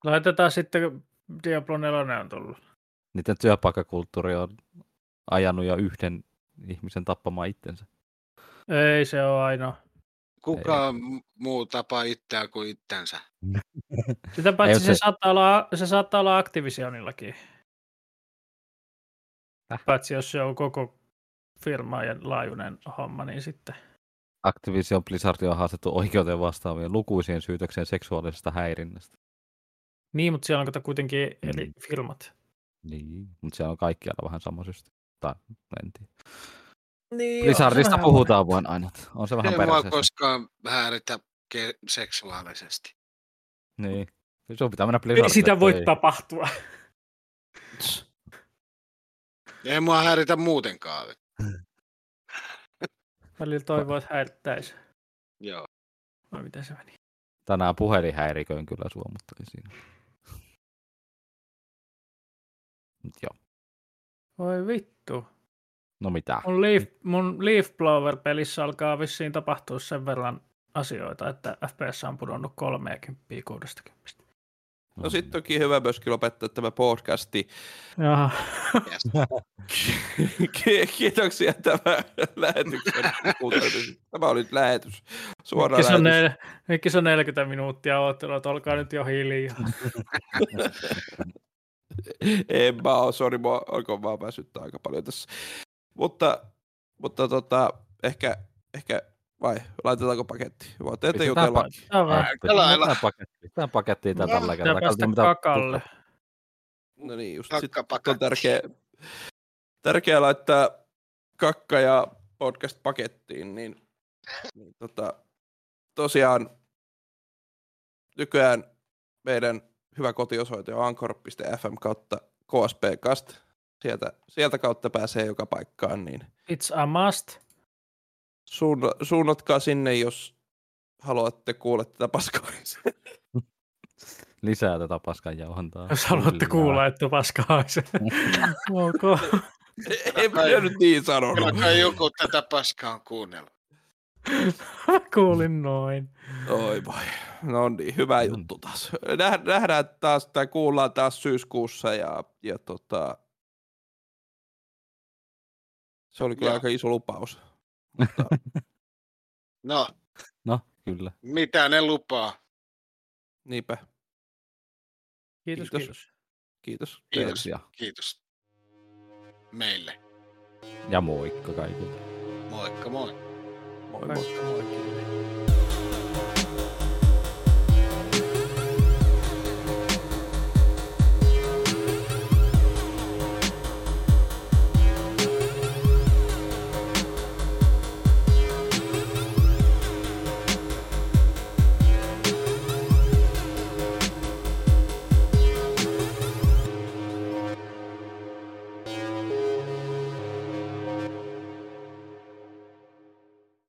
Speaker 4: Laitetaan sitten, kun Diablo 4 on tullut.
Speaker 2: Niiden työpaikkakulttuuri on ajanut jo yhden ihmisen tappamaan itsensä.
Speaker 4: Ei se ole ainoa.
Speaker 5: Kuka m- muu tapaa itseään kuin itsensä?
Speaker 4: Sitä paitsi
Speaker 2: Ei,
Speaker 4: se,
Speaker 2: se-
Speaker 4: saattaa olla, se saattaa olla Activisionillakin. Paitsi jos se on koko firmaajan laajuinen homma, niin sitten.
Speaker 2: Activision Blizzard on haastettu oikeuteen vastaavien lukuisien syytökseen seksuaalisesta häirinnästä.
Speaker 4: Niin, mutta siellä on kato kuitenkin eri
Speaker 2: Mm.
Speaker 4: firmat.
Speaker 2: Niin, mutta siellä on kaikkialla vähän sama systeemi. Tai en tiedä.
Speaker 4: Niin,
Speaker 2: Blizzardista puhutaan vain aina. On se vähän
Speaker 5: Ei mua
Speaker 2: perseestä.
Speaker 5: koskaan häiritä ke- seksuaalisesti.
Speaker 2: Niin. Sun pitää mennä Blizzardille.
Speaker 4: Ei sitä voi
Speaker 2: töihin.
Speaker 4: tapahtua.
Speaker 5: Ei mua häiritä muutenkaan.
Speaker 4: Välillä toivoo, että häirittäisi.
Speaker 5: Joo.
Speaker 4: Vai miten se meni?
Speaker 2: Tänään puhelin häiriköin kyllä sua, mutta ei siinä. Mut joo,
Speaker 4: Voi vittu.
Speaker 2: no mitä.
Speaker 4: Mun Leaf, mun Leaf Blower-pelissä alkaa vissiin tapahtua sen verran asioita, että FPS on pudonnut 30 60.
Speaker 3: No sit toki hyvä myöskin lopettaa tämä podcasti.
Speaker 4: Jaha.
Speaker 5: Yes.
Speaker 3: Ki- Kiitoksia tämän <laughs> lähetyksen kuuntelusta. Tämä oli nyt lähetys. Suoraan
Speaker 4: Mikki se, on
Speaker 3: lähetys.
Speaker 4: nel- Mikki se on 40 minuuttia oottelua, että olkaa nyt jo hiljaa.
Speaker 3: En mä oo, sori, oh, mua alkoi vaan väsyttää aika paljon tässä. Mutta, mutta tota, ehkä, ehkä, vai, laitetaanko paketti? Voitte ette
Speaker 2: Pistetään
Speaker 3: jutella.
Speaker 2: pa-
Speaker 4: Tää on vähän-
Speaker 5: Aika lailla.
Speaker 2: Pistetään pakettiin. Tää pakettiin tää tällä
Speaker 4: Pitää
Speaker 2: kertaa.
Speaker 4: päästä
Speaker 2: Katsotaan, mitä-
Speaker 4: kakalle.
Speaker 3: No niin, just sit
Speaker 5: Pakka, pakka.
Speaker 3: on tärkeä, tärkeä laittaa kakka ja podcast pakettiin, niin, niin tota, tosiaan nykyään meidän hyvä kotiosoite on anchor.fm kautta kspcast. Sieltä, sieltä kautta pääsee joka paikkaan, niin
Speaker 4: It's a must.
Speaker 3: suunna, suunnatkaa sinne, jos haluatte kuulla tätä paskaa.
Speaker 2: Lisää tätä paskan jauhantaa.
Speaker 4: Jos haluatte kuulla, että paska haisee. ok.
Speaker 3: <laughs> Ei minä nyt niin sanonut.
Speaker 5: Kyllä kai joku tätä paskaa on kuunnellut.
Speaker 4: Kuulin noin.
Speaker 3: Oi voi. No niin, hyvä juttu taas. Näh- Nähdään taas tai kuullaan taas syyskuussa ja, ja tota... Se oli kyllä
Speaker 5: Joo.
Speaker 3: aika iso lupaus.
Speaker 5: No,
Speaker 2: No, kyllä.
Speaker 5: mitä ne lupaa?
Speaker 3: Niinpä,
Speaker 4: Kiitos,
Speaker 3: Kiitos.
Speaker 4: kiitos.
Speaker 3: kiitos.
Speaker 5: Kiitos.
Speaker 2: Ja,
Speaker 5: Kiitos. Meille.
Speaker 2: ja moikka kaikille.
Speaker 5: Moikka moi.
Speaker 3: Moi moi.
Speaker 4: kiitos.